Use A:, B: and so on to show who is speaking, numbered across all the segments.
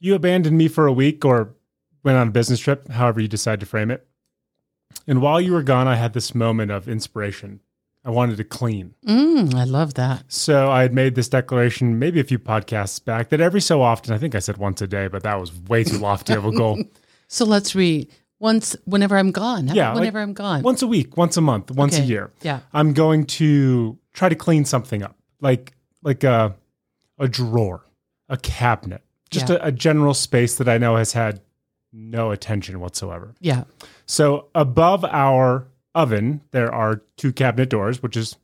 A: You abandoned me for a week or went on a business trip, however you decide to frame it. And while you were gone, I had this moment of inspiration. I wanted to clean.
B: Mm, I love that.
A: So I had made this declaration maybe a few podcasts back that every so often, I think I said once a day, but that was way too lofty of a goal.
B: So let's read once whenever I'm gone. How about
A: Yeah, like
B: whenever I'm gone.
A: Once a week, once a month, once a
B: Okay.
A: year.
B: Yeah.
A: I'm going to try to clean something up, like like a a drawer, a cabinet, just
B: Yeah.
A: a, a general space that I know has had no attention whatsoever.
B: Yeah.
A: So above our oven, there are two cabinet doors, which is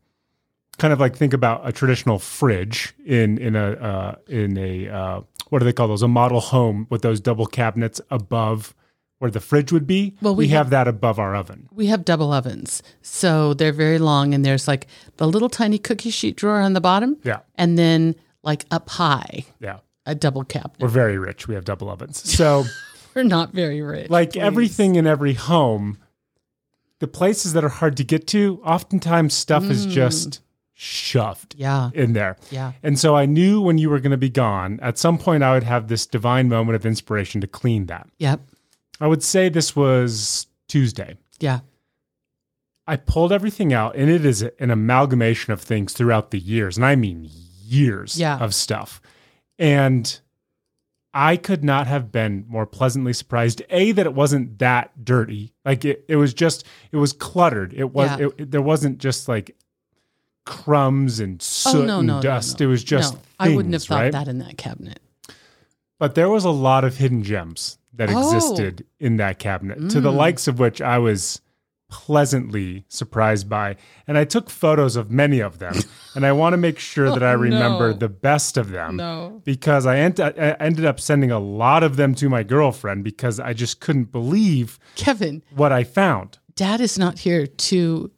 A: kind of like think about a traditional fridge in in a uh, in a uh, what do they call those? A model home with those double cabinets above where the fridge would be.
B: Well, we
A: we have that above our oven.
B: We have double ovens. So they're very long and there's like the little tiny cookie sheet drawer on the bottom
A: Yeah,
B: and then like up high,
A: yeah.
B: a double cabinet.
A: We're very rich. We have double ovens. So.
B: We're not very rich.
A: like
B: please.
A: everything in every home, the places that are hard to get to, oftentimes stuff is just shoved
B: Mm. Yeah.
A: in there.
B: Yeah.
A: And so I knew when you were going to be gone, at some point I would have this divine moment of inspiration to clean that.
B: Yep.
A: I would say this was Tuesday.
B: Yeah.
A: I pulled everything out, and it is an amalgamation of things throughout the years, and I mean years
B: Yeah.
A: of stuff. And I could not have been more pleasantly surprised. A that it wasn't that dirty. Like it, it was just, it was cluttered. It was,
B: Yeah.
A: it, it- there wasn't just like crumbs and soot
B: oh no
A: and
B: no no,
A: dust.
B: no.
A: It was just.
B: No, I wouldn't have
A: things,
B: thought
A: right?
B: that in that cabinet.
A: But there was a lot of hidden gems that
B: Oh.
A: existed in that cabinet, to the
B: Mm.
A: likes of which I was pleasantly surprised by. And I took photos of many of them, and I want to make sure that I
B: Oh,
A: remember
B: no.
A: the best of them.
B: No.
A: Because I, ent- I ended up sending a lot of them to my girlfriend because I just couldn't believe
B: Kevin,
A: what I found.
B: dad is not here to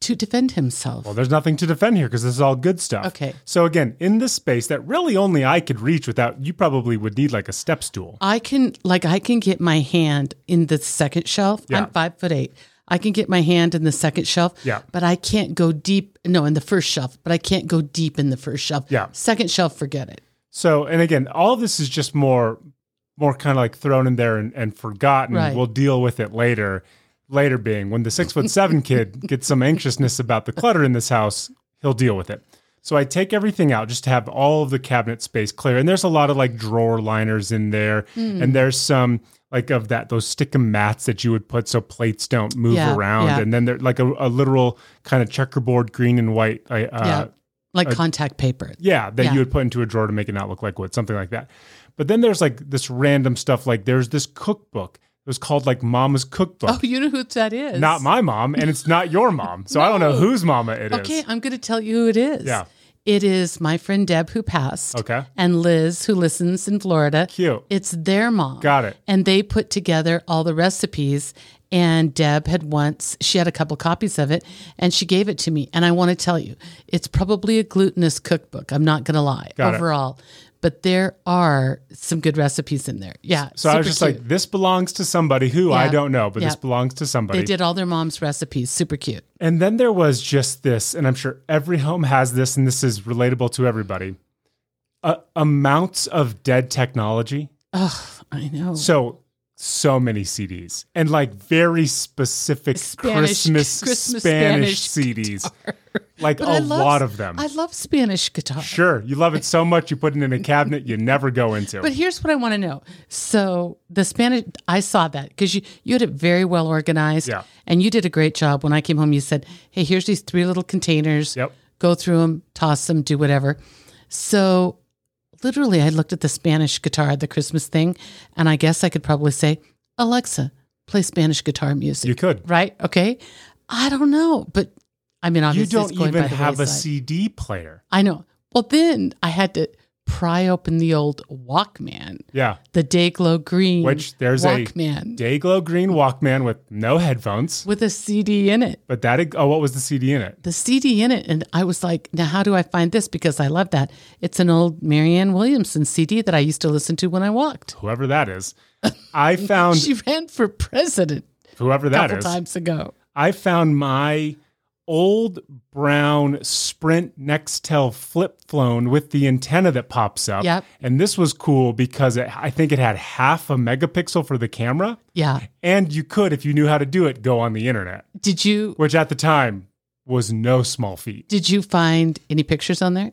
B: to defend himself.
A: Well, there's nothing to defend here because this is all good stuff.
B: Okay.
A: So, again, in this space that really only I could reach without, you probably would need like a step stool.
B: I can like I can get my hand in the second shelf.
A: Yeah.
B: I'm five foot eight. I can get my hand in the second shelf.
A: Yeah.
B: But I can't go deep no in the first shelf, but I can't go deep in the first shelf.
A: Yeah.
B: Second shelf, forget it.
A: So, and again, all this is just more, more kind of like thrown in there and, and forgotten.
B: Right.
A: We'll deal with it later. Later being when the six foot seven kid gets some anxiousness about the clutter in this house, he'll deal with it. So I take everything out just to have all of the cabinet space clear. And there's a lot of like drawer liners in there,
B: Hmm.
A: and there's some like of that those stickum mats that you would put so plates don't move
B: Yeah,
A: around.
B: yeah.
A: And then there like a, a literal kind of checkerboard green and white uh,
B: yeah.
A: uh,
B: Like contact paper.
A: yeah, that
B: Yeah.
A: you would put into a drawer to make it not look like wood, something like that. But then there's like this random stuff. Like there's this cookbook. It was called like Mama's
B: Oh,
A: Cookbook.
B: you know who that is.
A: not my mom, and it's not your mom. So I don't know whose mama it is.
B: Okay, I'm gonna tell you who it is.
A: Yeah.
B: It is my friend Deb who passed.
A: Okay.
B: And Liz who listens in Florida.
A: Cute.
B: It's their mom.
A: Got it.
B: And they put together all the recipes. And Deb had once, she had a couple copies of it and she gave it to me. And I want to tell you, it's probably a glutinous cookbook. I'm not going to lie
A: Got it.
B: overall, but there are some good recipes in there. Yeah.
A: So I was
B: super
A: just
B: cute.
A: like, this belongs to somebody who I
B: Yeah.
A: don't know, but this
B: Yeah.
A: belongs to somebody.
B: they did all their mom's recipes. Super cute.
A: And then there was just this, and I'm sure every home has this, and this is relatable to everybody. Uh, amounts of dead technology.
B: Oh, I know.
A: So so many CDs and like very specific
B: Spanish-
A: Christmas,
B: Christmas
A: Spanish,
B: Spanish
A: CDs, like
B: But
A: a
B: I love-
A: lot of them.
B: I love Spanish guitar.
A: sure, you love it so much you put it in a cabinet you never go into.
B: But here's what I want to know. So the Spanish, I saw that because you you had it very well organized,
A: Yeah.
B: and you did a great job. When I came home, you said, "Hey, here's these three little containers.
A: Yep.
B: Go through them, toss them, do whatever." So literally, I looked at the Spanish guitar, the Christmas thing, and I guess I could probably say, "Alexa, play Spanish guitar music."
A: you could.
B: right? Okay. I don't know, but I mean,
A: You
B: obviously,
A: don't
B: it's going
A: even
B: by the
A: have a
B: wayside.
A: CD player.
B: I know. Well, then I had to pry open the old Walkman
A: Yeah,
B: the Dayglow Green,
A: Which there's a-
B: Walkman
A: Dayglow Green Walkman with no headphones.
B: with a CD in it.
A: But that oh, what was the CD in it?
B: The CD in it, and I was like, now how do I find this? Because I love that. It's an old Marianne Williamson CD that I used to listen to when I walked.
A: Whoever that is, I found
B: She ran for president
A: whoever
B: a
A: that
B: couple
A: is.
B: times ago.
A: I found my old brown Sprint Nextel flip phone with the antenna that pops up.
B: Yep.
A: And this was cool because it, I think it had half a megapixel for the camera.
B: Yeah.
A: And you could, if you knew how to do it, go on the internet,
B: Did you
A: which at the time was no small feat.
B: did you find any pictures on there?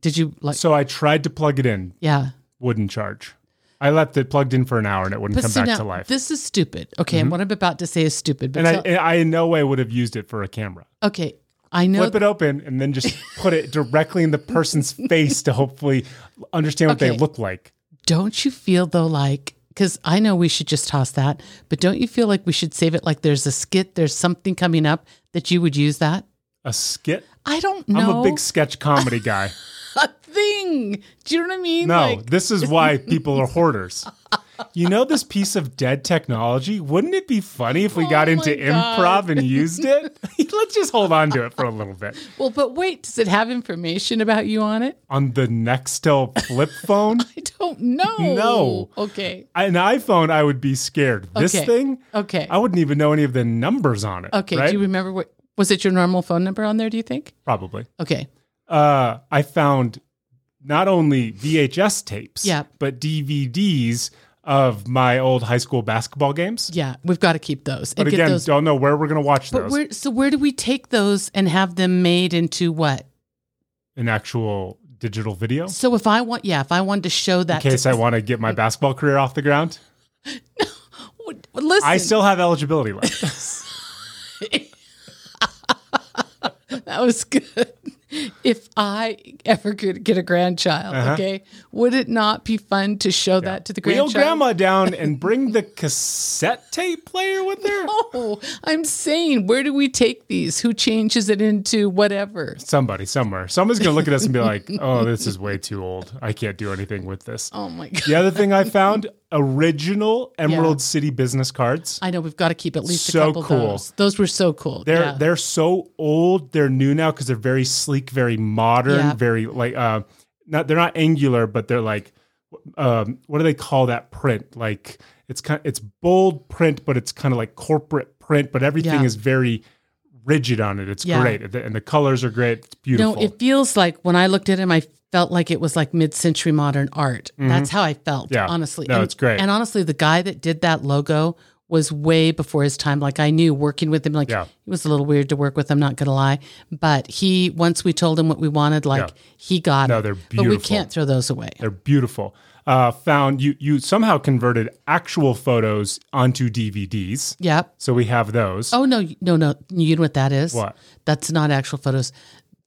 B: Did you like
A: So I tried to plug it in,
B: yeah.
A: wouldn't charge. I left it plugged in for an hour and it wouldn't come
B: so
A: back
B: now,
A: to life. Mm-hmm.
B: This is stupid. Okay, and what I'm about to say is stupid, but
A: and I,
B: tell-
A: and I in no way would have used it for a camera.
B: okay, I know
A: Flip it open and then just put it directly in the person's face to hopefully understand what they
B: Okay.
A: look like.
B: Don't you feel though like because I know we should just toss that, but don't you feel like we should save it? Like there's a skit, there's something coming up that you would use that.
A: A skit?
B: I don't know.
A: I'm a big sketch comedy guy.
B: a thing. Do you know what I mean?
A: No,
B: Like,
A: this is why people are hoarders. You know this piece of dead technology? Wouldn't it be funny if we got
B: Oh
A: into
B: my God.
A: improv and used it? Let's just hold on to it for a little bit.
B: well, but wait, does it have information about you on it?
A: On the Nextel flip phone,
B: I don't know.
A: No.
B: Okay.
A: an iPhone, I would be scared. This
B: Okay.
A: thing,
B: Okay.
A: I wouldn't even know any of the numbers on it.
B: okay.
A: right?
B: Do you remember what was it your normal phone number on there? Do you think?
A: probably.
B: Okay.
A: uh, I found not only VHS tapes,
B: Yeah.
A: but DVDs of my old high school basketball games.
B: Yeah, we've got to keep those and
A: But
B: get
A: again,
B: those.
A: don't know where we're going to watch
B: But
A: those.
B: where, so where do we take those and have them made into what?
A: An actual digital video
B: So if I want, yeah, if I wanted to show that,
A: in case
B: to,
A: I want to get my basketball career off the ground.
B: Well, listen,
A: I still have eligibility left.
B: that was good. If I ever could get a grandchild,
A: Uh-huh.
B: okay, would it not be fun to show that to the
A: Wheel
B: grandchild?
A: grandma down and bring the cassette tape player with her.
B: Oh, I'm saying, where do we take these? Who changes it into whatever?
A: Somebody somewhere. Someone's going to look at us and be like, oh, this is way too old. I can't do anything with this.
B: Oh my god!
A: The other thing I found original Emerald City business cards.
B: I know we've got to keep at least
A: So
B: a couple
A: cool.
B: of those. Those were so cool.
A: They're
B: yeah.
A: they're so old. They're new now because they're very sleek, very modern,
B: Yeah.
A: very like uh, not they're not angular, but they're like um, what do they call that print? Like it's kind it's bold print, but it's kind of like corporate print, but everything
B: Yeah.
A: is very rigid on it. It's
B: Yeah.
A: great, and the, and the colors are great. It's
B: no,
A: beautiful.
B: it feels like when I looked at him, I felt like it was like mid-century modern art. That's how I felt,
A: Mm-hmm. Yeah.
B: honestly.
A: No,
B: and,
A: it's great.
B: And honestly, the guy that did that logo was way before his time. Like I knew working with him, like
A: Yeah.
B: it was a little weird to work with. I'm not gonna lie, but he once we told him what we wanted, like he got
A: No,
B: it.
A: they're
B: But we
A: beautiful.
B: can't throw those away.
A: they're beautiful. Uh, found you you somehow converted actual photos onto DVDs,
B: Yep.
A: so we have those.
B: Oh no, you- no, no! You know what that is?
A: What?
B: That's not actual photos.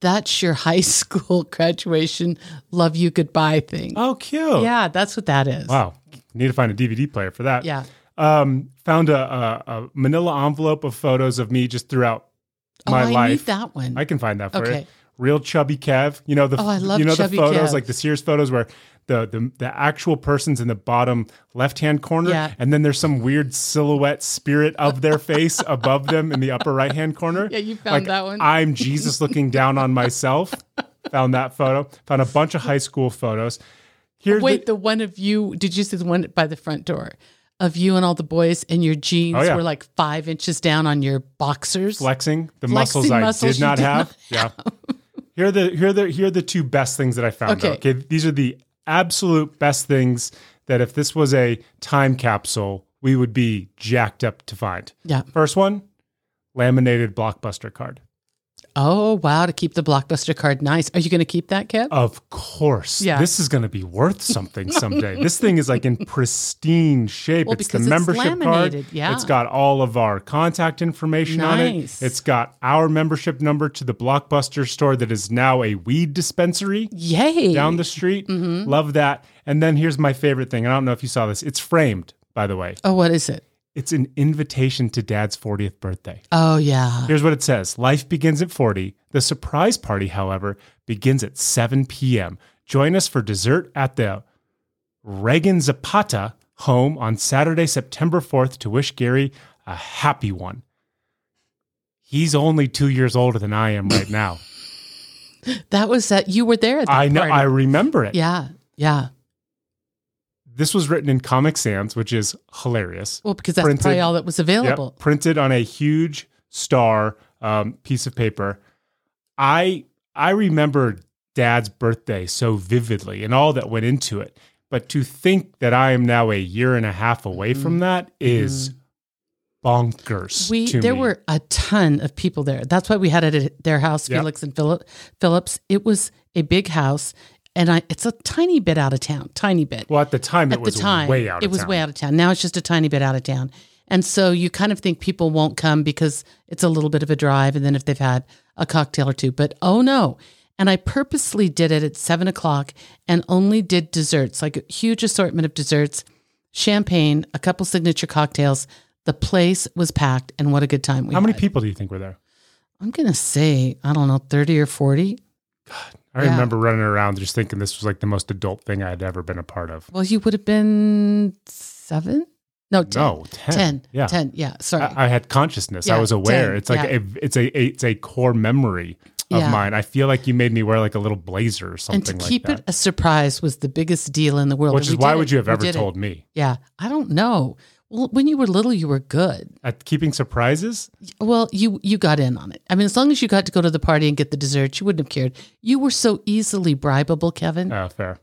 B: That's your high school graduation "Love You Goodbye" thing.
A: Oh, cute!
B: Yeah, that's what that is.
A: Wow, need to find a DVD player for that.
B: Yeah.
A: um, found a, a, a manila envelope of photos of me just throughout my
B: oh, I
A: life.
B: need that one.
A: I can find that for
B: Okay.
A: you. Real chubby Kev. You know the
B: Oh, I love
A: you know the
B: chubby
A: photos
B: Kev.
A: like the Sears photos where the the, the actual person's in the bottom left hand corner,
B: Yeah.
A: and then there's some weird silhouette spirit of their face above them in the upper right hand corner.
B: Yeah, you found that one.
A: I'm Jesus looking down on myself. found that photo. Found a bunch of high school photos. Here,
B: Wait, the one of you? Did you see the one by the front door of you and all the boys, and your jeans
A: Oh, yeah.
B: were like five inches down on your boxers?
A: flexing the
B: Flexing
A: muscles I
B: muscles
A: did
B: you
A: not
B: did
A: have. yeah. Here are the here are the here are the two best things that I found. Okay.
B: Okay.
A: okay. These are the absolute best things that if this was a time capsule, we would be jacked up to find.
B: yeah.
A: First one, laminated blockbuster card.
B: Oh wow! To keep the blockbuster card nice. Are you going to keep that, Kev?
A: Of course.
B: Yeah.
A: This is going to be worth something someday. this thing is like in pristine shape.
B: Well,
A: it's the
B: because it's
A: membership
B: laminated,
A: card.
B: yeah.
A: It's got all of our contact information
B: Nice.
A: on it. It's got our membership number to the Blockbuster store that is now a weed dispensary
B: Yay!
A: down the street.
B: Mm-hmm.
A: Love that. And then here's my favorite thing. and I don't know if you saw this. It's framed, by the way.
B: oh, what is it?
A: It's an invitation to dad's 40th birthday.
B: Oh yeah.
A: Here's what it says Life begins at 40. The surprise party, however, begins at 7 p.m. Join us for dessert at the Reagan Zapata home on Saturday, September 4th to wish Gary a happy one. He's only two years older than I am right now.
B: That was that. You were there at that
A: I know,
B: party.
A: I remember it.
B: yeah. Yeah.
A: This was written in Comic Sans, which is hilarious.
B: Well, because that's
A: Printed.
B: probably all that was
A: Yep,
B: available.
A: printed on a huge star um, piece of paper. I I remember Dad's birthday so vividly and all that went into it. But to think that I am now a year and a half away from that is bonkers.
B: Mm-hmm. We
A: to
B: there
A: me.
B: were a ton of people there. That's why we had it at their house,
A: Yeah.
B: Felix and Philip Phillips. It was a big house, and I it's a tiny bit out of town, tiny bit.
A: well at the time it
B: at
A: was
B: the time,
A: way out.
B: it
A: of
B: was
A: town.
B: way out of town. Now it's just a tiny bit out of town, and so you kind of think people won't come because it's a little bit of a drive, and then if they've had a cocktail or two, but oh no. And I purposely did it at seven o'clock and only did desserts, like a huge assortment of desserts, champagne, a couple signature cocktails. The place was packed, and what a good time we
A: How
B: had.
A: many people do you think were there?
B: I'm gonna say I don't know, thirty or forty.
A: I
B: Yeah.
A: remember running around just thinking this was like the most adult thing I had ever been a part of.
B: Well, you would have been seven, no, ten.
A: No, ten.
B: Ten.
A: Yeah.
B: Ten. Yeah. Sorry.
A: I, I had consciousness. I
B: Yeah,
A: was aware.
B: 10,
A: It's like
B: yeah.
A: a, it's a it's a core memory of
B: Yeah.
A: mine. I feel like you made me wear like a little blazer or
B: and
A: something
B: to keep
A: like that.
B: it a surprise was the biggest deal in the world.
A: Which
B: And
A: is
B: we
A: why
B: did
A: would
B: it.
A: you have
B: We
A: ever
B: did it.
A: told me?
B: Yeah. I don't know. Well, when you were little, you were good.
A: At keeping surprises?
B: Well, you you got in on it. I mean, as long as you got to go to the party and get the dessert, you wouldn't have cared. You were so easily bribable, Kevin.
A: Oh, fair.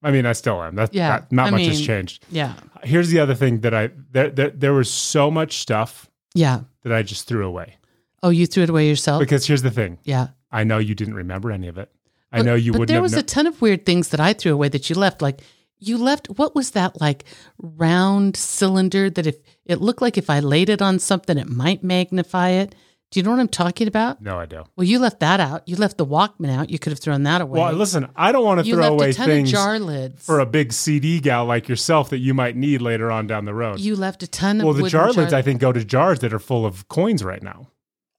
A: I mean, I still am. That's
B: Yeah,
A: not, not
B: I
A: much has
B: mean-
A: changed.
B: yeah.
A: Here's the other thing that I there, there there was so much stuff
B: Yeah.
A: that I just threw away.
B: Oh, you threw it away yourself.
A: Because here's the thing.
B: yeah.
A: I know you didn't remember any of it. I
B: But-
A: know you
B: but
A: wouldn't
B: There
A: have
B: was
A: kno-
B: a ton of weird things that I threw away that you left. Like you left what was that like round cylinder that if it looked like if I laid it on something, it might magnify it. Do you know what I'm talking about?
A: No, I do.
B: Well, you left that out. You left the Walkman out. You could have thrown that away.
A: Well, listen, I don't want to
B: you
A: throw
B: left
A: away
B: a ton
A: things
B: of jar lids.
A: for a big CD gal like yourself that you might need later on down the road.
B: you left a ton of
A: well, the
B: wooden
A: jar lids,
B: jar-
A: I think, go to jars that are full of coins right now.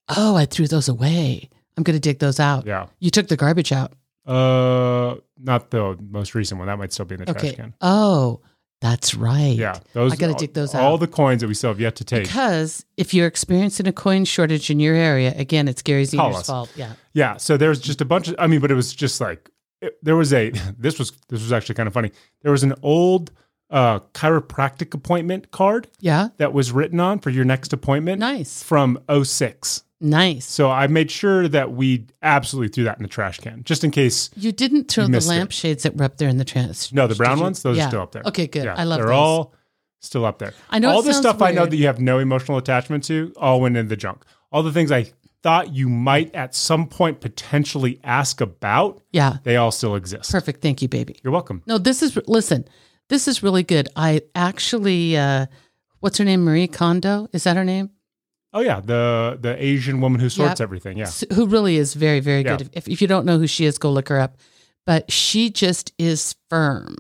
B: oh, I threw those away. I'm going to dig those out.
A: Yeah.
B: You took the garbage out.
A: Uh, not the most recent one. That might still be in the trash
B: Okay.
A: can.
B: Oh, that's right.
A: Yeah, those.
B: I gotta
A: all-
B: dig those
A: All
B: out.
A: the coins that we still have yet to take.
B: Because if you're experiencing a coin shortage in your area, again, it's Gary
A: Call
B: Zener's
A: us.
B: fault. Yeah.
A: Yeah. So there's just a bunch of. I mean, but it was just like it- there was a. This was this was actually kind of funny. There was an old uh chiropractic appointment card
B: Yeah.
A: that was written on for your next appointment
B: Nice.
A: from 06.
B: Nice.
A: So I made sure that we absolutely threw that in the trash can, just in case.
B: You didn't throw the
A: missed it.
B: lampshades that were up there in the trash.
A: No, the brown
B: did you?
A: ones, those
B: Yeah.
A: are still up there.
B: Okay, good.
A: Yeah,
B: I love
A: They're
B: those.
A: all still up there.
B: I know
A: all
B: it
A: the
B: sounds
A: stuff I know
B: weird.
A: that you have no emotional attachment to all went in the junk. All the things I thought you might at some point potentially ask about,
B: Yeah.
A: they all still exist.
B: Perfect. Thank you, baby.
A: You're welcome.
B: No, this is listen. This is really good. I actually, uh, what's her name? Marie Kondo is that her name?
A: Oh yeah, the the Asian woman who sorts
B: Yep.
A: everything. Yeah.
B: S- Who really is very, very
A: Yeah.
B: good. If, if you don't know who she is, go look her up. But she just is firm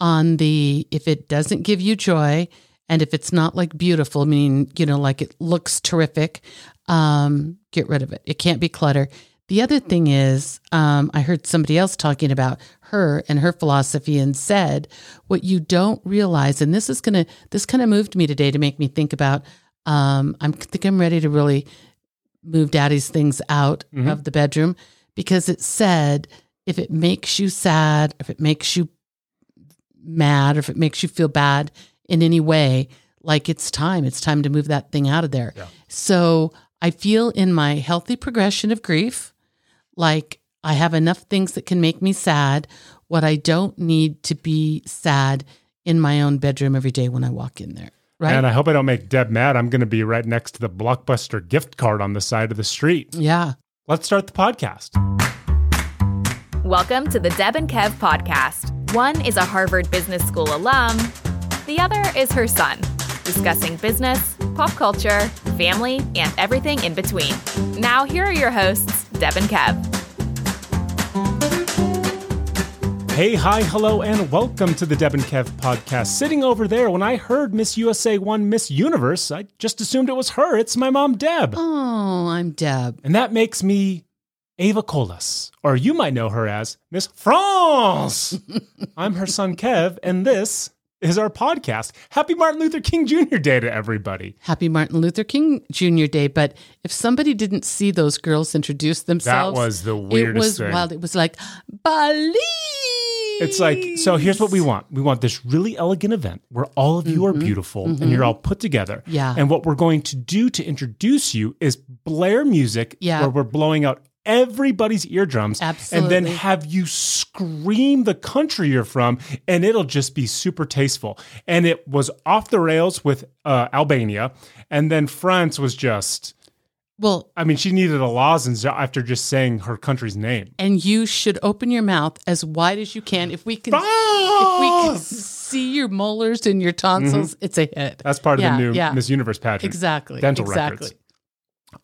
B: on the if it doesn't give you joy and if it's not like beautiful, meaning you know, like it looks terrific, um, get rid of it. It can't be clutter. The other thing is, um, I heard somebody else talking about her and her philosophy and said, what you don't realize, and this is gonna, this kind of moved me today to make me think about. Um, I'm I think I'm ready to really move daddy's things out
A: Mhm.
B: of the bedroom because it said if it makes you sad, if it makes you mad, or if it makes you feel bad in any way, like it's time, it's time to move that thing out of there.
A: Yeah.
B: So I feel in my healthy progression of grief, like I have enough things that can make me sad. What I don't need to be sad in my own bedroom every day when I walk in there. Right.
A: And I hope I don't make Deb mad. I'm going to be right next to the Blockbuster gift card on the side of the street.
B: yeah.
A: Let's start the podcast.
C: Welcome to the Deb and Kev podcast. One is a Harvard Business School alum, the other is her son, discussing business, pop culture, family, and everything in between. Now, here are your hosts, Deb and Kev.
A: Hey, hi, hello, and welcome to the Deb and Kev podcast. Sitting over there, when I heard Miss USA won Miss Universe, I just assumed it was her. It's my mom, Deb.
B: Oh, I'm Deb.
A: And that makes me Ava Colas, or you might know her as Miss France. I'm her son, Kev, and this is our podcast. Happy Martin Luther King Jr. Day to everybody.
B: Happy Martin Luther King Jr. Day. But if somebody didn't see those girls introduce themselves,
A: was the weirdest
B: It was
A: thing.
B: wild. It was like, Bali.
A: It's like, so here's what we want. We want this really elegant event where all of you are beautiful and you're all put together.
B: Mm-hmm. Yeah.
A: And what we're going to do to introduce you is blare music
B: Yeah.
A: where we're blowing out everybody's eardrums and
B: Absolutely.
A: then have you scream the country you're from and it'll just be super tasteful and it was off the rails with uh, albania and then france was just
B: Well,
A: i mean she needed a lozenge after just saying her country's name
B: and you should open your mouth as wide as you can. If we can, if we can
A: France!
B: see your molars and your tonsils, it's a hit.
A: Mm-hmm. that's part
B: Yeah,
A: of the new
B: yeah.
A: miss universe pageant
B: Exactly.
A: dental
B: exactly.
A: records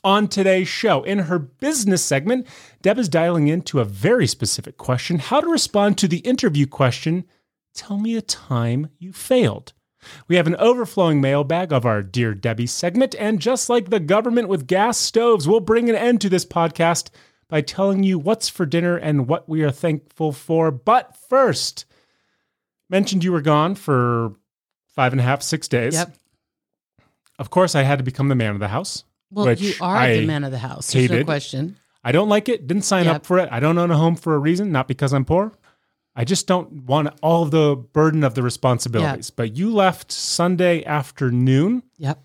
A: On today's show, in her business segment, Deb is dialing into a very specific question how to respond to the interview question Tell me a time you failed. We have an overflowing mailbag of our Dear Debbie segment, and just like the government with gas stoves, we'll bring an end to this podcast by telling you what's for dinner and what we are thankful for. But first, mentioned you were gone for five and a half, six days.
B: Yep.
A: Of course, I had to become the man of the house.
B: Well,
A: which
B: you are
A: I
B: the man of the house. There's no
A: hated.
B: question.
A: I don't like it. Didn't sign
B: Yep.
A: up for it. I don't own a home for a reason, not because I'm poor. I just don't want all the burden of the responsibilities. But you left Sunday afternoon
B: Yep.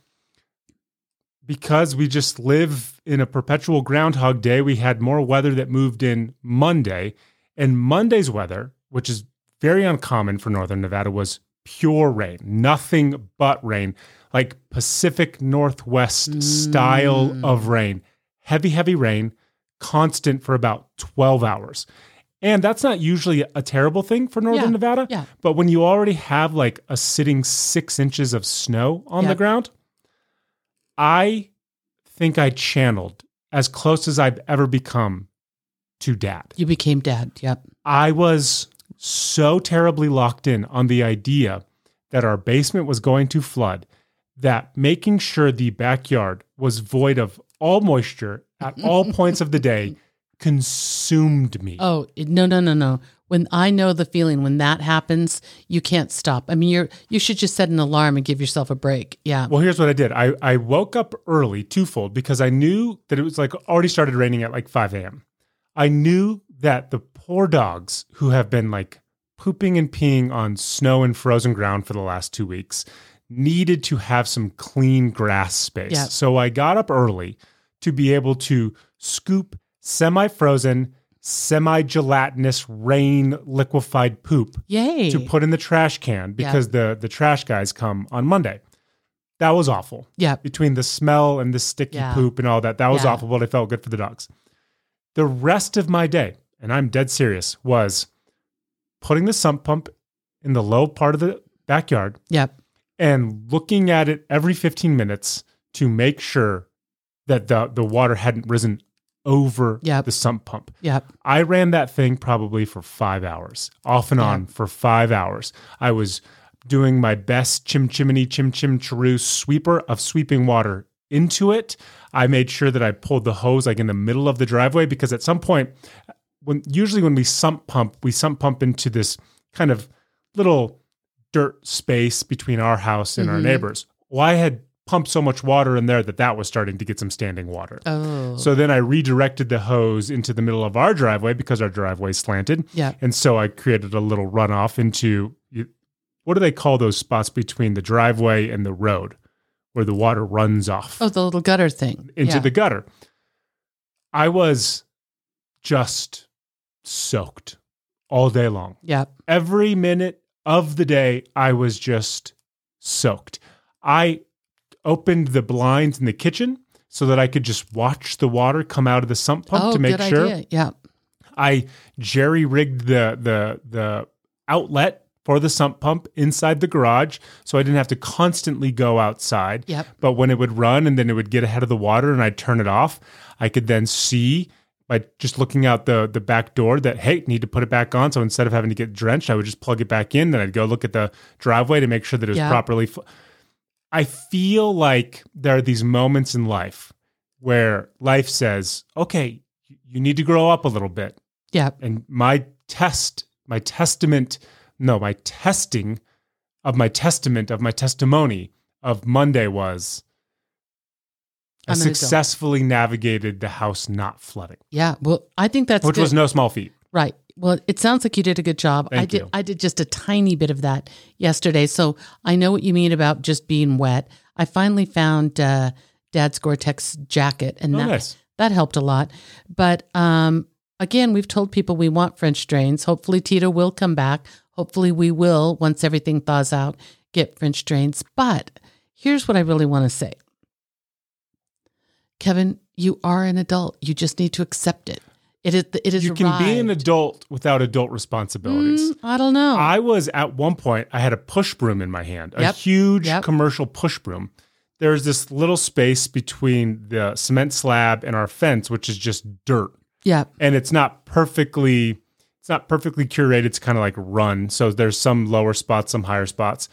A: because we just live in a perpetual groundhog day. We had more weather that moved in Monday, and Monday's weather, which is very uncommon for northern Nevada, was pure rain, nothing but rain, like Pacific Northwest style
B: Mm.
A: of rain. Heavy, heavy rain, constant for about 12 hours. And that's not usually a terrible thing for northern
B: Yeah,
A: Nevada.
B: yeah.
A: But when you already have like a sitting six inches of snow on
B: Yeah.
A: the ground, I think I channeled as close as I've ever become to dad.
B: You became dad. Yep.
A: I was so terribly locked in on the idea that our basement was going to flood that making sure the backyard was void of all moisture at all points of the day consumed me.
B: Oh it- no, no, no, no! When I know the feeling when that happens, you can't stop. I mean, you're you should just set an alarm and give yourself a break. Yeah,
A: Well, here's what I did. I, I woke up early twofold because I knew that it was like already started raining at like 5 a.m. I knew that the poor dogs who have been like pooping and peeing on snow and frozen ground for the last two weeks needed to have some clean grass space.
B: Yeah.
A: So I got up early to be able to scoop semi frozen, semi gelatinous rain liquefied poop
B: yay!
A: to put in the trash can because the the trash guys come on Monday. That was awful.
B: yeah,
A: Between the smell and the sticky
B: Yeah.
A: poop and all that, that was
B: Yeah.
A: awful, but it felt good for the dogs. The rest of my day, and I'm dead serious, was putting the sump pump in the low part of the backyard
B: yep,
A: and looking at it every 15 minutes to make sure that the, the water hadn't risen over
B: Yep.
A: the sump pump.
B: yep.
A: I ran that thing probably for five hours, off and
B: Yeah.
A: on for five hours. I was doing my best chim chimney chim chim chiroo sweeper of sweeping water into it. I made sure that I pulled the hose like in the middle of the driveway because at some point, when usually when we sump pump, we sump pump into this kind of little dirt space between our house and our
B: Mhm.
A: neighbors. Well, I had pumped so much water in there that that was starting to get some standing water.
B: Oh,
A: So then I redirected the hose into the middle of our driveway because our driveway slanted.
B: yeah,
A: And so I created a little runoff into what do they call those spots between the driveway and the road where the water runs off
B: oh, the little gutter thing
A: into
B: Yeah.
A: the gutter? I was just soaked all day long
B: yep,
A: every minute of the day I was just soaked. I opened the blinds in the kitchen so that I could just watch the water come out of the sump pump
B: oh,
A: to make
B: good
A: sure.
B: idea. yeah,
A: I jerry rigged the the the outlet for the sump pump inside the garage so I didn't have to constantly go outside.
B: Yep.
A: But when it would run and then it would get ahead of the water and I'd turn it off, I could then see by just looking out the the back door that hey, need to put it back on. So instead of having to get drenched, I would just plug it back in. Then I'd go look at the driveway to make sure that it was
B: Yeah.
A: properly. Fl- I feel like there are these moments in life where life says, "Okay, you- you need to grow up a little bit."
B: yeah,
A: and my test, my testament, no, my testing of my testament of my testimony of Monday was I
B: I'm an adult.
A: successfully navigated the house not flooding,
B: yeah. Well, I think that's
A: which
B: good.
A: was no small feat.
B: right. Well, it sounds like you did a good job. I
A: Thank
B: did
A: you.
B: I did just a tiny bit of that yesterday. So I know what you mean about just being wet. I finally found uh, Dad's Gore-Tex jacket and
A: Oh,
B: that
A: nice.
B: that helped a lot. But um, again, we've told people we want French drains. Hopefully Tito will come back. Hopefully we will once everything thaws out get French drains. But here's what I really want to say. Kevin, you are an adult. You just need to accept it. It is it is
A: You can be an
B: arrived.
A: adult without adult responsibilities.
B: Mm, I don't know.
A: I was at one point, I had a push broom in my hand, a
B: Yep.
A: huge
B: Yep.
A: commercial push broom. There's this little space between the cement slab and our fence, which is just dirt.
B: yeah.
A: and it's not perfectly it's not perfectly curated it's kind of like run so there's some lower spots some higher spots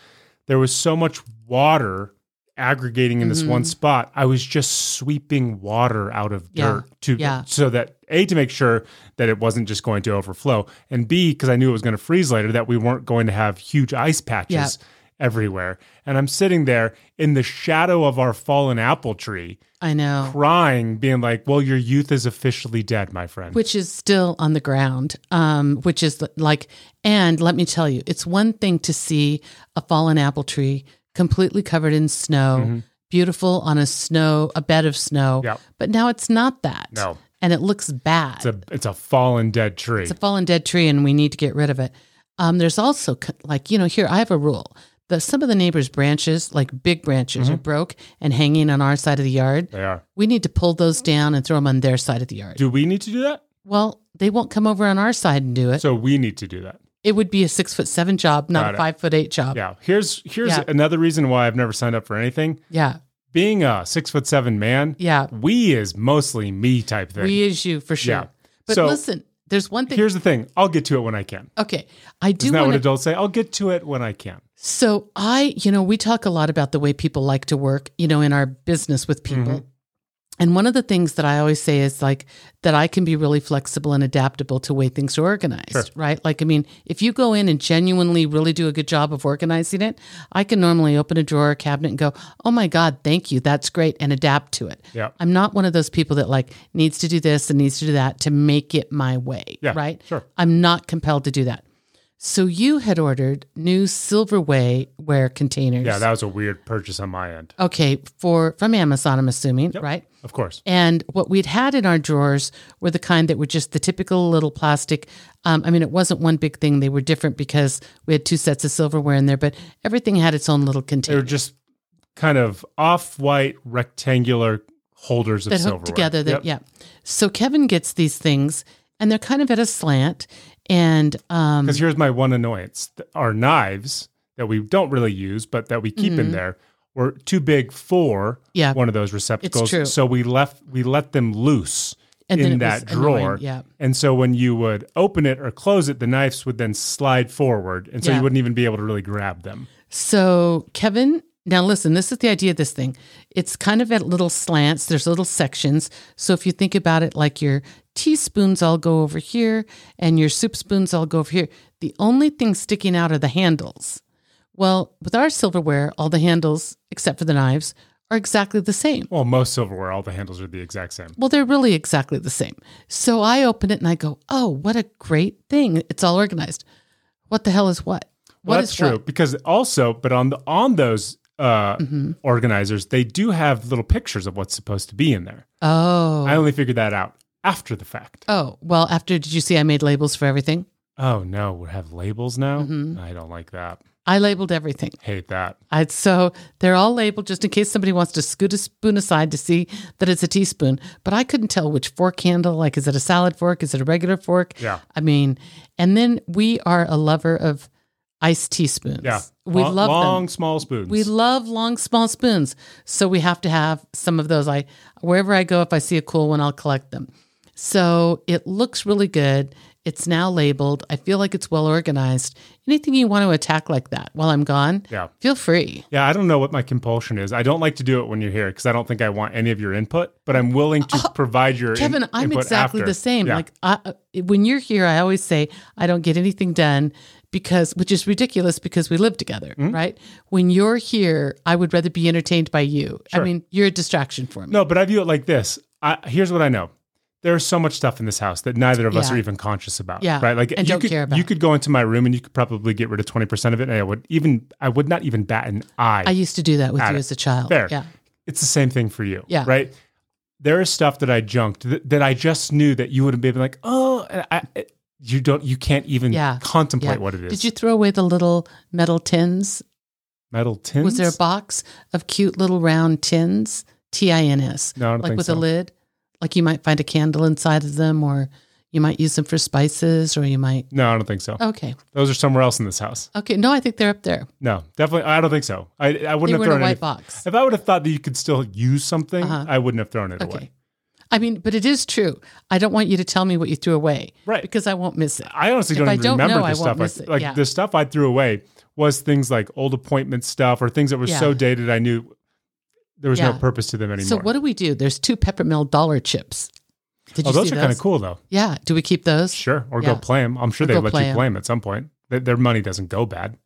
A: there was so much water aggregating in this one spot i was just sweeping water out of
B: Mm-hmm. Yeah.
A: dirt to
B: Yeah.
A: so that a to make sure that it wasn't just going to overflow and b because i knew it was going to freeze later that we weren't going to have huge ice patches everywhere and i'm sitting there in the shadow of our fallen apple tree
B: I know.
A: crying being like well your youth is officially dead my friend
B: Which is still on the ground, um, which is like, and let me tell you, it's one thing to see a fallen apple tree completely covered in snow, beautiful on a snow, a bed of snow.
A: Mm-hmm. Yep.
B: But now it's not that.
A: No.
B: And it looks bad.
A: It's a it's a fallen dead tree.
B: It's a fallen dead tree, and we need to get rid of it. Um, there's also c- like you know here I have a rule that some of the neighbors' branches, like big branches,
A: Mm-hmm.
B: are broke and hanging on our side of the yard.
A: they are.
B: We need to pull those down and throw them on their side of the yard.
A: Do we need to do that?
B: Well, they won't come over on our side and do it.
A: So we need to do that.
B: it would be a six foot seven job,
A: Got
B: not a
A: it.
B: five foot eight job.
A: Yeah. Here's here's
B: Yeah.
A: another reason why I've never signed up for anything.
B: yeah,
A: Being a six foot seven man,
B: yeah.
A: we is mostly me type thing.
B: We is you for sure.
A: Yeah.
B: But
A: So-
B: listen, there's one thing.
A: here's the thing. I'll get to it when I can.
B: Okay, I do
A: Isn't that
B: want
A: what
B: to
A: adults say? I'll get to it when I can.
B: So I, you know, we talk a lot about the way people like to work, you know, in our business with
A: Mm-hmm.
B: people. And one of the things that I always say is like that I can be really flexible and adaptable to way things are organized, right? Like, I mean, if you go in and genuinely really do a good job of organizing it, I can normally open a drawer or cabinet and go, oh my God, thank you. That's great. And adapt to it.
A: Yeah.
B: I'm not one of those people that like needs to do this and needs to do that to make it my way,
A: Yeah,
B: right?
A: sure.
B: I'm not compelled to do that. So you had ordered new silverware containers.
A: Yeah, that was a weird purchase on my end.
B: okay, for from Amazon, I'm assuming, right?
A: Of course.
B: And what we'd had in our drawers were the kind that were just the typical little plastic. Um, I mean, it wasn't one big thing; they were different because we had two sets of silverware in there, but everything had its own little
A: They
B: container
A: were just kind of off white rectangular holders of
B: that
A: silverware.
B: hooked together.
A: Yep.
B: That yeah. So Kevin gets these things, and they're kind of at a slant, and um,
A: Because here's my one annoyance: Th- our knives that we don't really use, but that we keep in there, were too big for
B: Mm-hmm. Yeah.
A: one of those receptacles.
B: true.
A: So we left we let them loose
B: And then
A: in
B: it was
A: that drawer.
B: annoying, yeah.
A: And so when you would open it or close it, the knives would then slide forward, and so
B: Yeah.
A: you wouldn't even be able to really grab them.
B: So, Kevin, now listen, this is the idea of this thing. It's kind of at little slants, there's little sections. So, if you think about it like your teaspoons all go over here and your soup spoons all go over here, the only thing sticking out are the handles. Well, with our silverware, all the handles, except for the knives, are exactly the same.
A: Well, most silverware, all the handles are the exact same.
B: Well, they're really exactly the same. So I open it and I go, oh, what a great thing. It's all organized. What the hell is what?
A: Well,
B: What
A: that's
B: is
A: true
B: what?
A: because also, but on the on those uh,
B: Mm-hmm.
A: organizers, they do have little pictures of what's supposed to be in there.
B: Oh.
A: I only figured that out after the fact.
B: Oh, well, after did you see I made labels for everything?
A: Oh no, we have labels now.
B: Mm-hmm.
A: I don't like that.
B: I labeled everything.
A: Hate that.
B: I, so they're all labeled just in case somebody wants to scoot a spoon aside to see that it's a teaspoon. But I couldn't tell which fork handle. Like, is it a salad fork? Is it a regular fork?
A: Yeah.
B: I mean, and then we are a lover of iced teaspoons.
A: Yeah,
B: We
A: long,
B: love them.
A: long small spoons.
B: We love long, small spoons. So we have to have some of those. I wherever I go, if I see a cool one, I'll collect them. So it looks really good. It's now labeled. I feel like it's well organized. Anything you want to attack like that while I'm gone,
A: Yeah.
B: feel free.
A: yeah, I don't know what my compulsion is. I don't like to do it when you're here because I don't think I want any of your input. But I'm willing to provide your in-
B: Oh, Kevin, I'm
A: input
B: exactly
A: after.
B: the same.
A: Yeah.
B: Like I, when you're here, I always say I don't get anything done because, which is ridiculous because we live together,
A: Mm-hmm.
B: right? When you're here, I would rather be entertained by you. I mean, you're a distraction for me.
A: no, but I view it like this. I, here's what I know. there's so much stuff in this house that neither of us
B: Yeah.
A: are even conscious about.
B: Yeah.
A: Right. Like
B: And
A: you
B: don't
A: could,
B: care about.
A: you could go into my room and you could probably get rid of 20% of it. And I would even, I would not even bat an eye.
B: I used to do that with
A: Got
B: you
A: it.
B: as a child.
A: Fair.
B: Yeah.
A: it's the same thing for you.
B: Yeah.
A: Right. There is stuff that I junked that, that I just knew that you would have been like, oh, and I, I- you don't, you can't even
B: Yeah.
A: contemplate
B: Yeah.
A: what it is.
B: Did you throw away the little metal tins?
A: Metal tins?
B: Was there a box of cute little round tins? T I N S.
A: No, I don't
B: like
A: think
B: with
A: so.
B: a lid. Like you might find a candle inside of them, or you might use them for spices, or you might.
A: no, I don't think so.
B: Okay.
A: Those are somewhere else in this house.
B: Okay. No, I think they're up there.
A: No, definitely. I don't think so. I, I
B: They
A: wouldn't
B: were
A: have
B: in a
A: thrown
B: white
A: it.
B: box. Uh-huh.
A: If I would have thought that you could still use something, I wouldn't have thrown it away.
B: Okay. I mean, but it is true. I don't want you to tell me what you threw away.
A: Right.
B: Because I won't miss it.
A: I honestly
B: If
A: don't
B: I
A: even
B: don't
A: remember
B: know,
A: the
B: I won't
A: stuff.
B: miss it.
A: like
B: Yeah.
A: the stuff I threw away was things like old appointment stuff or things that were so
B: Yeah.
A: dated I knew there was
B: Yeah.
A: no purpose to them anymore.
B: So what do we do? There's two peppermill dollar chips. Did you
A: oh, those
B: see
A: are kind of cool though.
B: Yeah. Do we keep those?
A: Sure, or
B: Yeah.
A: go play them. I'm sure
B: Or
A: they
B: go
A: let
B: play
A: you
B: 'em.
A: play them at some point. Th- Their money doesn't go bad.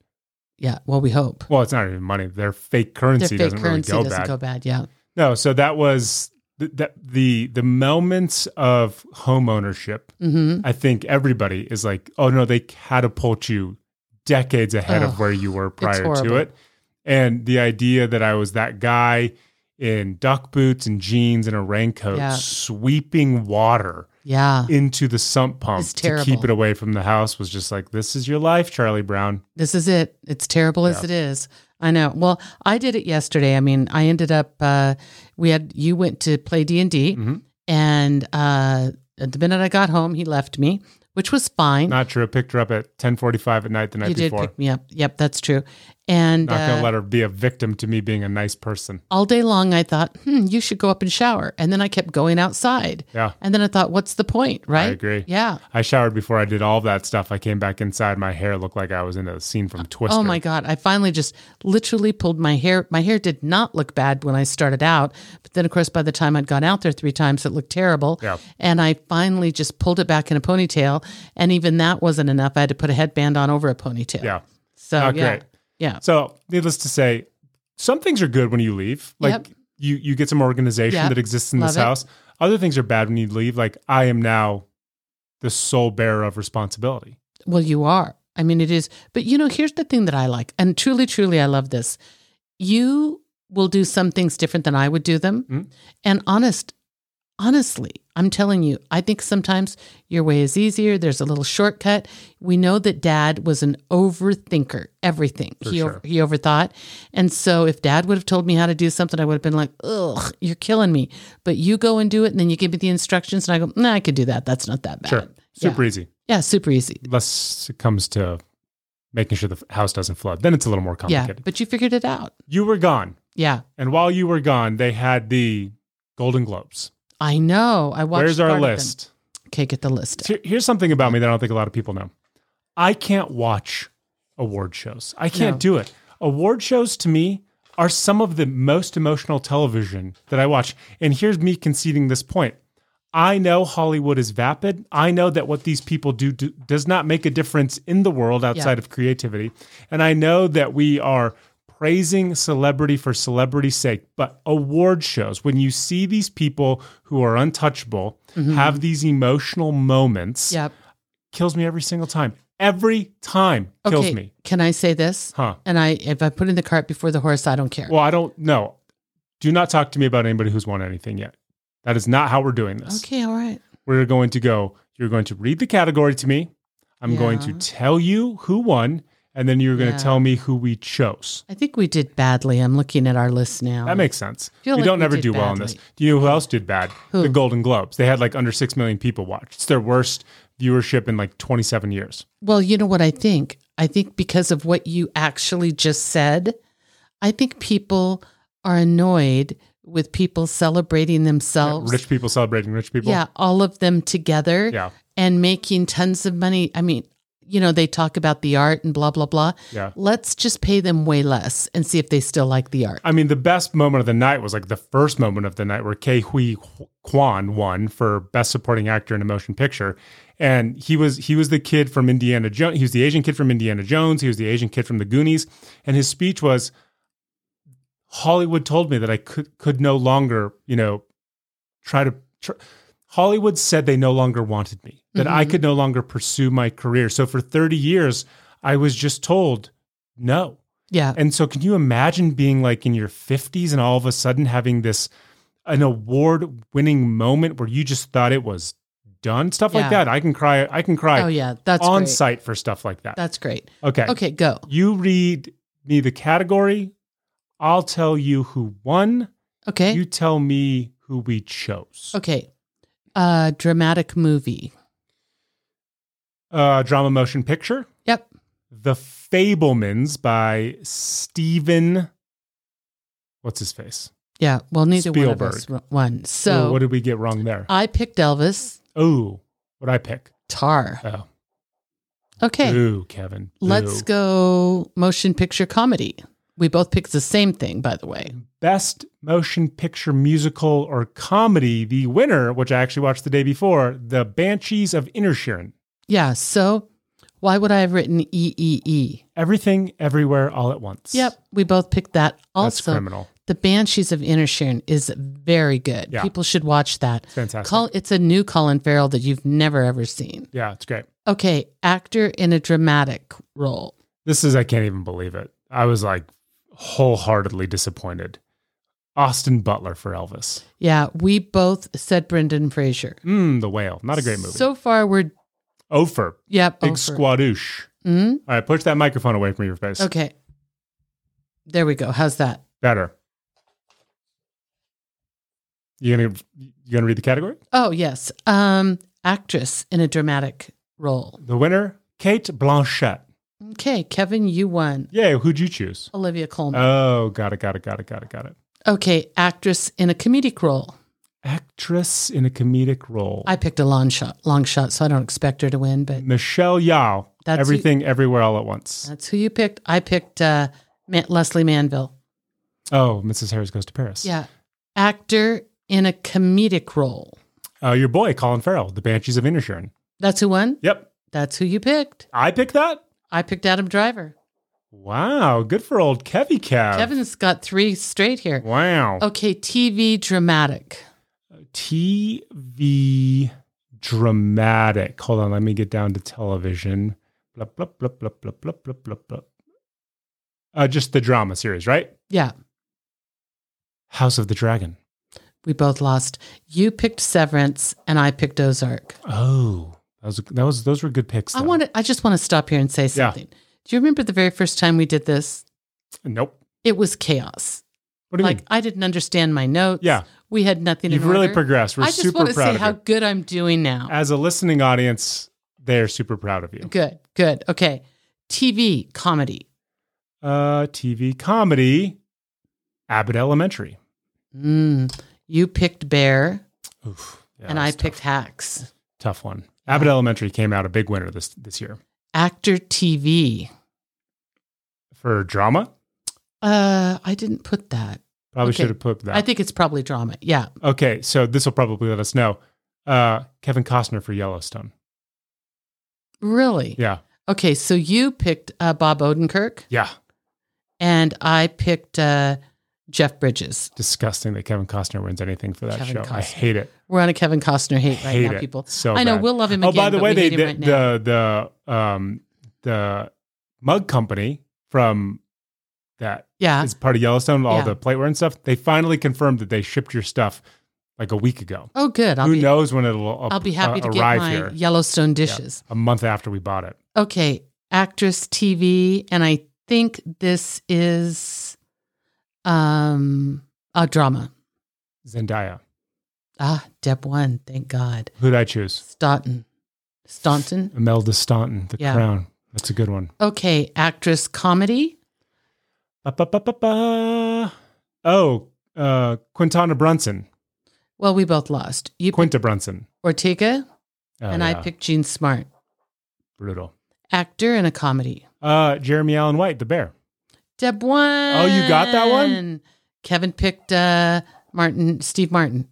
B: Yeah. Well, we hope.
A: Well, it's not even money. Their fake
B: Their
A: currency
B: fake
A: doesn't
B: currency
A: really go
B: doesn't
A: bad.
B: go bad. Yeah.
A: No, so that was th- that the the moments of home ownership.
B: Mm-hmm.
A: I think everybody is like, oh no, they catapult you decades ahead
B: Ugh,
A: of where you were prior
B: horrible.
A: to it. And the idea that I was that guy in duck boots and jeans and a raincoat
B: Yeah.
A: sweeping water
B: Yeah.
A: into the sump pump
B: It's
A: to keep
B: terrible.
A: it away from the house was just like, this is your life, Charlie Brown.
B: This is it. It's terrible as
A: Yeah.
B: it is. I know. Well, I did it yesterday. I mean, I ended up. Uh, we had you went to play D and D,
A: Mhm.
B: and uh, the minute I got home, he left me, which was fine.
A: Not true. I picked her up at 1045 at night the night
B: you did
A: before.
B: pick me up. Yep, that's true. And
A: Not
B: uh,
A: gonna let her be a victim to me being a nice person.
B: all day long, I thought, hmm, you should go up and shower. And then I kept going outside.
A: Yeah.
B: And then I thought, what's the point? Right?
A: agree.
B: Yeah.
A: I showered before I did all that stuff. I came back inside. My hair looked like I was in a scene from Twister.
B: Oh my god! I finally just literally pulled my hair. My hair did not look bad when I started out, but then of course by the time I'd gone out there three times, it looked terrible.
A: Yeah.
B: And I finally just pulled it back in a ponytail, and even that wasn't enough. I had to put a headband on over a ponytail.
A: Yeah.
B: So
A: Not
B: yeah,
A: great.
B: yeah,
A: So, needless to say, some things are good when you leave. Like
B: Yep.
A: you, you get some organization
B: Yep.
A: that exists in this
B: Love it.
A: house. Other things are bad when you leave. Like I am now the sole bearer of responsibility.
B: Well, you are. I mean, it is. But you know, here's the thing that I like, and truly, truly, I love this. You will do some things different than I would do them.
A: Mm.
B: And honest, honestly, I'm telling you, I think sometimes your way is easier. There's a little shortcut. We know that Dad was an overthinker. Everything
A: For
B: he
A: sure.
B: over, he overthought, and so if Dad would have told me how to do something, I would have been like, "Ugh, you're killing me." But you go and do it, and then you give me the instructions, and I go, "Nah, I could do that. That's not that bad."
A: Sure. Super easy.
B: Yeah, yeah super easy.
A: Unless it comes to making sure the house doesn't flood. Then it's a little more
B: Yeah,
A: complicated.
B: but you figured it out.
A: You were gone.
B: Yeah,
A: And while you were gone, they had the Golden Globes.
B: I know. I watched.
A: Where's our
B: part of them.
A: list?
B: Okay, get the list.
A: Here- Here's something about me that I don't think a lot of people know. I can't watch award shows. I can't
B: No.
A: do it. Award shows to me are some of the most emotional television that I watch. And here's me conceding this point. I know Hollywood is vapid. I know that what these people do, do does not make a difference in the world outside of creativity. And I know that we are praising celebrity for celebrity's sake, but award shows, when you see these people who are untouchable
B: Mm-hmm.
A: have these emotional moments,
B: Yep.
A: kills me every single time. Every time kills
B: okay.
A: me.
B: Can I say this?
A: Huh.
B: And I, if I put in the cart before the horse, I don't care.
A: Well, I don't know. Do not talk to me about anybody who's won anything yet. That is not how we're doing this.
B: okay. All right.
A: We're going to go, you're going to read the category to me. I'm going to
B: Yeah.
A: tell you who won, and then you're going
B: Yeah.
A: to tell me who we chose.
B: I think we did badly. I'm looking at our list now.
A: That makes sense.
B: feel
A: You
B: like
A: don't
B: we
A: ever
B: did
A: do well in this.
B: badly.
A: Do you know who else did bad?
B: Who?
A: The Golden Globes. They had like under 6 million people watch. It's their worst viewership in like 27 years.
B: Well, you know what I think? I think because of what you actually just said, I think people are annoyed with people celebrating themselves.
A: Rich people celebrating rich people.
B: Yeah, all of them together.
A: Yeah.
B: and making tons of money. I mean, you know, they talk about the art and blah, blah, blah.
A: Yeah.
B: Let's just pay them way less and see if they still like the art.
A: I mean, the best moment of the night was like the first moment of the night where Kei Hui Kwan won for best supporting actor in a motion picture, and he was he was the kid from Indiana Jones. He was the Asian kid from Indiana Jones. He was the Asian kid from The Goonies, and his speech was, "Hollywood told me that I could could no longer, you know, try to." Tr- Hollywood said they no longer wanted me, that I could no longer pursue my career. So for 30 years, I was just told no.
B: Yeah.
A: And so can you imagine being like in your 50s and all of a sudden having this an award winning moment where you just thought it was done? Stuff
B: Yeah.
A: like that. I can cry I can cry
B: oh yeah. That's
A: on
B: great.
A: site for stuff like that.
B: That's great.
A: okay.
B: Okay, go.
A: You read me the category. I'll tell you who won.
B: Okay.
A: You tell me who we chose.
B: okay. Uh dramatic movie.
A: Uh, drama motion picture.
B: Yep.
A: The Fablemans by Steven. What's his face?
B: Yeah. Well, neither one of us
A: Spielberg.
B: ro- won. So
A: Ooh, what did we get wrong there?
B: I picked Elvis.
A: Ooh, what'd I pick?
B: Tar.
A: Oh,
B: Okay.
A: ooh, Kevin.
B: Let's
A: Ooh.
B: go motion picture comedy. We both picked the same thing, by the way.
A: Best motion picture musical or comedy. The winner, which I actually watched the day before, The Banshees of Inisherin.
B: Yeah. So why would I have written E EEE?
A: Everything, everywhere, all at once.
B: Yep. We both picked that.
A: That's
B: Also,
A: criminal.
B: The Banshees of Inisherin is very good.
A: Yeah.
B: People should watch that.
A: It's fantastic.
B: Col- it's a new Colin Farrell that you've never ever seen.
A: yeah, it's great.
B: Okay, actor in a dramatic role.
A: This is I can't even believe it. I was like wholeheartedly disappointed. Austin Butler for Elvis.
B: Yeah, we both said Brendan Fraser.
A: Mm, the Whale. Not a great movie.
B: So far, we're
A: Ophir.
B: yeah,
A: Big
B: over.
A: squadoosh.
B: Mm?
A: All right, push that microphone away from your face.
B: Okay, there we go. How's that?
A: Better. You gonna you gonna read the category?
B: Oh yes, um, actress in a dramatic role.
A: The winner, Kate Blanchett.
B: Okay, Kevin, you won.
A: Yay, who'd you choose?
B: Olivia Colman.
A: Oh, got it, got it, got it, got it, got it.
B: okay, actress in a comedic role.
A: Actress in a comedic role.
B: I picked a long shot, long shot, so I don't expect her to win, but
A: Michelle Yao.
B: That's who-
A: Everything, everywhere, all at once.
B: that's who you picked. I picked uh, Ma- Leslie Manville.
A: Oh, Mrs. Harris goes to Paris.
B: Yeah. Actor in a comedic role.
A: Uh, your boy, Colin Farrell, The Banshees of Inisherin.
B: That's who won?
A: Yep.
B: That's who you picked.
A: I picked that?
B: I picked Adam Driver.
A: Wow. Good for old Kevy Kev.
B: Kevin's got three straight here.
A: Wow.
B: Okay, TV dramatic.
A: TV dramatic. Hold on. Let me get down to television. Blup, blup, blup, blup, blup, blup, blup, blup, blup. Uh, just the drama series, right?
B: Yeah,
A: House of the Dragon.
B: we both lost. You picked Severance and I picked Ozark.
A: Oh, that was, that was those were good picks.
B: I
A: though.
B: want to I just want to stop here and say something. Do you remember the very first time we did this?
A: Nope.
B: It was chaos.
A: What do you
B: like
A: mean?
B: I didn't understand my notes.
A: Yeah.
B: We had nothing
A: You've
B: in
A: really
B: order.
A: progressed. We're
B: I just
A: super
B: want to
A: proud
B: say
A: of
B: how
A: you.
B: good I'm doing now.
A: As a listening audience, they're super proud of you.
B: Good, good. Okay. TV comedy.
A: Uh, TV comedy, Abbott Elementary.
B: Mm. You picked Bear
A: Oof. Yeah,
B: and I
A: that's a
B: picked Hacks.
A: tough one. Abbott Elementary came out a big winner this this year
B: Actor TV.
A: for drama.
B: Uh, I didn't put that.
A: Probably
B: Okay.
A: should have put that.
B: I think it's probably drama. Yeah.
A: okay, so this will probably let us know. Uh, Kevin Costner for Yellowstone.
B: Really?
A: Yeah,
B: Okay. So you picked uh, Bob Odenkirk
A: yeah.
B: and I picked uh, Jeff Bridges.
A: Disgusting that Kevin Costner wins anything for that
B: Kevin
A: show. I
B: Costner.
A: hate it.
B: We're on a Kevin Costner hate
A: Hate
B: right now,
A: it
B: people.
A: so
B: I know.
A: bad.
B: We'll love him
A: oh,
B: again.
A: by the
B: but
A: way,
B: we
A: they
B: hate him
A: did
B: right now.
A: the the um the mug company from that
B: yeah.
A: is part of Yellowstone. All
B: Yeah.
A: the plateware and stuff. They finally confirmed that they shipped your stuff like a week ago.
B: Oh, good. I'll
A: Who
B: be,
A: knows when it'll
B: I'll be happy
A: uh,
B: to get
A: arrive
B: my
A: here?
B: Yellowstone
A: Yeah,
B: dishes.
A: a month after we bought it.
B: okay, actress TV, and I think this is um a drama.
A: Zendaya.
B: Ah, Deb one, thank God.
A: Who'd I choose?
B: Staunton. Staunton.
A: Imelda Staunton, The
B: Yeah.
A: Crown. That's a good one.
B: Okay, actress comedy.
A: Ba, ba, ba, ba, ba. Oh, uh, Quintana Brunson.
B: Well, we both lost. You picked
A: Quinta Brunson.
B: Ortega
A: Oh,
B: and I
A: yeah.
B: picked Gene Smart.
A: brutal.
B: Actor in a comedy.
A: Uh, Jeremy Allen White, The Bear.
B: Deb one. Oh,
A: you got that one?
B: Kevin picked uh Martin, Steve Martin.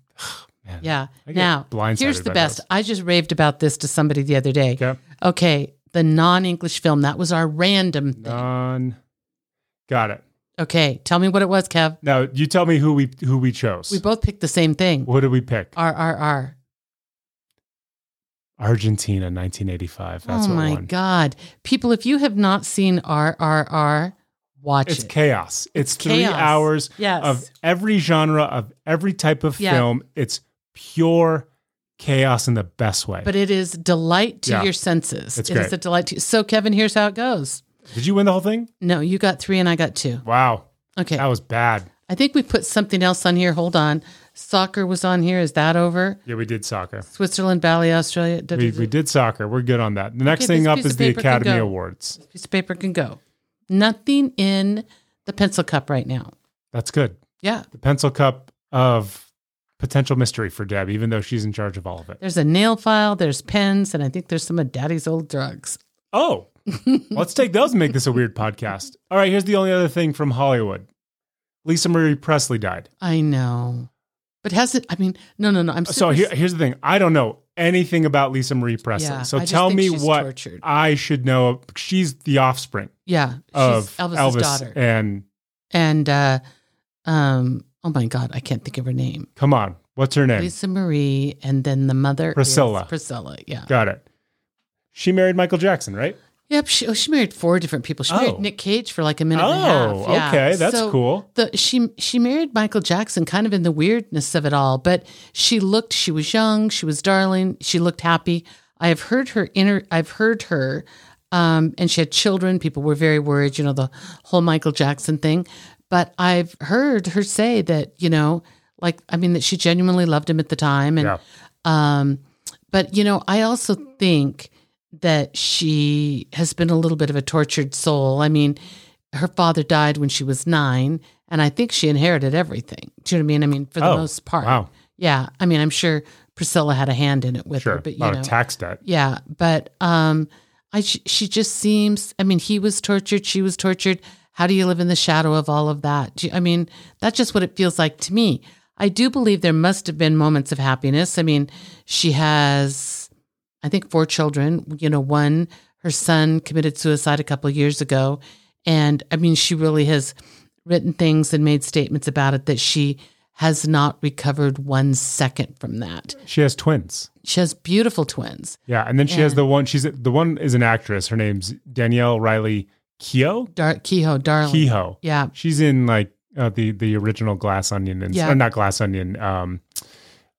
A: Man,
B: Yeah.
A: I get
B: Now,
A: blindsided
B: here's the
A: by
B: best.
A: those.
B: I just raved about this to somebody the other day.
A: Okay.
B: Okay, the non-English film. That was our random thing.
A: Non. Got it.
B: Okay, tell me what it was, Kev.
A: Now you tell me who we who we chose.
B: We both picked the same thing.
A: what did we pick?
B: RRR.
A: Argentina, 1985. That's
B: oh
A: what
B: my
A: won.
B: God. People, if you have not seen RRR, watch
A: It's
B: it.
A: chaos. It's, three
B: chaos.
A: hours
B: Yes.
A: of every genre, of every type of
B: Yeah.
A: film. It's pure chaos in the best way.
B: but it is delight to
A: Yeah.
B: your senses.
A: It's
B: It is
A: great.
B: a delight to So, Kevin, here's how it goes.
A: Did you win the whole thing?
B: No, you got three and I got two.
A: Wow.
B: Okay.
A: That was bad.
B: I think we put something else on here. Hold on. Soccer was on here. Is that over?
A: Yeah, we did soccer.
B: Switzerland, Bali, Australia. Da,
A: We,
B: da, da.
A: we did soccer. We're good on that. The next
B: Okay,
A: thing
B: this
A: up
B: piece
A: is
B: of
A: the
B: paper can
A: Academy
B: go.
A: Awards.
B: Piece of paper can go. Nothing in the pencil cup right now.
A: That's good.
B: Yeah.
A: The pencil cup of potential mystery for Deb, even though she's in charge of all of it.
B: There's a nail file, there's pens, and I think there's some of daddy's old drugs.
A: Oh, let's take those and make this a weird podcast. All right, here's the only other thing from Hollywood Lisa Marie Presley died.
B: I know. But has it, I mean, no, no, no. I'm
A: Uh, So
B: super-
A: here, here's the thing I don't know anything about Lisa Marie Presley.
B: Yeah,
A: so
B: I just
A: tell
B: think
A: me
B: she's
A: what
B: tortured.
A: I should know. She's the offspring
B: yeah,
A: of
B: she's Elvis's
A: Elvis
B: daughter.
A: and
B: And, uh, um, oh my God, I can't think of her name.
A: come on, what's her name?
B: Lisa Marie, and then the mother is
A: Priscilla.
B: Priscilla, yeah.
A: Got it. She married Michael Jackson, right?
B: Yep, she, oh, she married four different people. She
A: Oh.
B: married Nick Cage for like a minute and a half.
A: Oh,
B: Yeah.
A: okay, that's
B: So
A: cool.
B: The, she she married Michael Jackson kind of in the weirdness of it all, but she looked she was young, she was darling, she looked happy. I have heard her inner I've heard her um, and she had children. People were very worried, you know, the whole Michael Jackson thing. But I've heard her say that, you know, like I mean that she genuinely loved him at the time and
A: Yeah.
B: um, but you know, I also think that she has been a little bit of a tortured soul. I mean, her father died when she was nine, and I think she inherited everything. Do you know what I mean? I mean, for the
A: Oh,
B: most part.
A: wow.
B: Yeah. I mean, I'm sure Priscilla had a hand in it with
A: Sure.
B: her, but you
A: Not
B: know,
A: a tax debt.
B: yeah. But um, I she she just seems. I mean, he was tortured. She was tortured. How do you live in the shadow of all of that? Do you, I mean, that's just what it feels like to me. I do believe there must have been moments of happiness. I mean, she has, I think, four children. You know, one her son committed suicide a couple years ago, and I mean, she really has written things and made statements about it that she has not recovered one second from that.
A: She has twins.
B: She has beautiful twins.
A: Yeah, and then she has
B: Yeah.
A: the one. She's the one is an actress. Her name's Danielle Riley Keough.
B: Dar- Kehoe, darling.
A: Kehoe.
B: Yeah.
A: She's in like uh, the the original Glass Onion and
B: Yeah.
A: or not Glass Onion, um,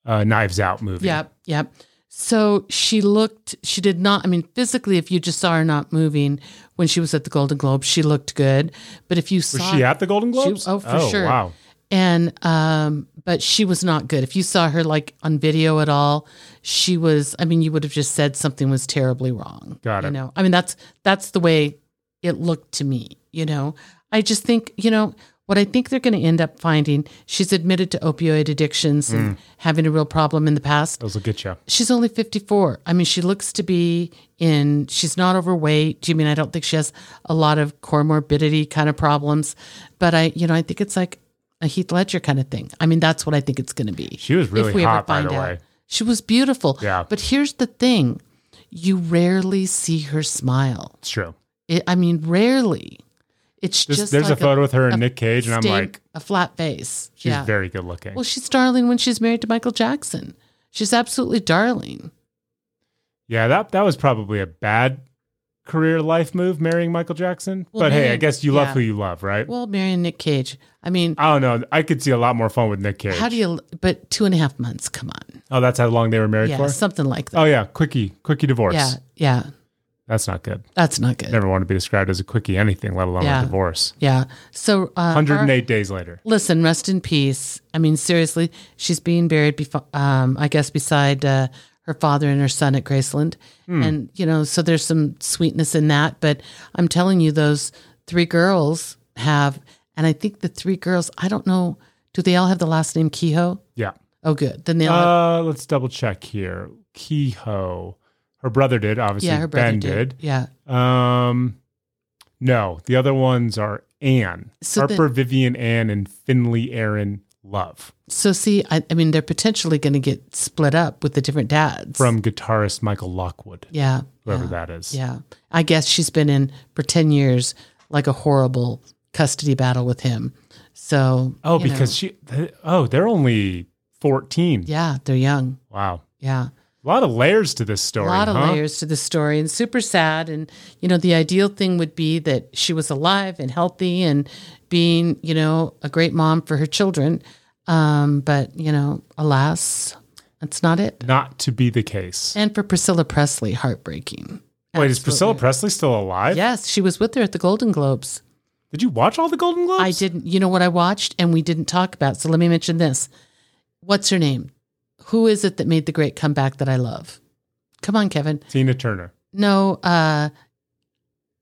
A: uh, Knives Out movie.
B: Yep. Yep. So she looked, she did not, I mean, physically, if you just saw her not moving when she was at the Golden Globes, she looked good. But if you
A: Was
B: saw,
A: she at the Golden Globes?
B: oh, for sure.
A: Wow.
B: and, um, but she was not good. If you saw her like on video at all, she was, I mean, you would have just said something was terribly wrong.
A: Got it.
B: You know, I mean, that's, that's the way it looked to me, you know. I just think, you know, what I think they're going to end up finding, she's admitted to opioid addictions and
A: Mm.
B: having a real problem in the past
A: Those will get you.
B: she's only 54 i mean she looks to be in she's not overweight do you mean i don't think she has a lot of core morbidity kind of problems but i you know i think it's like a heath ledger kind of thing i mean that's what i think it's going to be
A: She was really
B: if we
A: hot,
B: ever
A: by
B: find
A: the
B: out
A: way.
B: she was beautiful
A: Yeah.
B: but here's the thing you rarely see her smile
A: It's true.
B: it, i mean rarely it's
A: This-
B: just
A: there's
B: like
A: a photo with her and Nick Cage, and I'm
B: stained-
A: like,
B: a flat face
A: she's
B: yeah
A: very good looking.
B: well she's darling when she's married to michael jackson she's absolutely darling
A: yeah, that that was probably a bad career life move marrying Michael Jackson.
B: Well,
A: but hey, I
B: maybe.
A: guess you love
B: Yeah.
A: who you love, right?
B: Well, marrying Nick Cage. I mean,
A: I don't know. I could see a lot more fun with Nick Cage.
B: how do you? But two and a half months. Come on,
A: Oh, that's how long they were married
B: yeah,
A: for.
B: something like that.
A: Oh yeah, quickie, quickie divorce.
B: yeah, yeah,
A: That's not good.
B: that's not good.
A: Never want to be described as a quickie anything, let alone
B: Yeah.
A: a divorce.
B: Yeah. So uh,
A: 108
B: our-
A: days later.
B: listen, rest in peace. I mean, seriously, she's being buried. Befo- um, I guess beside uh, her father and her son at Graceland,
A: Hmm.
B: and you know, so there's some sweetness in that. But I'm telling you, those three girls have, and I think the three girls. I don't know. Do they all have the last name Kehoe?
A: Yeah.
B: Oh, good. Then they all. have-
A: Uh, let's double check here. Kehoe. Her brother did, obviously.
B: yeah, her brother
A: ben
B: did. Yeah.
A: Um, no, the other ones are Anne,
B: So
A: Harper, Vivian, Anne, and Finley, Aaron, Love
B: So see, I, I mean, they're potentially going to get split up with the different dads.
A: from guitarist Michael Lockwood,
B: yeah,
A: whoever
B: yeah,
A: that is.
B: Yeah, I guess she's been in for ten years, like a horrible custody battle with him. So
A: Oh,
B: you know,
A: because she. th- oh, they're only 14.
B: yeah, they're young.
A: Wow.
B: Yeah,
A: A lot of layers to this story.
B: A lot of
A: huh?
B: layers to the story and super sad. And, you know, the ideal thing would be that she was alive and healthy and being, you know, a great mom for her children. Um, but, you know, alas, that's not it.
A: Not to be the case.
B: And for Priscilla Presley, heartbreaking.
A: Wait, is Priscilla Presley still alive?
B: Yes, she was with her at the Golden Globes.
A: Did you watch all the Golden Globes?
B: I didn't, you know what I watched and we didn't talk about. So let me mention this. What's her name? Who is it that made the great comeback that I love? Come on, Kevin.
A: Tina Turner.
B: No, uh,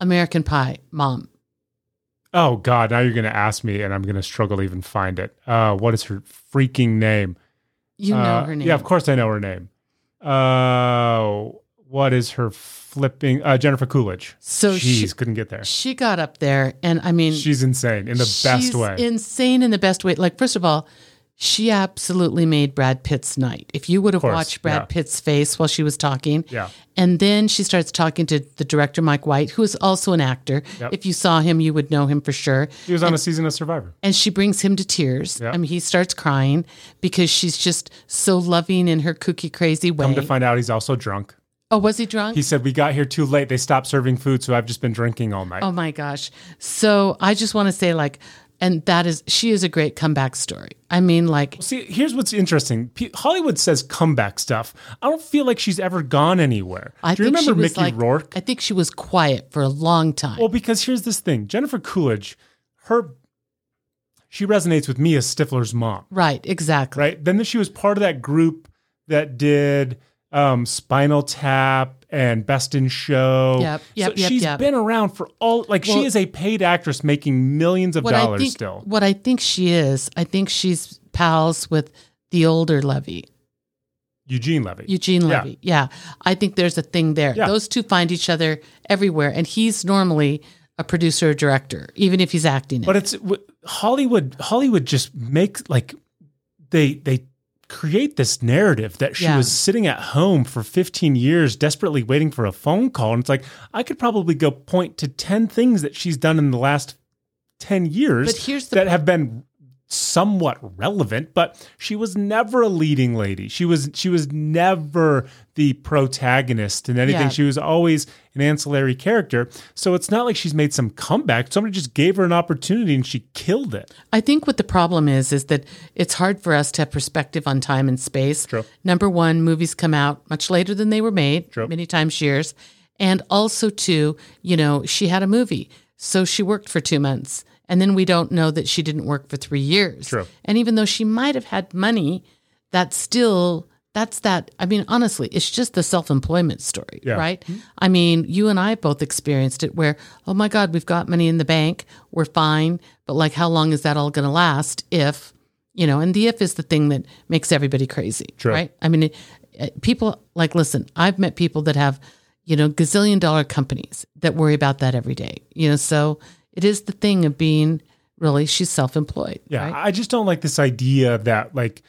B: American Pie, mom.
A: Oh God! Now you're going to ask me, and I'm going to struggle to even find it. Uh, what is her freaking name?
B: You know
A: Uh,
B: her name.
A: Yeah, of course I know her name. Uh, what is her flipping? Uh, Jennifer Coolidge.
B: So
A: Jeez,
B: she-
A: couldn't get there.
B: She got up there, and I mean,
A: She's insane in the best
B: she's
A: way.
B: Insane in the best way. Like, first of all, she absolutely made Brad Pitt's night. If you would have
A: course,
B: watched Brad
A: yeah.
B: Pitt's face while she was talking,
A: Yeah.
B: And then she starts talking to the director Mike White, who is also an actor.
A: Yep.
B: If you saw him, you would know him for sure.
A: she was on a season of Survivor.
B: and she brings him to tears.
A: Yeah.
B: I mean, he starts crying because she's just so loving in her kooky, crazy way.
A: Come to find out, he's also drunk.
B: oh, was he drunk?
A: He said we got here too late. They stopped serving food, so I've just been drinking all night.
B: oh my gosh! So I just want to say, like, and that is she is a great comeback story. I mean, like,
A: See, here's what's interesting. P- Hollywood says comeback stuff. I don't feel like she's ever gone anywhere.
B: I
A: Do you
B: think
A: remember
B: she was
A: Mickey
B: like,
A: Rourke?
B: I think she was quiet for a long time.
A: Well, because here's this thing: Jennifer Coolidge, her, she resonates with me as Stifler's mom,
B: right? Exactly.
A: right? Then she was part of that group that did um, Spinal Tap and Best in Show.
B: Yep, yep,
A: so
B: yep,
A: she's
B: yep.
A: been around for all. Like she
B: Well-
A: is a paid actress making millions of dollars
B: I think,
A: still.
B: What I think she is, I think she's pals with the older Levy.
A: Eugene Levy.
B: Eugene
A: Yeah.
B: Levy. Yeah. I think there's a thing there.
A: Yeah.
B: Those two find each other everywhere. And he's normally a producer or director, even if he's acting.
A: But
B: it.
A: it's w- Hollywood. Hollywood just makes like they they create this narrative that she
B: Yeah.
A: was sitting at home for 15 years desperately waiting for a phone call and it's like I could probably go point to 10 things that she's done in the last 10 years
B: But here's the-
A: that have been somewhat relevant but she was never a leading lady she was she was never the protagonist in anything
B: Yeah.
A: she was always an ancillary character so it's not like she's made some comeback somebody just gave her an opportunity and she killed it
B: I think what the problem is is that it's hard for us to have perspective on time and space.
A: True.
B: Number one, movies come out much later than they were made,
A: True.
B: many times years. And also too, you know, she had a movie. So she worked for two months. And then we don't know that she didn't work for three years.
A: True.
B: And even though she might have had money, that's still that's that I mean, honestly, it's just the self employment story,
A: Yeah. Mm-hmm.
B: right? I mean, you and I both experienced it where, oh my God, we've got money in the bank, we're fine, but like, how long is that all going to last if, you know, and the if is the thing that makes everybody crazy,
A: True.
B: right? I mean, it, it- people like, listen, I've met people that have, you know, gazillion dollar companies that worry about that every day, you know, so it is the thing of being really, she's self employed,
A: Yeah,
B: right?
A: I just don't like this idea that like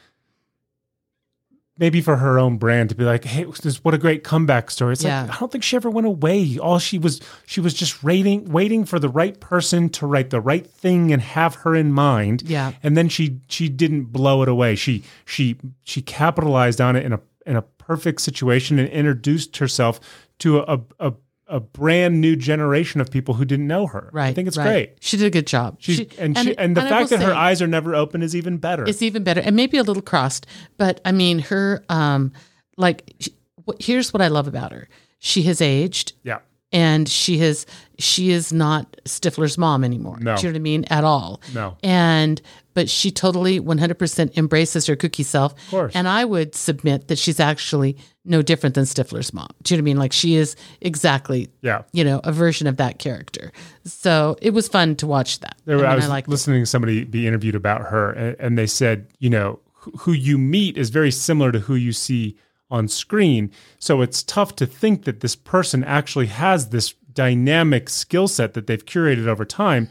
A: maybe for her own brand to be like, hey, this what a great comeback story. It's
B: Yeah.
A: like I don't think she ever went away. All she was she was just waiting waiting for the right person to write the right thing and have her in mind.
B: Yeah.
A: and then she she didn't blow it away. She she she capitalized on it in a in a perfect situation and introduced herself to a a, a brand new generation of people who didn't know her.
B: Right.
A: I think it's
B: right.
A: great.
B: She did a good job.
A: She's, and, she, and the
B: I
A: fact
B: will
A: that her
B: say-
A: eyes are never open is even better.
B: It's even better, and maybe a little crossed, but I mean, her um, like, she, wh- here's what I love about her: she has aged,
A: yeah.
B: and she has she is not Stifler's mom anymore.
A: No.
B: Do you know what I mean at all?
A: No.
B: And but she totally 100% embraces her kooky self. Of
A: course.
B: And I would submit that she's actually no different than Stifler's mom. Do you know what I mean? Like she is exactly
A: Yeah.
B: you know a version of that character. So it was fun to watch that.
A: There, I,
B: I, mean,
A: was
B: I liked it.
A: listening to somebody be interviewed about her, and, and they said, you know, who, who you meet is very similar to who you see on screen. So it's tough to think that this person actually has this dynamic skill set that they've curated over time.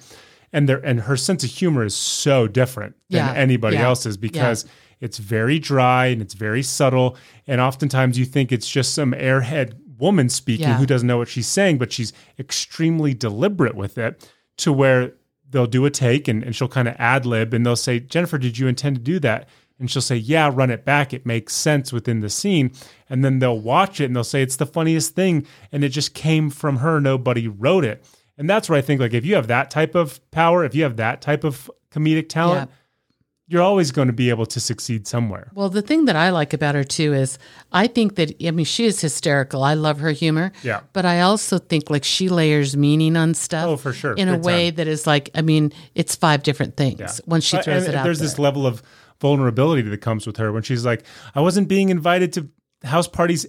A: And their and her sense of humor is so different than
B: Yeah.
A: anybody
B: Yeah.
A: else's because it's very dry and it's very subtle. And oftentimes you think it's just some airhead woman speaking
B: Yeah.
A: who doesn't know what she's saying, but she's extremely deliberate with it to where they'll do a take and, and she'll kind of ad lib and they'll say, Jennifer, did you intend to do that? and she'll say, Yeah, run it back. It makes sense within the scene. And then they'll watch it and they'll say, It's the funniest thing. And it just came from her. Nobody wrote it. And that's where I think, like, if you have that type of power, if you have that type of comedic talent, you're always going to be able to succeed somewhere.
B: Well, the thing that I like about her too is I think that I mean she is hysterical. I love her humor.
A: Yeah.
B: But I also think like she layers meaning on stuff.
A: Oh, for sure.
B: In a
A: Big
B: way
A: time.
B: that is like I mean it's five different things once she
A: Uh,
B: throws
A: and
B: it out.
A: There's
B: there.
A: this level of vulnerability that comes with her when she's like, I wasn't being invited to house parties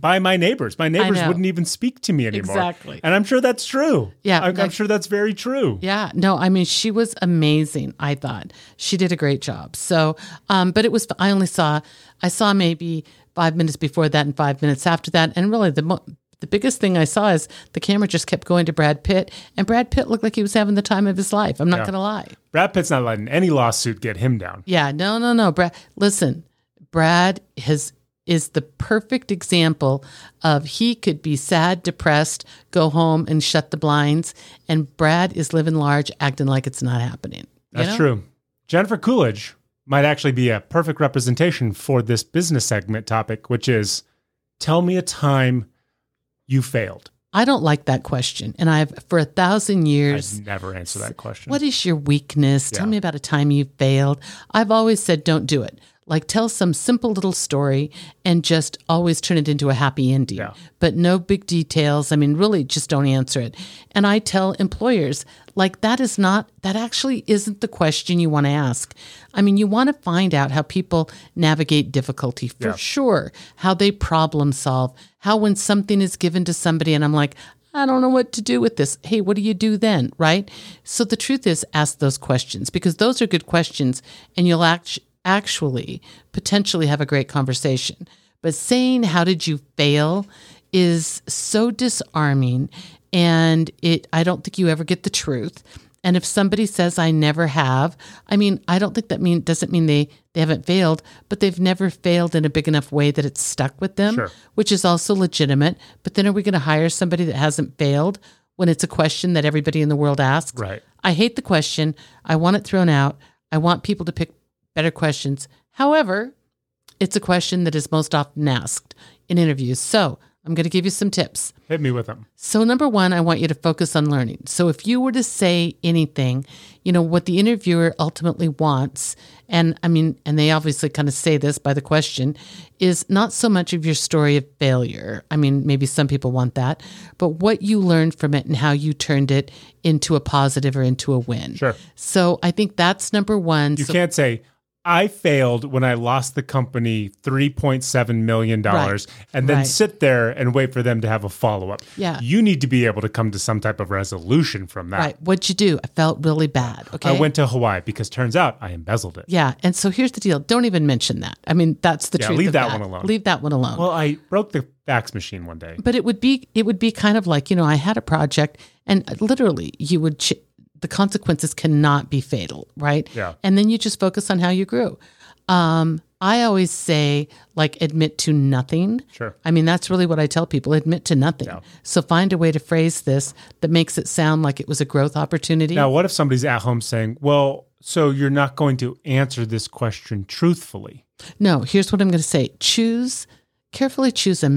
A: by my neighbors. My neighbors
B: know.
A: wouldn't even speak to me anymore.
B: Exactly.
A: And I'm sure that's true.
B: Yeah,
A: I'm, I'm
B: like-
A: sure that's very true.
B: Yeah, no, I mean she was amazing. I thought she did a great job. So, um, but it was I only saw I saw maybe five minutes before that and five minutes after that, and really the mo- the biggest thing I saw is the camera just kept going to Brad Pitt, and Brad Pitt looked like he was having the time of his life. I'm not gonna lie.
A: Brad Pitt's not letting any lawsuit get him down.
B: Yeah, no, no, no, Brad. Listen, Brad has is the perfect example of he could be sad, depressed, go home and shut the blinds, and Brad is living large, acting like it's not happening. you
A: That's
B: know?
A: true. Jennifer Coolidge might actually be a perfect representation for this business segment topic, which is tell me a time you failed.
B: I don't like that question. And I've, for a thousand years,
A: I'd never answer that question.
B: what is your weakness? Tell
A: Yeah.
B: me about a time you failed. I've always said, don't do it. Like, tell some simple little story and just always turn it into a happy ending,
A: Yeah.
B: but no big details. I mean, really, just don't answer it. And I tell employers, like, that is not, that actually isn't the question you want to ask. I mean, you want to find out how people navigate difficulty for sure, how they problem solve, how when something is given to somebody and I'm like, I don't know what to do with this. Hey, what do you do then? Right? So the truth is, ask those questions because those are good questions and you'll act- actually potentially have a great conversation. But saying, How did you fail? is so disarming. And it, I don't think you ever get the truth. And if somebody says, I never have, I mean, I don't think that mean doesn't mean they, they haven't failed, but they've never failed in a big enough way that it's stuck with them
A: Sure.
B: which is also legitimate. But then are we going to hire somebody that hasn't failed when it's a question that everybody in the world asks?
A: Right.
B: I hate the question. I want it thrown out. I want people to pick better questions. However, it's a question that is most often asked in interviews. So I'm going to give you some tips.
A: Hit me with them.
B: So, number one, I want you to focus on learning. So, if you were to say anything, you know, what the interviewer ultimately wants, and I mean, and they obviously kind of say this by the question, is not so much of your story of failure. I mean, maybe some people want that, but what you learned from it and how you turned it into a positive or into a win.
A: Sure.
B: So, I think that's number one.
A: You
B: so,
A: can't say I failed when I lost the company three point seven million dollars, and then
B: Right.
A: sit there and wait for them to have a follow up.
B: Yeah.
A: you need to be able to come to some type of resolution from that.
B: right. What'd you do? I felt really bad. Okay.
A: I went to Hawaii because turns out I embezzled it.
B: yeah. And so here's the deal. Don't even mention that. I mean, that's the
A: Yeah,
B: truth.
A: leave
B: of
A: that one alone.
B: Leave that one alone.
A: Well, I broke the fax machine one day.
B: but it would be it would be kind of like you know I had a project and literally you would ch- the consequences cannot be fatal, right?
A: Yeah.
B: And then you just focus on how you grew. Um, I always say like admit to nothing.
A: Sure.
B: I mean that's really what I tell people: admit to nothing. So find a way to phrase this that makes it sound like it was a growth opportunity.
A: Now, what if somebody's at home saying, "Well, so you're not going to answer this question truthfully"?
B: No, here's what I'm going to say. Choose carefully choose a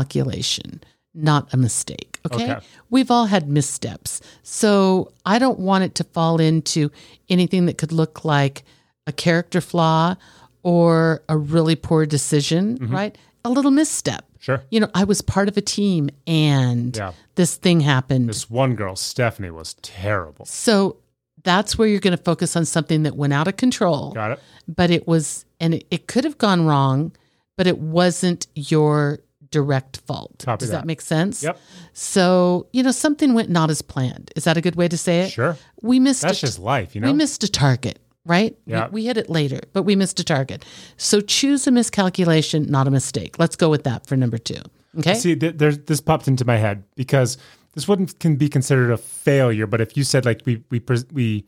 B: miscalculation, not a mistake, okay?
A: Okay.
B: We've all had missteps. So, I don't want it to fall into anything that could look like a character flaw or a really poor decision,
A: Mm-hmm.
B: right? A little misstep.
A: Sure.
B: You know, I was part of a team and
A: Yeah.
B: this thing happened.
A: This one girl, Stephanie, was terrible.
B: So, that's where you're going to focus on something that went out of control
A: Got it?
B: but it was and it, it could have gone wrong but it wasn't your direct fault
A: Copy
B: does
A: that.
B: that. make sense
A: Yep.
B: so you know something went not as planned is that a good way to say it
A: Sure.
B: we missed
A: That's
B: a,
A: just life, you
B: we
A: know.
B: missed a target right We-
A: Yeah.
B: we, hit it later but we missed a target so choose a miscalculation not a mistake let's go with that for number two okay
A: See, th- there's this popped into my head because this wouldn't can be considered a failure, but if you said like we we pres- we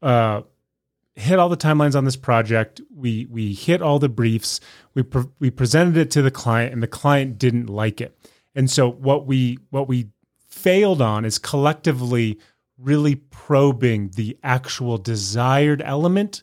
A: uh, hit all the timelines on this project, we we hit all the briefs, we pre- we presented it to the client, and the client didn't like it, and so what we what we failed on is collectively really probing the actual desired element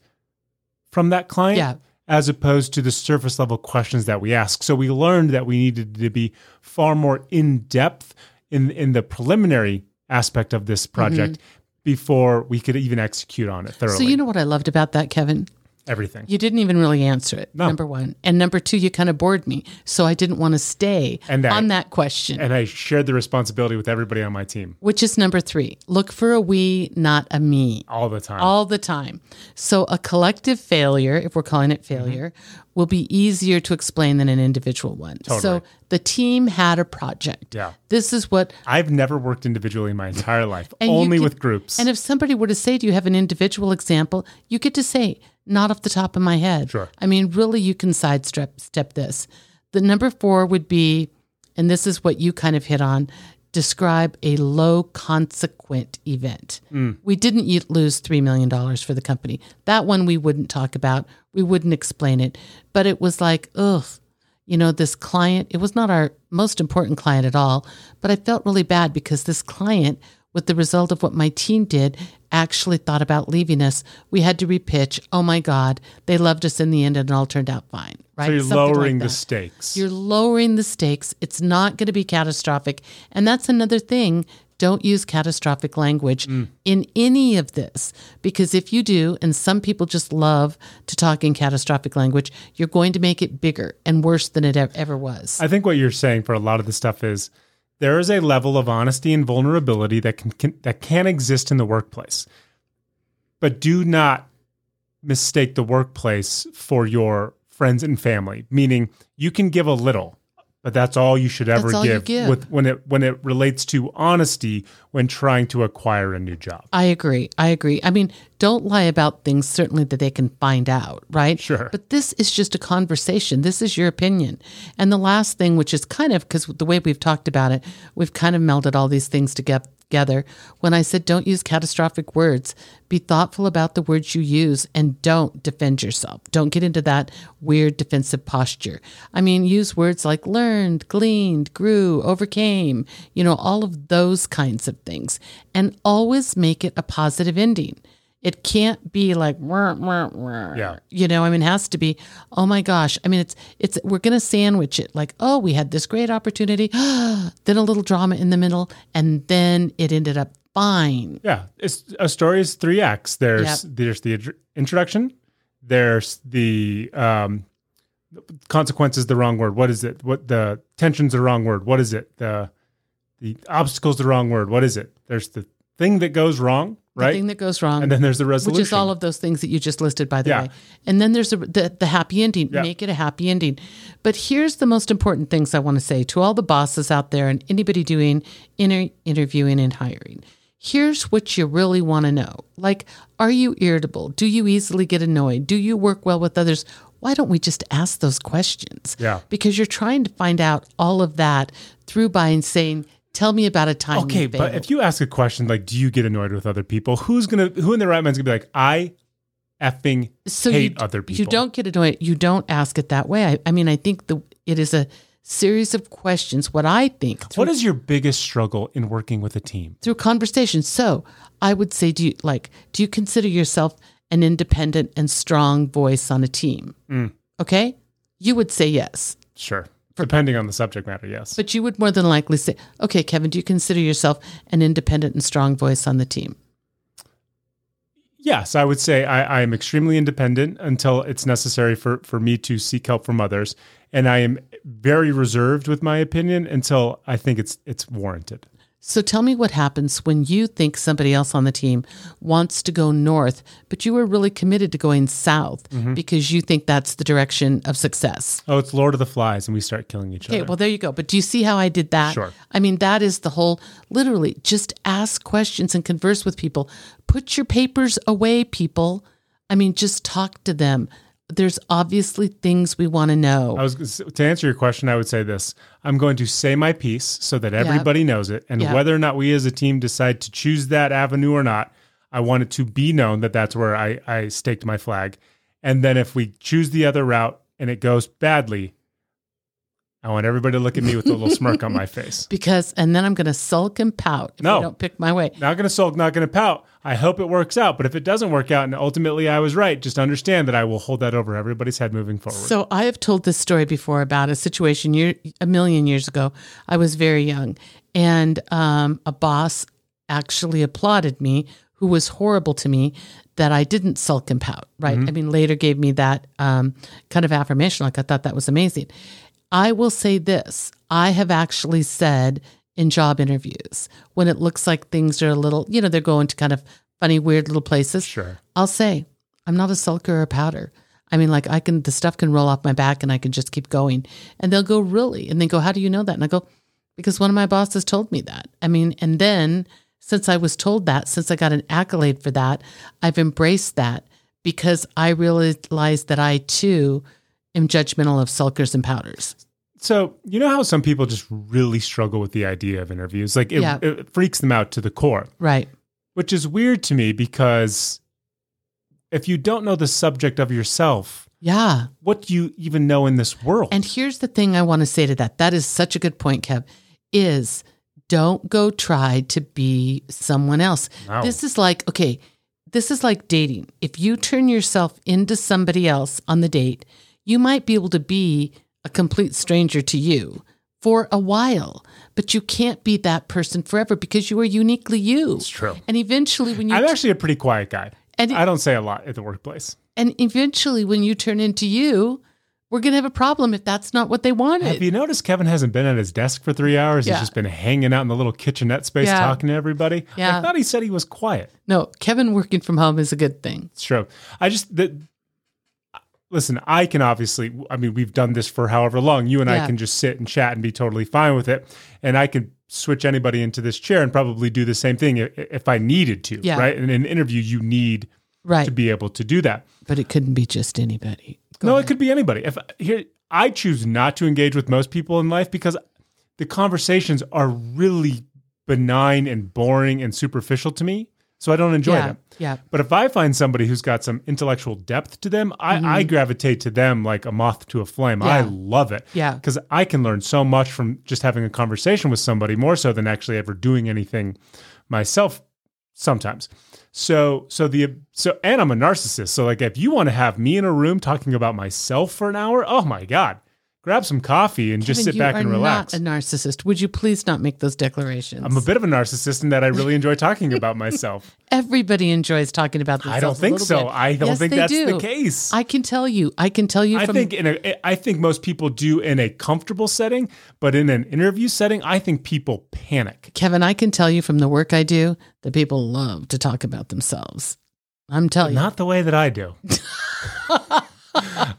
A: from that client
B: Yeah.
A: as opposed to the surface level questions that we ask. So we learned that we needed to be far more in depth in in the preliminary aspect of this project before we could even execute on it thoroughly.
B: Mm-hmm. So you know what I loved about that, Kevin?
A: Everything.
B: You didn't even really answer it. Number one, and number two, you kind of bored me, so I didn't want to stay
A: And I-
B: on that question.
A: and I shared the responsibility with everybody on my team
B: which is number three. Look for a we, not a me.
A: all the time.
B: all the time. So a collective failure, if we're calling it failure, will be easier to explain than an individual one. So the team had a project.
A: Yeah.
B: This is what
A: I've never worked individually in my entire life,
B: you
A: only
B: can-
A: with groups.
B: And if somebody were to say, Do you have an individual example? You get to say, Not off the top of my head.
A: Sure.
B: I mean, really, you can sidestep step this. The number four would be, and this is what you kind of hit on describe a low consequent event. We didn't y- lose $3 million for the company. That one we wouldn't talk about, we wouldn't explain it. But it was like, ugh. You know, this client, it was not our most important client at all, but I felt really bad because this client with the result of what my team did, actually thought about leaving us. We had to repitch. Oh my God, they loved us in the end and it all turned out fine. Right?
A: so you're
B: Something like
A: lowering the
B: that.
A: stakes.
B: You're lowering the stakes. It's not going to be catastrophic. And that's another thing. Don't use catastrophic language in any of this because if you do, and some people just love to talk in catastrophic language, you're going to make it bigger and worse than it ev- ever was.
A: I think what you're saying for a lot of the stuff is there is a level of honesty and vulnerability that can, can that can exist in the workplace, but do not mistake the workplace for your friends and family. Meaning, you can give a little, but that's all you should ever
B: That's all you give.
A: with when it when it relates to honesty when trying to acquire a new job.
B: I agree. I agree. I mean, don't lie about things certainly that they can find out, right?
A: Sure.
B: But this is just a conversation. This is your opinion. And the last thing, which is kind of because the way we've talked about it, we've kind of melded all these things toge- together. When I said don't use catastrophic words, be thoughtful about the words you use and don't defend yourself. Don't get into that weird defensive posture. I mean, use words like learned, gleaned, grew, overcame, you know, all of those kinds of things. And always make it a positive ending. It can't be like, "Wah, wah, wah."
A: Yeah.
B: you know, I mean, it has to be, oh my gosh. I mean, it's, it's, we're going to sandwich it like, oh, we had this great opportunity, then a little drama in the middle, and then it ended up fine.
A: Yeah, it's a story is three acts. There's there's the intro- introduction. There's the um, consequence is the wrong word. What is it? What the tension's the wrong word. What is it? The the obstacle's the wrong word. What is it? There's the thing that goes wrong,
B: The
A: right?
B: thing that goes wrong.
A: and then there's the resolution.
B: Which is all of those things that you just listed, by the
A: Yeah.
B: way. And then there's a, the, the happy ending.
A: Yeah.
B: Make it a happy ending. But here's the most important things I want to say to all the bosses out there and anybody doing inter- interviewing and hiring. Here's what you really want to know. Like, are you irritable? Do you easily get annoyed? Do you work well with others? Why don't we just ask those questions?
A: Yeah.
B: Because you're trying to find out all of that through by saying, Tell me about a time.
A: okay,
B: you
A: but
B: failed."
A: if you ask a question like, "Do you get annoyed with other people?" Who's gonna who in their right mind's gonna be like, "I effing hate other people."
B: You don't get annoyed. You don't ask it that way. I, I mean, I think the it is a series of questions. What I think through,
A: What is your biggest struggle in working with a team?
B: through conversation. So I would say, do you like? Do you consider yourself an independent and strong voice on a team?
A: Mm.
B: Okay, you would say yes,
A: Sure, depending on the subject matter. Yes.
B: but you would more than likely say, okay, Kevin, do you consider yourself an independent and strong voice on the team?
A: Yes, I would say I, I am extremely independent until it's necessary for, for me to seek help from others. And I am very reserved with my opinion until I think it's it's warranted.
B: So tell me what happens when you think somebody else on the team wants to go north, but you are really committed to going south
A: Mm-hmm.
B: because you think that's the direction of success.
A: Oh, it's Lord of the Flies and we start killing each
B: Okay,
A: other.
B: well, there you go. But do you see how I did that?
A: Sure.
B: I mean, that is the whole literally just ask questions and converse with people. Put your papers away, people. I mean, just talk to them. There's obviously things we want to know.
A: I was to answer your question, I would say this. I'm going to say my piece so that everybody knows it. And
B: Yep.
A: whether or not we as a team decide to choose that avenue or not, I want it to be known that that's where I, I staked my flag. And then if we choose the other route and it goes badly, I want everybody to look at me with a little smirk on my face.
B: because, and then I'm going to sulk and pout if
A: No.
B: I don't pick my way.
A: Not going to sulk, not going to pout. I hope it works out. But if it doesn't work out and ultimately I was right, just understand that I will hold that over everybody's head moving forward.
B: So I have told this story before about a situation year, a million years ago. I was very young, and um, a boss actually applauded me, who was horrible to me that I didn't sulk and pout. Right? I mean, later gave me that um, kind of affirmation. Like I thought that was amazing. I will say this: I have actually said in job interviews when it looks like things are a little, you know, they're going to kind of funny, weird little places.
A: sure.
B: I'll say I'm not a sulker or a powder. I mean, like I can, the stuff can roll off my back and I can just keep going. And they'll go, really? And they go, how do you know that? And I go, because one of my bosses told me that. I mean, and then since I was told that, since I got an accolade for that, I've embraced that because I realized that I too am judgmental of sulkers and powders.
A: So, you know how some people just really struggle with the idea of interviews? Like it,
B: Yeah.
A: it freaks them out to the core,
B: Right.
A: which is weird to me because if you don't know the subject of yourself,
B: Yeah.
A: what do you even know in this world?
B: And here's the thing I want to say to that. That is such a good point, Kev, is don't go try to be someone else.
A: No.
B: This is like, okay, this is like dating. If you turn yourself into somebody else on the date, you might be able to be a complete stranger to you for a while, but you can't be that person forever because you are uniquely you. It's
A: true.
B: And eventually when you
A: I'm actually a pretty quiet guy.
B: And-
A: I don't say a lot at the workplace.
B: and eventually when you turn into you, we're going to have a problem if that's not what they wanted.
A: Have you noticed Kevin hasn't been at his desk for three hours?
B: Yeah.
A: He's just been hanging out in the little kitchenette space
B: Yeah.
A: talking to everybody. I
B: Yeah.
A: thought he said he was quiet.
B: No, Kevin working from home is a good thing.
A: It's true. I just the, listen. I can obviously. I mean, we've done this for however long. You and I
B: Yeah.
A: can just sit and chat and be totally fine with it. And I can switch anybody into this chair and probably do the same thing if, if I needed to.
B: Yeah.
A: Right. And in an interview, you need
B: Right.
A: to be able to do that.
B: But it couldn't be just anybody.
A: no, it could be anybody. If here, I choose not to engage with most people in life because the conversations are really benign and boring and superficial to me. So I don't enjoy
B: yeah.
A: them.
B: Yeah.
A: But if I find somebody who's got some intellectual depth to them, I, I gravitate to them like a moth to a flame. I
B: Mm-hmm. Yeah.
A: love it.
B: Yeah.
A: Because I can learn so much from just having a conversation with somebody more so than actually ever doing anything myself sometimes. So, so the, so, and I'm a narcissist. So, like, if you want to have me in a room talking about myself for an hour, oh my God, grab some coffee and just
B: Kevin,
A: sit back
B: you
A: and
B: are
A: relax.
B: Not a narcissist. Would you please not make those declarations?
A: I'm a bit of a narcissist in that I really enjoy talking about myself.
B: Everybody enjoys talking about themselves.
A: I don't
B: a
A: think
B: little
A: so.
B: bit.
A: I don't
B: Yes,
A: think
B: they
A: that's the
B: do.
A: case.
B: I can tell you. I can tell you
A: I
B: from
A: think in a, I think most people do in a comfortable setting, but in an interview setting, I think people panic.
B: Kevin. I can tell you from the work I do that people love to talk about themselves. I'm telling you.
A: Not the way that I do.